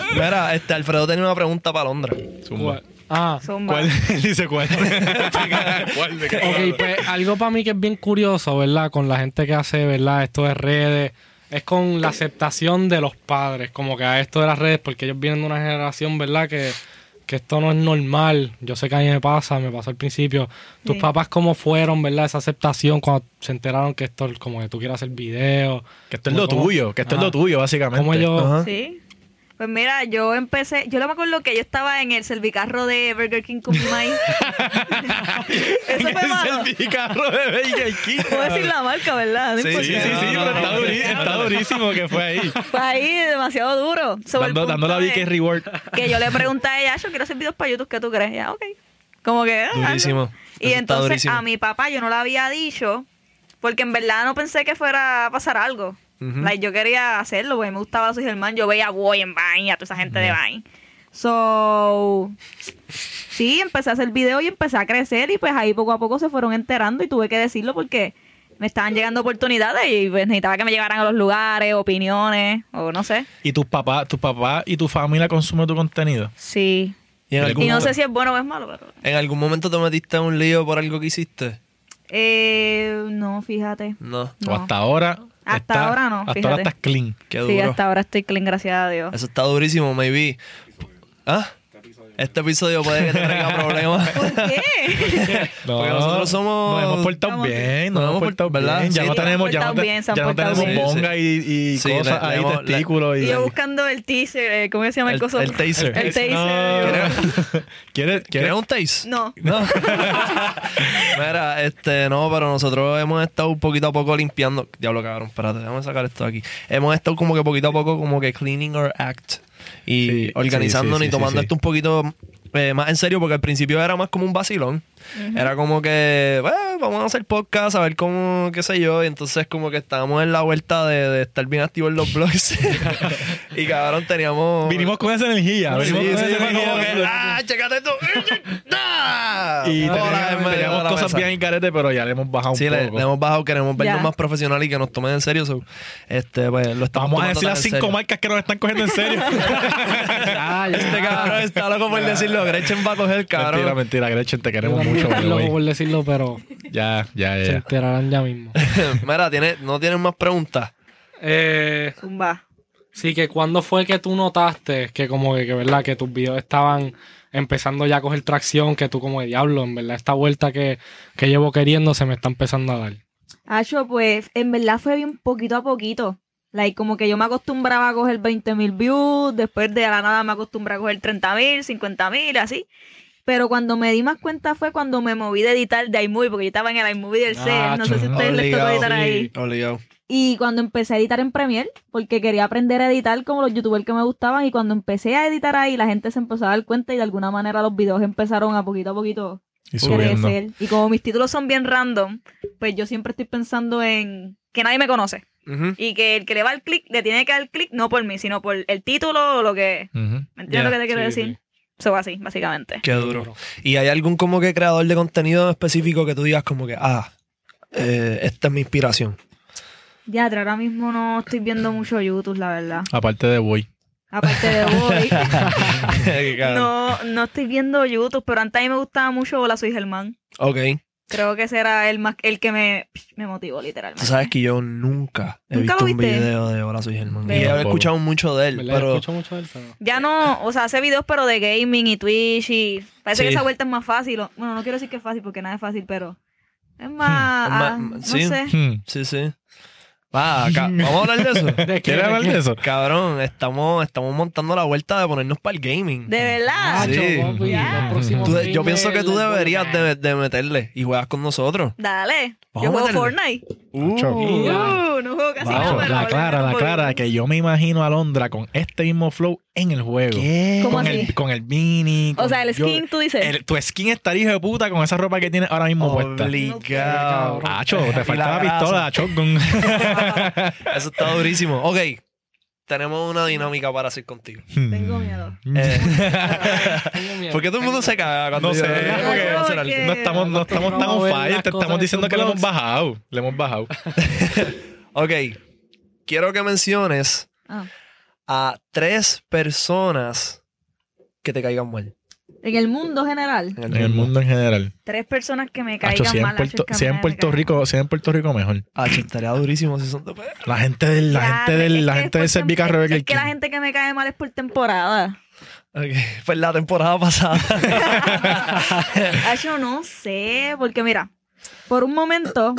Speaker 1: No, Mira, este, Alfredo tenía una pregunta para Londra.
Speaker 3: Cuál- Ah,
Speaker 7: Zumba.
Speaker 2: ¿Cuál? Él dice cuál.
Speaker 3: ok, pues algo para mí que es bien curioso, ¿verdad? Con la gente que hace, ¿verdad? Esto de redes, es con la aceptación de los padres, como que a esto de las redes, porque ellos vienen de una generación, ¿verdad? Que, que esto no es normal. Yo sé que a mí me pasa, me pasó al principio. Tus
Speaker 7: Sí.
Speaker 3: papás, ¿cómo fueron, ¿verdad? Esa aceptación cuando se enteraron que esto, como que tú quieres hacer videos.
Speaker 2: Que esto es lo tuyo, que esto es lo tuyo, básicamente.
Speaker 3: ¿Cómo ellos
Speaker 1: Ajá.
Speaker 7: Sí. Pues mira, yo empecé, yo lo me acuerdo que yo estaba en el servicarro de Burger King con mi maíz. Eso fue malo.
Speaker 2: el carro de Burger King.
Speaker 7: Puedo decir la marca, ¿verdad? No
Speaker 1: Sí,
Speaker 7: importa.
Speaker 2: Sí, sí, sí,
Speaker 1: No, no,
Speaker 2: pero
Speaker 1: no,
Speaker 2: está,
Speaker 1: no,
Speaker 2: duri- está durísimo que fue ahí.
Speaker 7: Fue ahí demasiado duro. Sobre el
Speaker 2: Dando,
Speaker 7: punto
Speaker 2: dando la
Speaker 7: de-
Speaker 2: Vicky Reward.
Speaker 7: que yo le pregunté a ella, yo quiero hacer videos para YouTube, ¿qué tú crees? Ya, ok. Como que... ah,
Speaker 1: Durísimo.
Speaker 7: algo.
Speaker 1: Eso
Speaker 7: Y
Speaker 1: está
Speaker 7: entonces
Speaker 1: durísimo.
Speaker 7: a mi papá yo no le había dicho, porque en verdad no pensé que fuera a pasar algo. Like, yo quería hacerlo, porque me gustaba su Germán. Yo veía a Boy en Vine y a toda esa gente de Vine. So... Sí, empecé a hacer videos y empecé a crecer y pues ahí poco a poco se fueron enterando y tuve que decirlo porque me estaban llegando oportunidades y pues, necesitaba que me llegaran a los lugares, opiniones o no sé.
Speaker 2: ¿Y tus papás tus papás y tu familia consumen tu contenido?
Speaker 7: Sí.
Speaker 1: Y en algún,
Speaker 7: Y no
Speaker 1: momento,
Speaker 7: sé si es bueno o es malo, pero...
Speaker 1: ¿En algún momento te metiste en un lío por algo que hiciste?
Speaker 7: Eh, no, fíjate.
Speaker 1: No,
Speaker 2: ¿O
Speaker 7: No.
Speaker 2: hasta ahora?
Speaker 7: Hasta
Speaker 2: estás-
Speaker 7: ahora no,
Speaker 2: Hasta ahora
Speaker 7: fíjate.
Speaker 2: estás clean.
Speaker 1: qué
Speaker 7: Sí,
Speaker 1: duro.
Speaker 7: hasta ahora estoy clean, gracias a Dios.
Speaker 1: Eso está durísimo, maybe. ¿Ah? Este episodio puede que te traiga problemas.
Speaker 7: ¿Por qué?
Speaker 2: No,
Speaker 1: Porque nosotros somos-
Speaker 2: Nos hemos portado
Speaker 7: Estamos-
Speaker 2: bien, nos,
Speaker 1: nos
Speaker 2: hemos
Speaker 1: hemos
Speaker 2: portado
Speaker 1: portado-
Speaker 2: bien. Ya
Speaker 1: ¿verdad?
Speaker 2: no
Speaker 1: Sí,
Speaker 2: tenemos,
Speaker 7: se han
Speaker 2: ya no,
Speaker 7: portado
Speaker 2: te-
Speaker 7: bien, se han
Speaker 2: ya no
Speaker 7: portado
Speaker 2: tenemos
Speaker 1: bien. Sí,
Speaker 2: bonga y, y
Speaker 1: Sí,
Speaker 2: cosas
Speaker 1: le- le
Speaker 2: ahí,
Speaker 1: hemos- le-
Speaker 2: testículos.
Speaker 7: Y
Speaker 2: Y,
Speaker 7: yo buscando el teaser, eh, ¿cómo se llama el,
Speaker 1: El-
Speaker 7: coso?
Speaker 1: el taser.
Speaker 7: El taser.
Speaker 2: No.
Speaker 7: yo-
Speaker 2: ¿Quieres,
Speaker 1: ¿Quieres
Speaker 2: quieres,
Speaker 1: un taste?
Speaker 7: No.
Speaker 1: No. Mira, este, no, pero nosotros hemos estado un poquito a poco limpiando. Diablo, cabrón, espérate, déjame sacar esto de aquí. Hemos estado como que poquito a poco, como que cleaning our act y
Speaker 2: Sí,
Speaker 1: organizándonos
Speaker 2: sí, sí,
Speaker 1: y
Speaker 2: sí,
Speaker 1: tomando
Speaker 2: sí.
Speaker 1: esto un poquito eh, más en serio, porque al principio era más como un vacilón. Era como que, bueno, vamos a hacer podcast, a ver cómo, qué sé yo. Y entonces, como que estábamos en la vuelta de, de estar bien activos en los blogs. y cabrón, teníamos.
Speaker 2: vinimos con esa energía.
Speaker 1: Sí, sí,
Speaker 2: vinimos con esa
Speaker 1: sí, fue
Speaker 2: energía.
Speaker 1: como que, ah, chécate esto. ¡Ah!
Speaker 2: y
Speaker 1: Hola,
Speaker 2: teníamos,
Speaker 1: bienvenido
Speaker 2: teníamos
Speaker 1: a la
Speaker 2: cosas
Speaker 1: mesa.
Speaker 2: bien en carete, pero ya le hemos bajado
Speaker 1: Sí,
Speaker 2: un
Speaker 1: le,
Speaker 2: poco.
Speaker 1: le hemos bajado, queremos vernos
Speaker 7: Ya.
Speaker 1: más profesional y que nos tomen en serio. so, este, pues, lo estamos
Speaker 2: Vamos a
Speaker 1: tomando
Speaker 2: decir
Speaker 1: tan
Speaker 2: las
Speaker 1: en
Speaker 2: cinco
Speaker 1: serio.
Speaker 2: marcas que nos están cogiendo en serio.
Speaker 3: Ya, ya.
Speaker 1: Este cabrón está loco por decirlo. Gretchen va a coger, cabrón.
Speaker 2: mentira, mentira, Gretchen, te
Speaker 3: Yo
Speaker 2: queremos
Speaker 3: también
Speaker 2: mucho.
Speaker 3: estoy
Speaker 2: by the way.
Speaker 3: loco por decirlo, pero
Speaker 2: Ya, ya, ya.
Speaker 3: se
Speaker 2: ya.
Speaker 3: enterarán ya mismo.
Speaker 1: Mira, tiene, no tienen más preguntas.
Speaker 3: Eh,
Speaker 7: Zumba.
Speaker 3: sí, que cuando fue que tú notaste que como que, que, verdad, que tus videos estaban empezando ya a coger tracción, que tú como de diablo, en verdad, esta vuelta que, que llevo queriendo se me está empezando a dar.
Speaker 7: Acho, pues en verdad fue bien poquito a poquito. Like, como que yo me acostumbraba a coger 20.000 views, después de la nada me acostumbré a coger 30.000, 50.000, así. Pero cuando me di más cuenta fue cuando me moví de editar de iMovie, porque yo estaba en el iMovie del
Speaker 3: Ah,
Speaker 7: C, no sé si
Speaker 3: chon,
Speaker 7: ustedes les tocó
Speaker 1: obligado,
Speaker 7: editar ahí.
Speaker 1: Obligado.
Speaker 7: Y cuando empecé a editar en Premiere, porque quería aprender a editar como los youtubers que me gustaban, y cuando empecé a editar ahí, la gente se empezó a dar cuenta y de alguna manera los videos empezaron a poquito a poquito
Speaker 2: Y subiendo.
Speaker 7: crecer. Y como mis títulos son bien random, pues yo siempre estoy pensando en que nadie me conoce.
Speaker 1: Ujú.
Speaker 7: Y que el que le va al clic, le tiene que dar clic no por mí, sino por el título o lo que...
Speaker 2: Ujú.
Speaker 7: ¿Me entiendes
Speaker 1: Ya,
Speaker 7: lo que te quiero
Speaker 3: sí,
Speaker 7: decir? Eso así, básicamente.
Speaker 1: Qué duro. ¿Y hay algún como que creador de contenido específico que tú digas como que, ah, eh, esta es mi inspiración?
Speaker 7: Ya, pero ahora mismo no estoy viendo mucho YouTube, la verdad.
Speaker 2: Aparte de Boy.
Speaker 7: Aparte de hoy.
Speaker 1: Claro.
Speaker 7: No, no estoy viendo YouTube, pero antes a mí me gustaba mucho Hola Soy Germán.
Speaker 1: Ok.
Speaker 7: Creo que ese era el más el que me, me motivó literalmente.
Speaker 1: Tú sabes que yo nunca he
Speaker 7: ¿Nunca
Speaker 1: visto
Speaker 7: lo
Speaker 1: un
Speaker 7: viste?
Speaker 1: video de Hola Soy Germán.
Speaker 7: Ve.
Speaker 1: Y he
Speaker 2: Tampoco.
Speaker 1: escuchado mucho de él,
Speaker 3: ¿Verdad? Yo
Speaker 1: pero...
Speaker 3: escucho mucho de él, pero-
Speaker 7: Ya no, o sea, hace videos pero de gaming y Twitch y parece
Speaker 1: Sí.
Speaker 7: que esa vuelta es más fácil. o- Bueno, no quiero decir que es fácil porque nada es fácil, pero es más,
Speaker 1: es más-
Speaker 7: ah, no
Speaker 1: sí.
Speaker 7: sé.
Speaker 2: Hmm.
Speaker 1: Sí, sí. Va, ca- vamos a hablar de eso.
Speaker 3: ¿De qué?
Speaker 2: ¿Quieres hablar de eso?
Speaker 1: Cabrón, estamos, estamos montando la vuelta de ponernos para el gaming.
Speaker 7: De
Speaker 2: Ah,
Speaker 7: verdad.
Speaker 1: Sí.
Speaker 3: Nacho, Ah, papi,
Speaker 7: Ya.
Speaker 3: los próximos
Speaker 1: Tú de- yo
Speaker 3: streamers,
Speaker 1: pienso que tú
Speaker 3: los-
Speaker 1: deberías de, de meterle y juegas con nosotros.
Speaker 7: Dale.
Speaker 1: Vamos
Speaker 7: Yo
Speaker 1: a
Speaker 7: juego
Speaker 1: meterle.
Speaker 7: Fortnite.
Speaker 3: Uh,
Speaker 7: Uh, no juego casi
Speaker 1: Vamos,
Speaker 7: nada, pero
Speaker 2: la clara,
Speaker 7: ahora tengo
Speaker 2: la
Speaker 7: un
Speaker 2: clara,
Speaker 7: poquito.
Speaker 2: que yo me imagino a Londra con este mismo flow en el juego.
Speaker 7: ¿Cómo
Speaker 2: Con
Speaker 7: así?
Speaker 2: el, con el mini.
Speaker 7: O
Speaker 2: con-
Speaker 7: sea, el
Speaker 2: yo-
Speaker 7: skin, tú dices.
Speaker 2: el- tu skin está hijo de puta con esa ropa que tienes ahora mismo puesta.
Speaker 1: Obligado.
Speaker 2: Acho, te faltaba
Speaker 1: grasa.
Speaker 2: pistola, shotgun.
Speaker 1: Eso está durísimo. Ok, tenemos una dinámica para hacer contigo.
Speaker 2: Mm.
Speaker 7: Tengo miedo.
Speaker 1: Eh,
Speaker 3: Tengo miedo.
Speaker 1: ¿Por qué todo el mundo se caga cuando
Speaker 2: No
Speaker 1: yo-
Speaker 2: sé,
Speaker 1: yo-
Speaker 2: porque-
Speaker 1: yo- yo- yo- yo-
Speaker 2: No estamos, no estamos tan on fire, te estamos diciendo que le hemos bajado. Le hemos bajado.
Speaker 1: Ok, quiero que menciones
Speaker 7: Ah.
Speaker 1: a tres personas que te caigan mal
Speaker 7: En el mundo general,
Speaker 1: en el
Speaker 2: En el mundo en general.
Speaker 7: tres personas que me caigan
Speaker 2: Acho, si en
Speaker 7: mal.
Speaker 2: Puerto,
Speaker 7: Nacho, es que
Speaker 2: si
Speaker 7: a mí
Speaker 2: en
Speaker 7: me
Speaker 2: Puerto
Speaker 7: caen
Speaker 2: Rico, si en Puerto Rico mejor.
Speaker 1: Ah, che, estaría durísimo si son de perro.
Speaker 2: La gente del, la
Speaker 7: Ya,
Speaker 2: gente
Speaker 7: es
Speaker 2: del, la
Speaker 7: que
Speaker 2: gente de
Speaker 7: es por tem-
Speaker 2: Servica
Speaker 7: es-
Speaker 2: Rebel
Speaker 7: Es que la gente que me cae mal es por temporada.
Speaker 1: Ok, Pues la temporada pasada.
Speaker 7: Ah, yo no sé, porque mira, por un momento,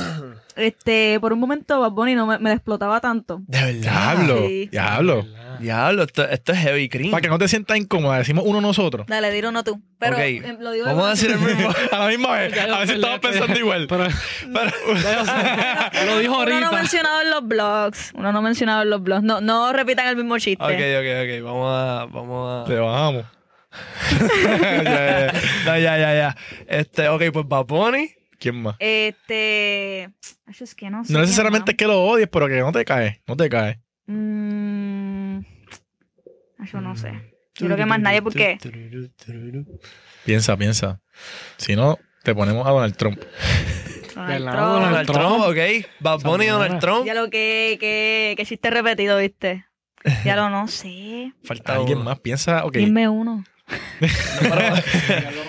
Speaker 7: este, por un momento Bad Bunny no me, me la explotaba tanto.
Speaker 1: De verdad.
Speaker 2: Diablo,
Speaker 7: Sí.
Speaker 2: diablo.
Speaker 1: Diablo, esto, esto es heavy cream.
Speaker 2: Para que no te sientas incómoda, decimos uno nosotros.
Speaker 7: Dale, dilo no tú. Pero
Speaker 1: Ok,
Speaker 7: eh, lo digo de
Speaker 1: Vamos a
Speaker 7: una
Speaker 1: decir el
Speaker 7: manera-
Speaker 1: mismo.
Speaker 2: A la misma vez, a ver si estaba pensando igual.
Speaker 3: Pero, Ya yo sé. lo dijo
Speaker 7: Uno no
Speaker 3: ahorita.
Speaker 7: mencionado en los blogs. Uno no mencionado en los blogs. No, no repitan el mismo chiste.
Speaker 1: Ok, ok, ok. Vamos a. Vamos a.
Speaker 2: Te bajamos.
Speaker 1: ya, ya, ya. No, ya, ya, ya. Este, ok, pues Bad Bunny.
Speaker 2: ¿Quién más?
Speaker 7: Este. ay, es que no sé.
Speaker 2: No necesariamente es
Speaker 7: quién
Speaker 2: que lo odies, pero que no te cae, no te cae.
Speaker 7: más. Mm, ay, yo no sé. Yo creo que más nadie porque.
Speaker 2: Piensa, piensa. Si no, te ponemos a Donald Trump.
Speaker 7: Donald
Speaker 3: Verdad,
Speaker 7: Trump.
Speaker 1: Donald Trump, ok. Bad Bunny y Donald
Speaker 3: Esa
Speaker 1: Trump.
Speaker 7: Ya lo que, que, que chiste repetido, ¿viste? Ya lo no sé.
Speaker 1: Falta
Speaker 2: Alguien
Speaker 1: uno.
Speaker 2: más piensa, ok.
Speaker 7: Dime uno.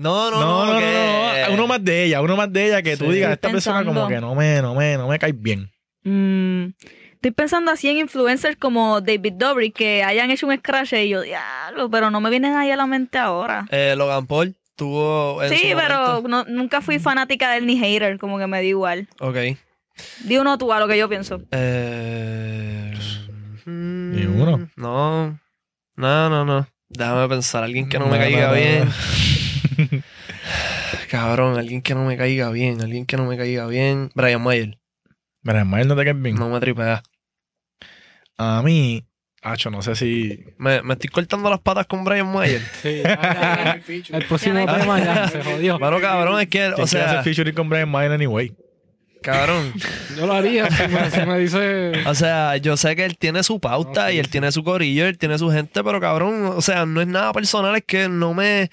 Speaker 1: No, no,
Speaker 2: No, no,
Speaker 1: no.
Speaker 2: no,
Speaker 1: que- eh,
Speaker 2: no, no. Uno más de ella, uno más de ella que tú
Speaker 1: Sí.
Speaker 2: digas, esta
Speaker 7: Estoy
Speaker 2: persona como
Speaker 7: pensando.
Speaker 2: que no me, no me, no me cae bien.
Speaker 7: Mm, Estoy pensando así en influencers como David Dobrik que hayan hecho un scratch y yo, diablo, pero no me vienen ahí a la mente ahora.
Speaker 1: Eh, Logan Paul tuvo. Eh, en
Speaker 7: sí,
Speaker 1: su
Speaker 7: pero
Speaker 1: momento-
Speaker 7: no- nunca fui fanática de él ni hater, como que me da igual.
Speaker 1: Ok.
Speaker 7: Di uno tú a lo que yo pienso.
Speaker 1: Eh,
Speaker 2: Ni uno.
Speaker 1: Mm, No. No, no, no. Déjame pensar. Alguien que no, me
Speaker 2: No, no,
Speaker 1: caiga
Speaker 2: no,
Speaker 1: bien.
Speaker 2: no.
Speaker 1: Cabrón, alguien que no me caiga bien. Alguien que no me caiga bien. Brian Mayer.
Speaker 2: Mira, Ismael no te caes bien.
Speaker 1: No me tripea.
Speaker 2: A mí, Hacho, no sé si.
Speaker 1: Me, me estoy cortando las patas con Brian Mayer.
Speaker 3: Sí, ya, ya, ya. el próximo
Speaker 7: Ya me-
Speaker 3: tema ya se jodió.
Speaker 1: Mano, cabrón, es que,
Speaker 2: ¿Quién
Speaker 1: o
Speaker 2: quiere hacer
Speaker 1: sea,
Speaker 2: featuring con Brian Mayer anyway?
Speaker 1: cabrón.
Speaker 3: Yo lo haría si me, si me dice.
Speaker 1: O sea, yo sé que él tiene su pauta
Speaker 3: No, sí,
Speaker 1: y él
Speaker 3: sí.
Speaker 1: tiene su corillo, él tiene su gente, pero cabrón, o sea, no es nada personal, es que no me. eh,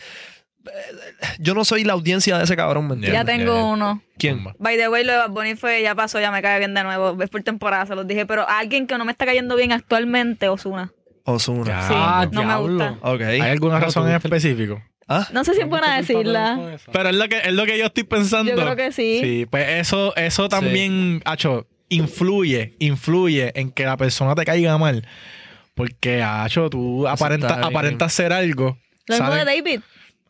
Speaker 1: Yo no soy la audiencia de ese cabrón, ¿me entiendes?
Speaker 7: Ya
Speaker 2: Bien,
Speaker 7: tengo
Speaker 2: bien.
Speaker 7: uno.
Speaker 1: ¿Quién?
Speaker 7: By the way, lo de Bad Bunny fue, ya pasó, ya me cae bien de nuevo. Es por temporada, se los dije. Pero alguien que no me está cayendo bien actualmente, Osuna.
Speaker 1: Ozuna.
Speaker 7: Sí,
Speaker 3: ah,
Speaker 7: no me
Speaker 3: diablo.
Speaker 7: gusta.
Speaker 1: Ok.
Speaker 2: ¿Hay alguna
Speaker 3: Pero
Speaker 2: razón
Speaker 3: tú-
Speaker 2: en específico?
Speaker 1: Ah,
Speaker 7: No sé si es buena
Speaker 3: ¿Cuánto tiempo
Speaker 7: decirla.
Speaker 3: tenemos con eso?
Speaker 2: Pero es lo que, es lo que yo estoy pensando.
Speaker 7: Yo creo que sí.
Speaker 2: Sí, pues eso, eso también, Hacho, influye, influye en que la persona te caiga mal. Porque, Hacho, tú aparentas
Speaker 1: está bien.
Speaker 2: aparentas ser algo.
Speaker 7: Lo mismo de
Speaker 2: salen-
Speaker 7: David.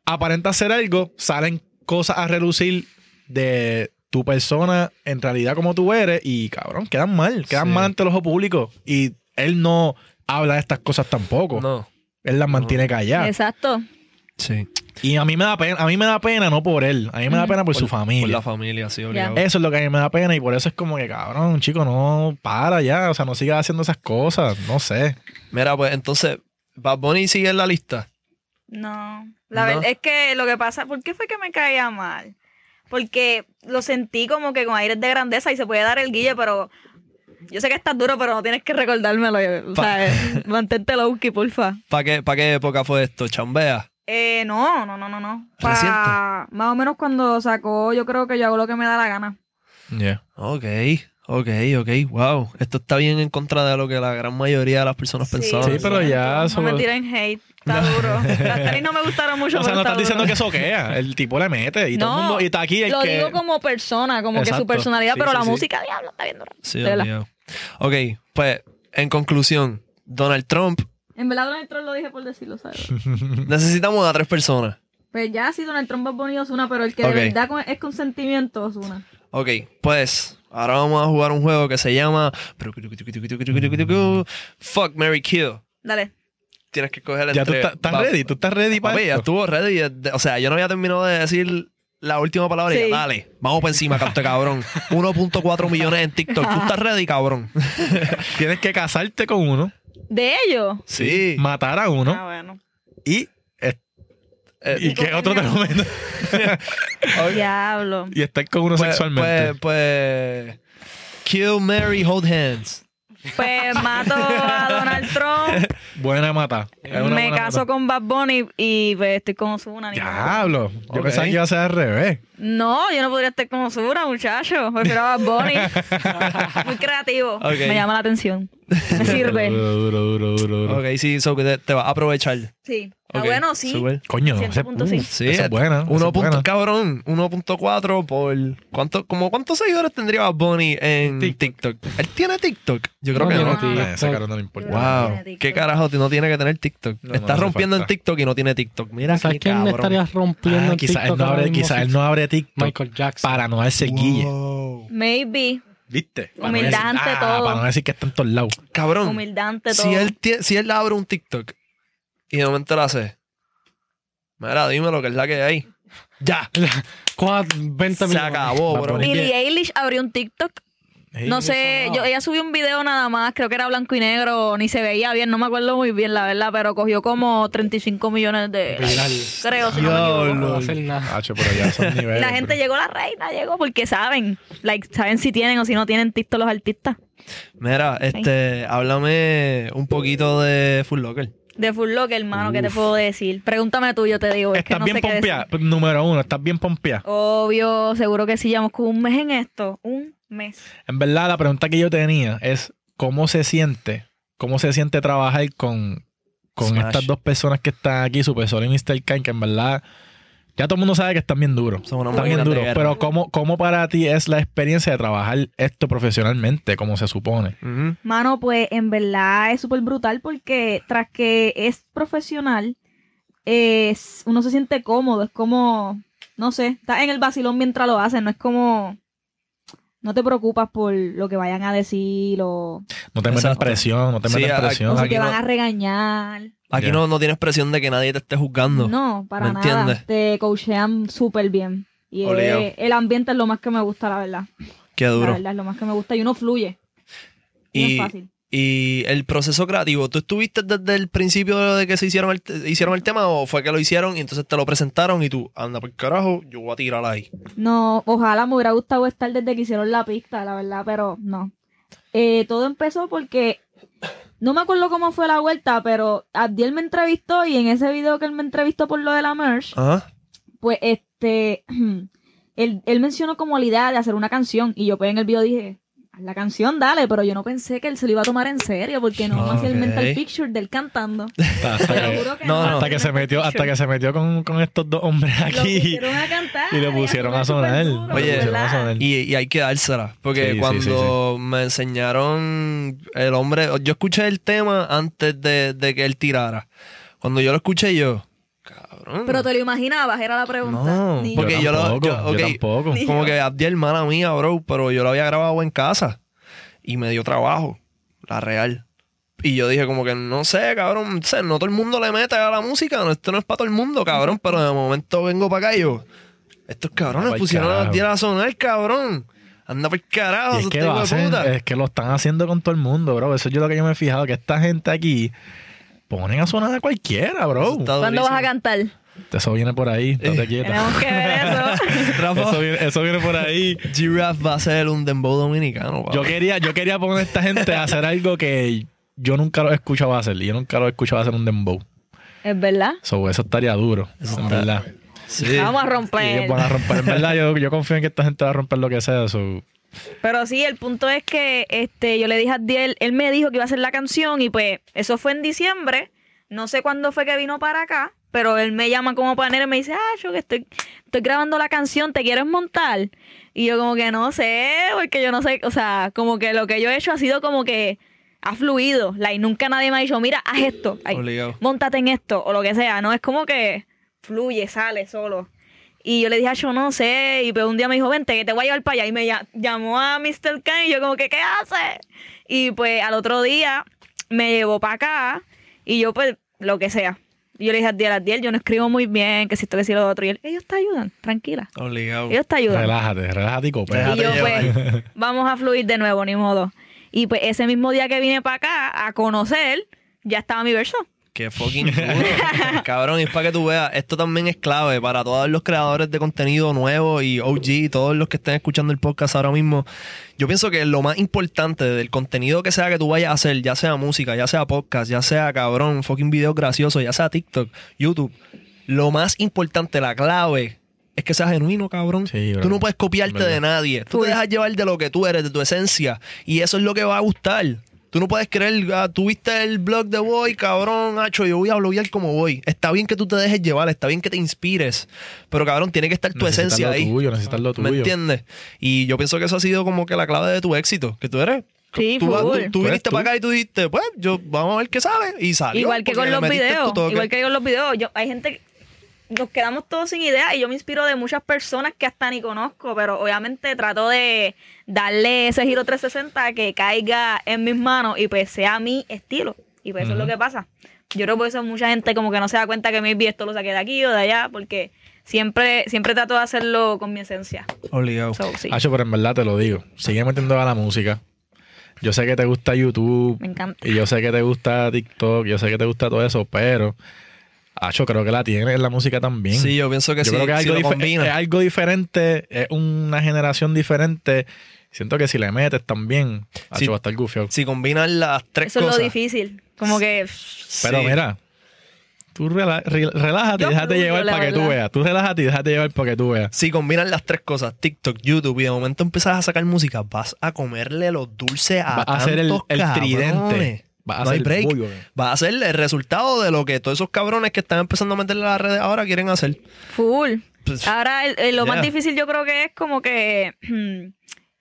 Speaker 2: aparentas ser algo, salen cosas a relucir de tu persona en realidad como tú eres y, cabrón, quedan mal, quedan
Speaker 1: Sí.
Speaker 2: mal ante los ojos públicos. Y él no habla de estas cosas tampoco.
Speaker 1: no.
Speaker 2: Él las mantiene calladas.
Speaker 7: Exacto.
Speaker 1: Sí.
Speaker 2: Y a mí me da pena, a mí me da pena no por él, a mí me da
Speaker 7: Ujú.
Speaker 2: pena Mm, por, su
Speaker 1: Por
Speaker 2: familia.
Speaker 1: la familia, sí, obligado.
Speaker 2: Eso es lo que a mí me da pena y por eso es como que, cabrón, chico, no, para ya, o sea, no sigas haciendo esas cosas, no sé.
Speaker 1: Mira, pues entonces, Bad Bunny sigue en la lista.
Speaker 7: No. La
Speaker 1: No.
Speaker 7: verdad es que lo que pasa, ¿por qué fue que me caía mal? Porque lo sentí como que con aires de grandeza y se puede dar el guille, pero yo sé que estás duro, pero no tienes que recordármelo. O sea, eh, mantente lowkey, porfa.
Speaker 1: ¿Para qué, pa' qué época fue esto? ¿Chambea?
Speaker 7: Eh, no, no, no, no, no. Pa- más o menos cuando sacó, yo creo que yo hago lo que me da la gana.
Speaker 1: Ok, ok, ok. Wow. Esto está bien en contra de lo que la gran mayoría de las personas pensaban.
Speaker 2: Sí, pero ya
Speaker 7: No
Speaker 2: sobre-
Speaker 7: me tiren hate, está duro. Las tenis no me gustaron mucho.
Speaker 2: O sea,
Speaker 7: pero
Speaker 2: no
Speaker 7: está
Speaker 2: estás
Speaker 7: duro.
Speaker 2: diciendo que soquea, el tipo le mete y todo
Speaker 7: No,
Speaker 2: el mundo, y está aquí el
Speaker 7: Lo
Speaker 2: que...
Speaker 7: digo como persona, como que
Speaker 2: Exacto.
Speaker 7: su personalidad,
Speaker 2: Sí,
Speaker 7: pero
Speaker 2: sí,
Speaker 7: la
Speaker 2: sí.
Speaker 7: música, diablo, está bien dura.
Speaker 1: Sí,
Speaker 7: De la-
Speaker 1: obligado. Ok, pues, en conclusión, Donald Trump,
Speaker 7: En verdad Donald Trump lo dije por decirlo, ¿sabes?
Speaker 1: necesitamos a tres personas.
Speaker 7: pues ya sí Donald Trump es bonito Osuna, pero el que
Speaker 1: Ok.
Speaker 7: de verdad con- es consentimiento Osuna.
Speaker 1: Ok, pues, ahora vamos a jugar un juego que se llama Fuck Mary Kill.
Speaker 7: Dale.
Speaker 1: Tienes que coger el
Speaker 2: Ya tú estás estás ready, tú estás ready para
Speaker 1: Papi, ya
Speaker 2: esto?
Speaker 1: estuvo ready. ya- de- O sea, yo no había terminado de decir la última palabra y ya,
Speaker 7: Sí.
Speaker 1: dale, vamos para encima, canto de cabrón. 1.4 millones en TikTok. ¿Tú estás ready, cabrón?
Speaker 2: Tienes que casarte con uno,
Speaker 7: De ellos.
Speaker 1: Sí.
Speaker 2: matar a uno
Speaker 7: Ah, bueno.
Speaker 2: y... eh,
Speaker 1: Eh,
Speaker 2: y que otro te lo meta.
Speaker 7: Diablo.
Speaker 2: y estar con uno
Speaker 1: Pues-
Speaker 2: sexualmente.
Speaker 1: Pues, pues, Kill Mary, hold hands.
Speaker 7: Pues mato a Donald Trump,
Speaker 2: buena mata. Es una
Speaker 7: me
Speaker 2: buena
Speaker 7: caso
Speaker 2: mata.
Speaker 7: con Bad Bunny y pues, estoy con Osuna.
Speaker 2: Diablo, yo
Speaker 1: Ok.
Speaker 2: pensaba que iba a ser al revés.
Speaker 7: No, yo no podría estar con Osuna, muchacho. Prefiero a Bad Bunny. Muy creativo.
Speaker 1: Ok.
Speaker 7: Me llama la atención. Me sirve.
Speaker 2: Duro, duro, duro, duro, duro.
Speaker 1: Ok, sí, so que te, te vas a aprovechar.
Speaker 7: Sí. Está
Speaker 1: Ok,
Speaker 7: Ah, bueno, sí.
Speaker 1: súper.
Speaker 2: Coño,
Speaker 7: Siete
Speaker 2: ese-
Speaker 7: punto cinco.
Speaker 2: uf,
Speaker 1: Sí,
Speaker 2: esa es buena. esa es
Speaker 1: Uno punto,
Speaker 2: buena.
Speaker 1: cabrón, 1.4 por... ¿cuánto, como ¿Cuántos seguidores tendría Bad Bunny en TikTok? ¿Él tiene TikTok? Yo creo
Speaker 3: No,
Speaker 1: que
Speaker 3: yo
Speaker 1: no.
Speaker 3: no.
Speaker 2: Ah, esa cara no le importa.
Speaker 7: Wow.
Speaker 1: Wow,
Speaker 7: tiene TikTok.
Speaker 1: qué carajo, no tiene que tener TikTok.
Speaker 2: No, no
Speaker 1: Está
Speaker 2: hace
Speaker 1: rompiendo en
Speaker 2: falta.
Speaker 1: TikTok y no tiene TikTok. Mira
Speaker 3: ¿Sabes
Speaker 1: qué
Speaker 3: quién le estaría
Speaker 1: cabrón.
Speaker 3: rompiendo en
Speaker 2: quizás él
Speaker 3: TikTok
Speaker 2: no
Speaker 3: ahora
Speaker 2: abre,
Speaker 3: mismo?
Speaker 2: Ah, quizá él no abre TikTok
Speaker 3: Michael Jackson.
Speaker 2: para no darse el guille.
Speaker 1: Wow.
Speaker 7: Maybe.
Speaker 2: ¿Viste? Para no
Speaker 7: Humildad
Speaker 2: decir-
Speaker 7: ante
Speaker 2: ah,
Speaker 7: todo.
Speaker 2: Para no decir que está en todos lados.
Speaker 1: Cabrón,
Speaker 7: Humildad ante todo.
Speaker 1: si él, tie- si él abre un TikTok y de momento lo hace, mira, dime lo que es la que hay. Ya,
Speaker 3: Cuatro- 20
Speaker 1: se
Speaker 3: millones.
Speaker 1: acabó, bro.
Speaker 2: Bad
Speaker 7: Billie Eilish abrió un TikTok. No sé, yo, ella subió un video nada más, creo que era blanco y negro, ni se veía bien, no me acuerdo muy bien, la verdad, pero cogió como 35 millones de...
Speaker 3: Viral.
Speaker 7: Creo, si no me equivoco.
Speaker 3: No va a hacer nada.
Speaker 2: Hacho, pero ya son niveles.
Speaker 7: La gente
Speaker 2: bro.
Speaker 7: llegó, la reina llegó, porque saben, like, saben si tienen o si no tienen TikTok los artistas
Speaker 1: Mira, este, háblame un poquito de Full Locker.
Speaker 7: de Full Locker, hermano, ¿qué te puedo decir? Pregúntame tú, yo te digo, es
Speaker 2: Estás
Speaker 7: que no
Speaker 2: bien
Speaker 7: sé qué decir.
Speaker 2: pompeada. Número uno, estás bien pompeada.
Speaker 7: Obvio, seguro que sí, llevamos como un mes en esto, un mes.
Speaker 2: En verdad, la pregunta que yo tenía es cómo se siente, cómo se siente trabajar con, con
Speaker 1: Smash.
Speaker 2: estas dos personas que están aquí, Super Sol y Mr. Khan, que en verdad Ya todo el mundo sabe que están bien duros.
Speaker 1: Son una
Speaker 2: Están bien
Speaker 1: máquina de
Speaker 2: duros.
Speaker 1: guerra.
Speaker 2: Pero ¿cómo, ¿cómo para ti es la experiencia de trabajar esto profesionalmente, como se supone?
Speaker 1: Ujú.
Speaker 7: Mano, pues en verdad es súper brutal porque tras que es profesional, es, uno se siente cómodo, es como, no sé, estás en el vacilón mientras lo hacen, no es como, no te preocupas por lo que vayan a decir o,
Speaker 2: No te meten
Speaker 1: Exacto.
Speaker 2: presión, no te
Speaker 1: Sí,
Speaker 2: meten
Speaker 1: a-
Speaker 2: presión.
Speaker 7: o si
Speaker 1: aquí
Speaker 7: te
Speaker 1: no-
Speaker 7: van a regañar.
Speaker 1: Aquí
Speaker 2: Ya.
Speaker 1: no, no tienes presión de que nadie te esté juzgando.
Speaker 7: No, para
Speaker 1: ¿me
Speaker 7: nada.
Speaker 1: entiendes?
Speaker 7: Te coachean súper bien. Y eh,
Speaker 1: Obligado.
Speaker 7: el ambiente es lo más que me gusta, la verdad.
Speaker 1: Qué
Speaker 7: La
Speaker 1: duro.
Speaker 7: verdad es lo más que me gusta y uno fluye. Bien
Speaker 1: Y,
Speaker 7: fácil.
Speaker 1: y el proceso creativo, ¿tú estuviste desde el principio de que se hicieron el, te- hicieron el tema o fue que lo hicieron y entonces te lo presentaron y tú, anda por carajo, yo voy a tirar ahí?
Speaker 7: No, ojalá me hubiera gustado estar desde que hicieron la pista, la verdad, pero no. Eh, todo empezó porque no me acuerdo cómo fue la vuelta, pero Abdiel me entrevistó y en ese video que él me entrevistó por lo de la merch,
Speaker 1: Ajá.
Speaker 7: pues este, él, él mencionó como la idea de hacer una canción y yo pues en el video dije, haz la canción, dale, pero yo no pensé que él se lo iba a tomar en serio porque no me hacía el
Speaker 1: Ok.
Speaker 7: mental picture del cantando.
Speaker 2: Hasta, hasta
Speaker 7: Te lo
Speaker 2: que,
Speaker 7: juro que
Speaker 1: No, no.
Speaker 2: hasta que se metió, hasta que se metió con, con estos dos hombres
Speaker 7: Lo
Speaker 2: aquí.
Speaker 7: pusieron a cantar
Speaker 2: Y lo pusieron a
Speaker 7: cantar
Speaker 2: sonar.
Speaker 7: superduro,
Speaker 2: Lo
Speaker 1: Oye,
Speaker 2: pusieron a
Speaker 7: ¿verdad?
Speaker 2: sonar.
Speaker 1: Y, y hay que dársela. Porque
Speaker 2: Sí, sí,
Speaker 1: cuando
Speaker 2: sí,
Speaker 1: me enseñaron el hombre, yo escuché el tema antes de, de que él tirara. Cuando yo lo escuché, yo, cabrón.
Speaker 7: Pero te lo imaginabas, era la pregunta.
Speaker 1: No,
Speaker 7: Ni
Speaker 1: porque- yo lo-
Speaker 2: tampoco,
Speaker 1: yo- ok.
Speaker 2: tampoco.
Speaker 7: Ni-
Speaker 1: Como que Abdiel, hermana mía, bro, pero yo lo había grabado en casa y me dio trabajo, la real. Y yo dije como que, no sé, cabrón, sé, no todo el mundo le mete a la música, no, esto no es para todo el mundo, cabrón, pero de momento vengo para acá y yo, estos cabrones
Speaker 2: Pa'l
Speaker 1: pusieron a
Speaker 2: carajo.
Speaker 1: Abdiel a sonar, cabrón. Anda por carajo,
Speaker 2: Y es
Speaker 1: esos
Speaker 2: que,
Speaker 1: hijos
Speaker 2: lo
Speaker 1: de
Speaker 2: hacen-
Speaker 1: puta.
Speaker 2: es que lo están haciendo con todo el mundo, bro. Eso es yo lo que yo me he fijado, que esta gente aquí ponen a sonar a cualquiera,
Speaker 1: Eso
Speaker 2: bro.
Speaker 1: está
Speaker 7: ¿Cuándo vas a
Speaker 1: durísimo.
Speaker 7: cantar?
Speaker 2: Eso viene por ahí, no
Speaker 1: Eh.
Speaker 2: te quietas.
Speaker 7: Tenemos que ver eso.
Speaker 2: Eso
Speaker 1: Rafa,
Speaker 2: viene, eso viene por ahí.
Speaker 1: Giraffe va a ser un dembow dominicano, papá.
Speaker 2: Yo quería, yo quería poner a esta gente a hacer algo que yo nunca lo he escuchado hacer. Y yo nunca lo he escuchado hacer un dembow.
Speaker 7: Es verdad.
Speaker 2: So, eso estaría duro, en verdad.
Speaker 1: Sí.
Speaker 7: Vamos a
Speaker 2: Y ellos
Speaker 7: romper.
Speaker 2: van a romper, en verdad, yo, yo confío en que esta gente va a romper lo que sea. so,
Speaker 7: Pero sí, el punto es que este, yo le dije a Diel, él me dijo que iba a hacer la canción y pues eso fue en diciembre. No sé cuándo fue que vino para acá, pero él me llama como panel y me dice, ah, yo que estoy, estoy grabando la canción, ¿te quieres montar? Y yo como que no sé, porque yo no sé, o sea, como que lo que yo he hecho ha sido como que ha fluido. Like, nunca nadie me ha dicho, mira, haz esto. Ay,
Speaker 1: Obligado.
Speaker 7: montate en esto o lo que sea, ¿no? Es como que fluye, sale solo. Y yo le dije a yo no sé, y pues un día me dijo, vente, que te voy a llevar para allá. Y me lla- llamó a Mr. Khan y yo como que, ¿qué hace? Y pues al otro día me llevó para acá y yo pues lo que sea. Y yo le dije a Diel, a Diel, yo no escribo muy bien, que si esto, que si lo otro. Y él, ellos te ayudan, tranquila.
Speaker 1: Obligado.
Speaker 7: Ellos te ayudan.
Speaker 2: relájate, relájate y coopera.
Speaker 1: Déjate
Speaker 7: Y yo,
Speaker 1: llevar.
Speaker 7: pues, vamos a fluir de nuevo, ni modo. Y pues ese mismo día que vine para acá a conocer, ya estaba mi verso.
Speaker 1: Qué fucking duro. Cabrón, y es para que tú veas, esto también es clave para todos los creadores de contenido nuevo y OG, todos los que estén escuchando el podcast ahora mismo. Yo pienso que lo más importante del contenido que sea que tú vayas a hacer, ya sea música, ya sea podcast, ya sea cabrón, fucking video gracioso, ya sea TikTok, YouTube, lo más importante, la clave. Es que seas genuino, cabrón.
Speaker 2: Sí, bro.
Speaker 1: tú no puedes copiarte
Speaker 2: Verdad.
Speaker 1: de nadie. Tú te
Speaker 7: Full.
Speaker 1: dejas llevar de lo que tú eres, de tu esencia. Y eso es lo que va a gustar. Tú no puedes creer, ah, tú viste el blog de Boy, cabrón, hacho, yo voy a bloguear como voy. Está bien que tú te dejes llevar, está bien que te inspires, pero cabrón, tiene que estar tu
Speaker 2: Necesitas
Speaker 1: esencia
Speaker 2: lo
Speaker 1: ahí.
Speaker 2: tuyo, necesitas lo tuyo.
Speaker 1: ¿Me entiendes? Y yo pienso que eso ha sido como que la clave de tu éxito, que tú eres.
Speaker 7: Sí,
Speaker 1: tú, vas- tú-
Speaker 7: full.
Speaker 1: tú
Speaker 2: Pues
Speaker 1: viniste
Speaker 2: tú.
Speaker 1: para acá y tú dijiste, pues, yo, vamos a ver qué sale. Y salió.
Speaker 7: Igual que
Speaker 1: porque
Speaker 7: con
Speaker 1: le
Speaker 7: los
Speaker 1: metiste
Speaker 7: videos.
Speaker 1: tu toque.
Speaker 7: Igual que con los videos. Yo, hay gente que nos quedamos todos sin idea y yo me inspiro de muchas personas que hasta ni conozco, pero obviamente trato de darle ese giro 360 que caiga en mis manos y pues sea mi estilo. Y pues eso es lo que pasa. Yo creo que por eso mucha gente como que no se da cuenta que maybe esto lo saqué de aquí o de allá, porque siempre, siempre trato de hacerlo con mi esencia.
Speaker 1: Obligado.
Speaker 7: So, sí,
Speaker 2: Hacho, pero en verdad te lo digo. Sigue metiendo a la música. Yo sé que te gusta YouTube.
Speaker 7: me encanta.
Speaker 2: Y yo sé que te gusta TikTok. Yo sé que te gusta todo eso. Pero, Hacho, creo que la tiene en la música también.
Speaker 1: Sí, yo pienso que sí.
Speaker 2: yo creo que es
Speaker 1: si
Speaker 2: algo,
Speaker 1: lo
Speaker 2: dife- eh,
Speaker 1: combinas.
Speaker 2: es algo diferente. Es una generación diferente. Siento que si le metes también, Hacho,
Speaker 1: Sí.
Speaker 2: va a estar gufiado.
Speaker 1: Si combinas las tres
Speaker 7: Eso
Speaker 1: cosas.
Speaker 7: es lo difícil. Como que
Speaker 2: Pero
Speaker 1: sí.
Speaker 2: mira, tú rela- re- relájate
Speaker 7: Yo
Speaker 2: y déjate
Speaker 7: fluyo,
Speaker 2: llevar
Speaker 7: la
Speaker 2: para que tú
Speaker 7: verdad.
Speaker 2: veas. Tú relájate y déjate llevar para que tú veas.
Speaker 1: Si combinas las tres cosas, TikTok, YouTube, y de momento empiezas a sacar música, vas a comerle los dulces a
Speaker 2: Va a ser el,
Speaker 1: Ah, tantos
Speaker 2: el
Speaker 1: cabrones.
Speaker 2: tridente. Va a
Speaker 1: No hay
Speaker 2: ser
Speaker 1: break. Va a ser el resultado de lo que todos esos cabrones que están empezando a meterle a las redes ahora quieren hacer.
Speaker 7: full.
Speaker 1: pues,
Speaker 7: Ahora el- el- lo más
Speaker 1: Yeah.
Speaker 7: difícil yo creo que es como que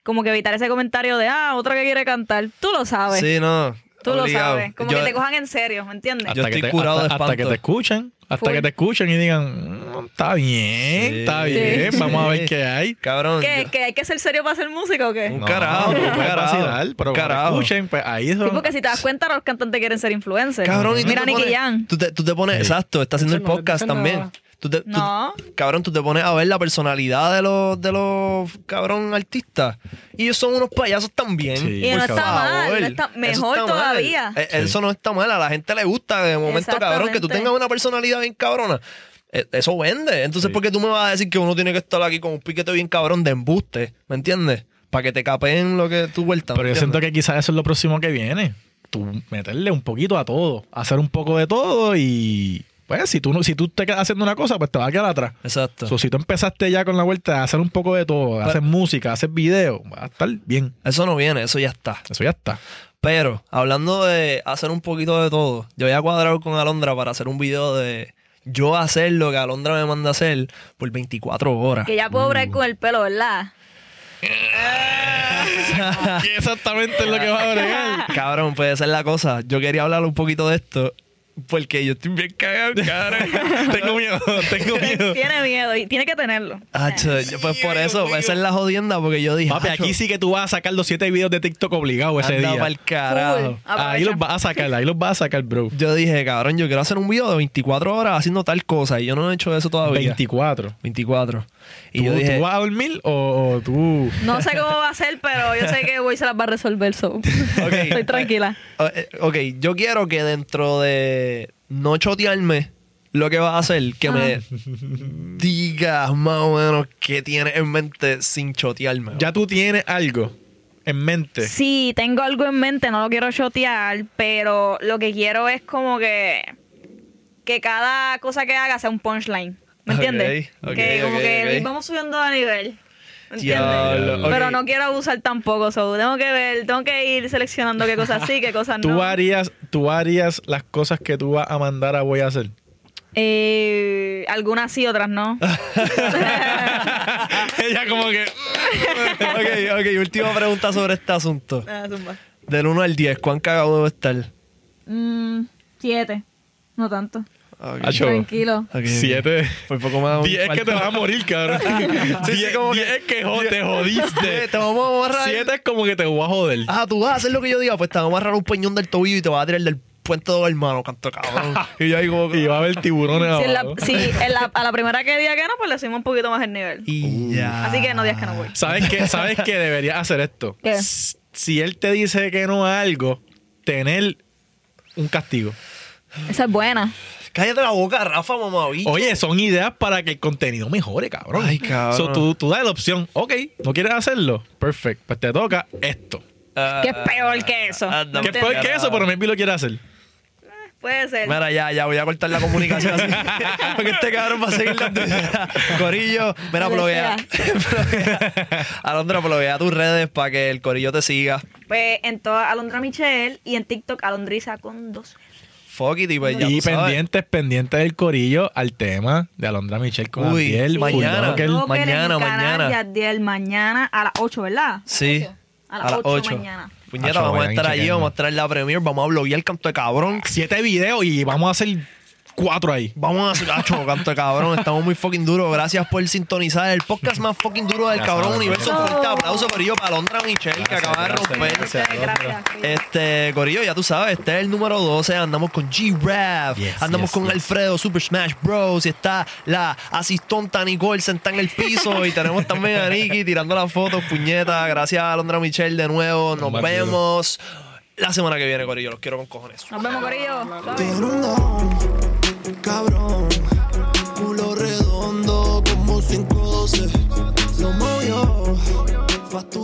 Speaker 7: como que evitar ese comentario de ah, otra que quiere cantar. Tú lo sabes.
Speaker 1: sí, no.
Speaker 7: Tú
Speaker 1: obligado.
Speaker 7: lo sabes. Como
Speaker 1: Yo-
Speaker 7: que te cojan en serio, ¿me entiendes?
Speaker 1: Yo estoy curado de
Speaker 2: hasta, hasta que
Speaker 1: espanto.
Speaker 2: te escuchen, hasta
Speaker 7: Full.
Speaker 2: que te escuchen y digan, "Mm, está bien,
Speaker 1: Sí.
Speaker 2: está bien, vamos a
Speaker 1: Sí.
Speaker 2: ver qué hay.
Speaker 1: Cabrón.
Speaker 7: ¿Qué,
Speaker 1: yo-
Speaker 7: ¿Que hay que ser serio para hacer música o qué?
Speaker 1: Un carajo,
Speaker 2: no
Speaker 1: un
Speaker 2: puedes
Speaker 1: carajo,
Speaker 2: vacilar, pero
Speaker 1: un
Speaker 2: cuando
Speaker 1: carajo.
Speaker 2: escuchen, pues ahí son-
Speaker 7: Sí, porque si te das cuenta, los cantantes quieren ser influencers.
Speaker 1: Cabrón, y tú
Speaker 7: Este, Mira
Speaker 1: te
Speaker 7: Nicky
Speaker 1: pones-
Speaker 7: Jam.
Speaker 1: Tú te, tú te pones, exacto, está haciendo el
Speaker 3: No te
Speaker 1: podcast
Speaker 3: dicen
Speaker 1: también.
Speaker 3: nada.
Speaker 1: Tú te- tú-
Speaker 7: No.
Speaker 1: cabrón, tú te pones a ver la personalidad de los, de los cabrón artistas. Y ellos son unos payasos también.
Speaker 2: Sí.
Speaker 7: Y
Speaker 1: por
Speaker 7: no está mal,
Speaker 1: favor.
Speaker 7: no está-
Speaker 1: Eso
Speaker 7: mejor
Speaker 1: mal.
Speaker 7: todavía.
Speaker 1: Eh, Eso no está mal, a la gente le gusta de momento, cabrón, que tú
Speaker 7: Exactamente.
Speaker 1: tengas una personalidad bien cabrona. Eh, Eso vende. Entonces,
Speaker 2: Sí.
Speaker 1: ¿por qué tú me vas a decir que uno tiene que estar aquí con un piquete bien cabrón de embuste? ¿Me entiendes? Para que te capeen lo que tu vuelta. ¿me
Speaker 2: Pero yo
Speaker 1: entiendes?
Speaker 2: siento que quizás eso es lo próximo que viene. Tú meterle un poquito a todo, hacer un poco de todo y pues si tú no, si tú te quedas haciendo una cosa, pues te vas a quedar atrás.
Speaker 1: Exacto.
Speaker 2: So, si tú empezaste ya con la vuelta a hacer un poco de todo, hacer música, hacer video, va a estar bien.
Speaker 1: Eso no viene, eso ya está.
Speaker 2: Eso ya está.
Speaker 1: Pero, hablando de hacer un poquito de todo, yo voy a cuadrar con Alondra para hacer un video de yo hacer lo que Alondra me manda hacer por 24 horas.
Speaker 7: Que ya puedo bregar con el pelo, ¿verdad?
Speaker 2: ¿Qué exactamente es lo que vas a agregar?
Speaker 1: Cabrón, pues esa es la cosa. Yo quería hablar un poquito de esto porque yo estoy bien cagado, cabrón.
Speaker 2: tengo miedo, tengo miedo.
Speaker 7: Tiene miedo y tiene que tenerlo.
Speaker 1: Hacho, yo- pues por eso, esa es la jodienda porque yo dije.
Speaker 2: Papi, aquí sí que tú vas a sacar los siete videos de TikTok obligado ese día. Ah,
Speaker 1: para el carajo.
Speaker 7: Full. Aprovecha.
Speaker 2: Ahí los vas a sacar, ahí los vas a sacar, bro.
Speaker 1: Yo dije, cabrón, yo quiero hacer un video de 24 horas haciendo tal cosa y yo no he hecho eso todavía.
Speaker 2: 24.
Speaker 1: 24. Y
Speaker 2: ¿Tú,
Speaker 1: yo dije,
Speaker 2: ¿Tú vas a dormir o, o tú...?
Speaker 7: No sé cómo va a ser, pero yo sé que voy se las va a resolver. so. Estoy tranquila.
Speaker 1: O- eh, Ok, yo quiero que dentro de no chotearme lo que vas a hacer, que me digas más o menos qué tienes en mente sin chotearme.
Speaker 2: Ya tú tienes algo en mente.
Speaker 7: Sí, tengo algo en mente, no lo quiero shotear, pero lo que quiero es como que que cada cosa que haga sea un punchline. ¿Me
Speaker 1: Ok,
Speaker 7: entiendes?
Speaker 1: ok,
Speaker 7: que como
Speaker 1: ok,
Speaker 7: que
Speaker 1: ok.
Speaker 7: vamos subiendo de nivel. ¿me entiendes?
Speaker 1: Diablo, ok.
Speaker 7: Pero no quiero abusar tampoco, so, tengo que ver, tengo que ir seleccionando qué cosas sí, qué cosas
Speaker 2: Tú
Speaker 7: no.
Speaker 2: harías, tú harías las cosas que tú vas a mandar a voy a hacer.
Speaker 7: Eh, algunas sí, otras no.
Speaker 2: Ella como que
Speaker 1: ok, ok, última pregunta sobre este asunto.
Speaker 7: Ah, zumba.
Speaker 1: Del 1 al 10, ¿cuán cagado debo estar?
Speaker 7: Mm, siete, no tanto.
Speaker 1: Ok,
Speaker 2: Acho,
Speaker 7: Tranquilo.
Speaker 1: ok, ok.
Speaker 2: siete.
Speaker 1: Por poco más.
Speaker 2: Diez que te vas a morir, cabrón.
Speaker 1: Sí, sí,
Speaker 2: diez,
Speaker 1: como que-
Speaker 2: diez que jo- te jodiste.
Speaker 1: Te vamos a borrar.
Speaker 2: Siete es como que te voy a joder.
Speaker 1: Ah, tú vas a hacer lo que yo diga, pues te vamos a agarrar un peñón del tobillo y te vas a tirar del puente de hermano, canto cabrón.
Speaker 2: Y yo ahí como que- Y va a haber tiburones
Speaker 7: Si, en la-
Speaker 2: abajo.
Speaker 7: si en la- a la primera que diga que no, pues le subimos un poquito más el nivel.
Speaker 2: Uh.
Speaker 1: y ya.
Speaker 7: Así que no digas que no voy.
Speaker 2: ¿Sabes qué? ¿Sabes qué? Deberías hacer esto.
Speaker 7: ¿Qué?
Speaker 2: S- Si él te dice que no a algo, tener un castigo.
Speaker 7: Esa es buena.
Speaker 1: Cállate la boca, Rafa, mamá.
Speaker 2: Oye, son ideas para que el contenido mejore, cabrón.
Speaker 1: Ay, cabrón.
Speaker 2: So, tú, tú das la opción. Ok, ¿no quieres hacerlo? Perfecto. Pues te toca esto.
Speaker 1: Ah,
Speaker 7: Que es peor que eso.
Speaker 1: anda,
Speaker 2: que es
Speaker 7: ¿Entiendes?
Speaker 2: peor que eso, pero maybe lo quiere hacer.
Speaker 7: Puede ser.
Speaker 1: Mira, ya, ya voy a cortar la comunicación así. Porque este cabrón va a seguir dando ideas. Corillo, mira, bloguea. Bloguea. Alondra, bloguea tus redes para que el corillo te siga.
Speaker 7: Pues en toda Alondra Michelle y en TikTok Alondriza con dos.
Speaker 1: Fuck it, y pues ya
Speaker 2: y
Speaker 1: tú sabes.
Speaker 2: pendientes, pendientes del corillo al tema de Alondra Michelle con
Speaker 1: Uy,
Speaker 2: Adiel,
Speaker 1: mañana.
Speaker 2: Bulldog, el-
Speaker 7: Yo
Speaker 1: mañana,
Speaker 7: queremos ganar
Speaker 1: mañana.
Speaker 7: de Adiel mañana a las 8, ¿verdad?
Speaker 1: Sí.
Speaker 7: A las 8
Speaker 1: ocho.
Speaker 7: mañana.
Speaker 1: Puñeta,
Speaker 2: Acho,
Speaker 1: vamos a
Speaker 2: vayan
Speaker 1: estar allí,
Speaker 2: chequeando.
Speaker 1: vamos a estar en la premier, vamos a bloguear el canto de cabrón.
Speaker 2: Siete videos y vamos a hacer cuatro ahí.
Speaker 1: Vamos a hacer, acho, canto de cabrón, estamos muy fucking duros. Gracias por sintonizar el podcast más fucking duro del
Speaker 2: Ya
Speaker 1: cabrón
Speaker 2: sabes,
Speaker 1: universo. Un
Speaker 7: gracias.
Speaker 1: fuerte aplauso, corillo, para Alondra Michelle, que acaba de romper.
Speaker 7: Muchas gracias.
Speaker 1: Este, Corillo, ya tú sabes, este es el número 12. Andamos con G-Rap,
Speaker 2: Yes,
Speaker 1: andamos
Speaker 2: yes,
Speaker 1: con
Speaker 2: yes.
Speaker 1: Alfredo, Super Smash Bros. Y está la asistonta Nicole sentada en el piso. y tenemos también a Nicky tirando las fotos, puñeta. Gracias a Alondra Michelle de nuevo. Nos
Speaker 2: Más duro.
Speaker 1: vemos la semana que viene, Corillo. Los quiero con cojones.
Speaker 7: Nos vemos, Corillo. Suave.
Speaker 8: Tiene un don, cabrón, culo redondo como 512. Lo movió, factura.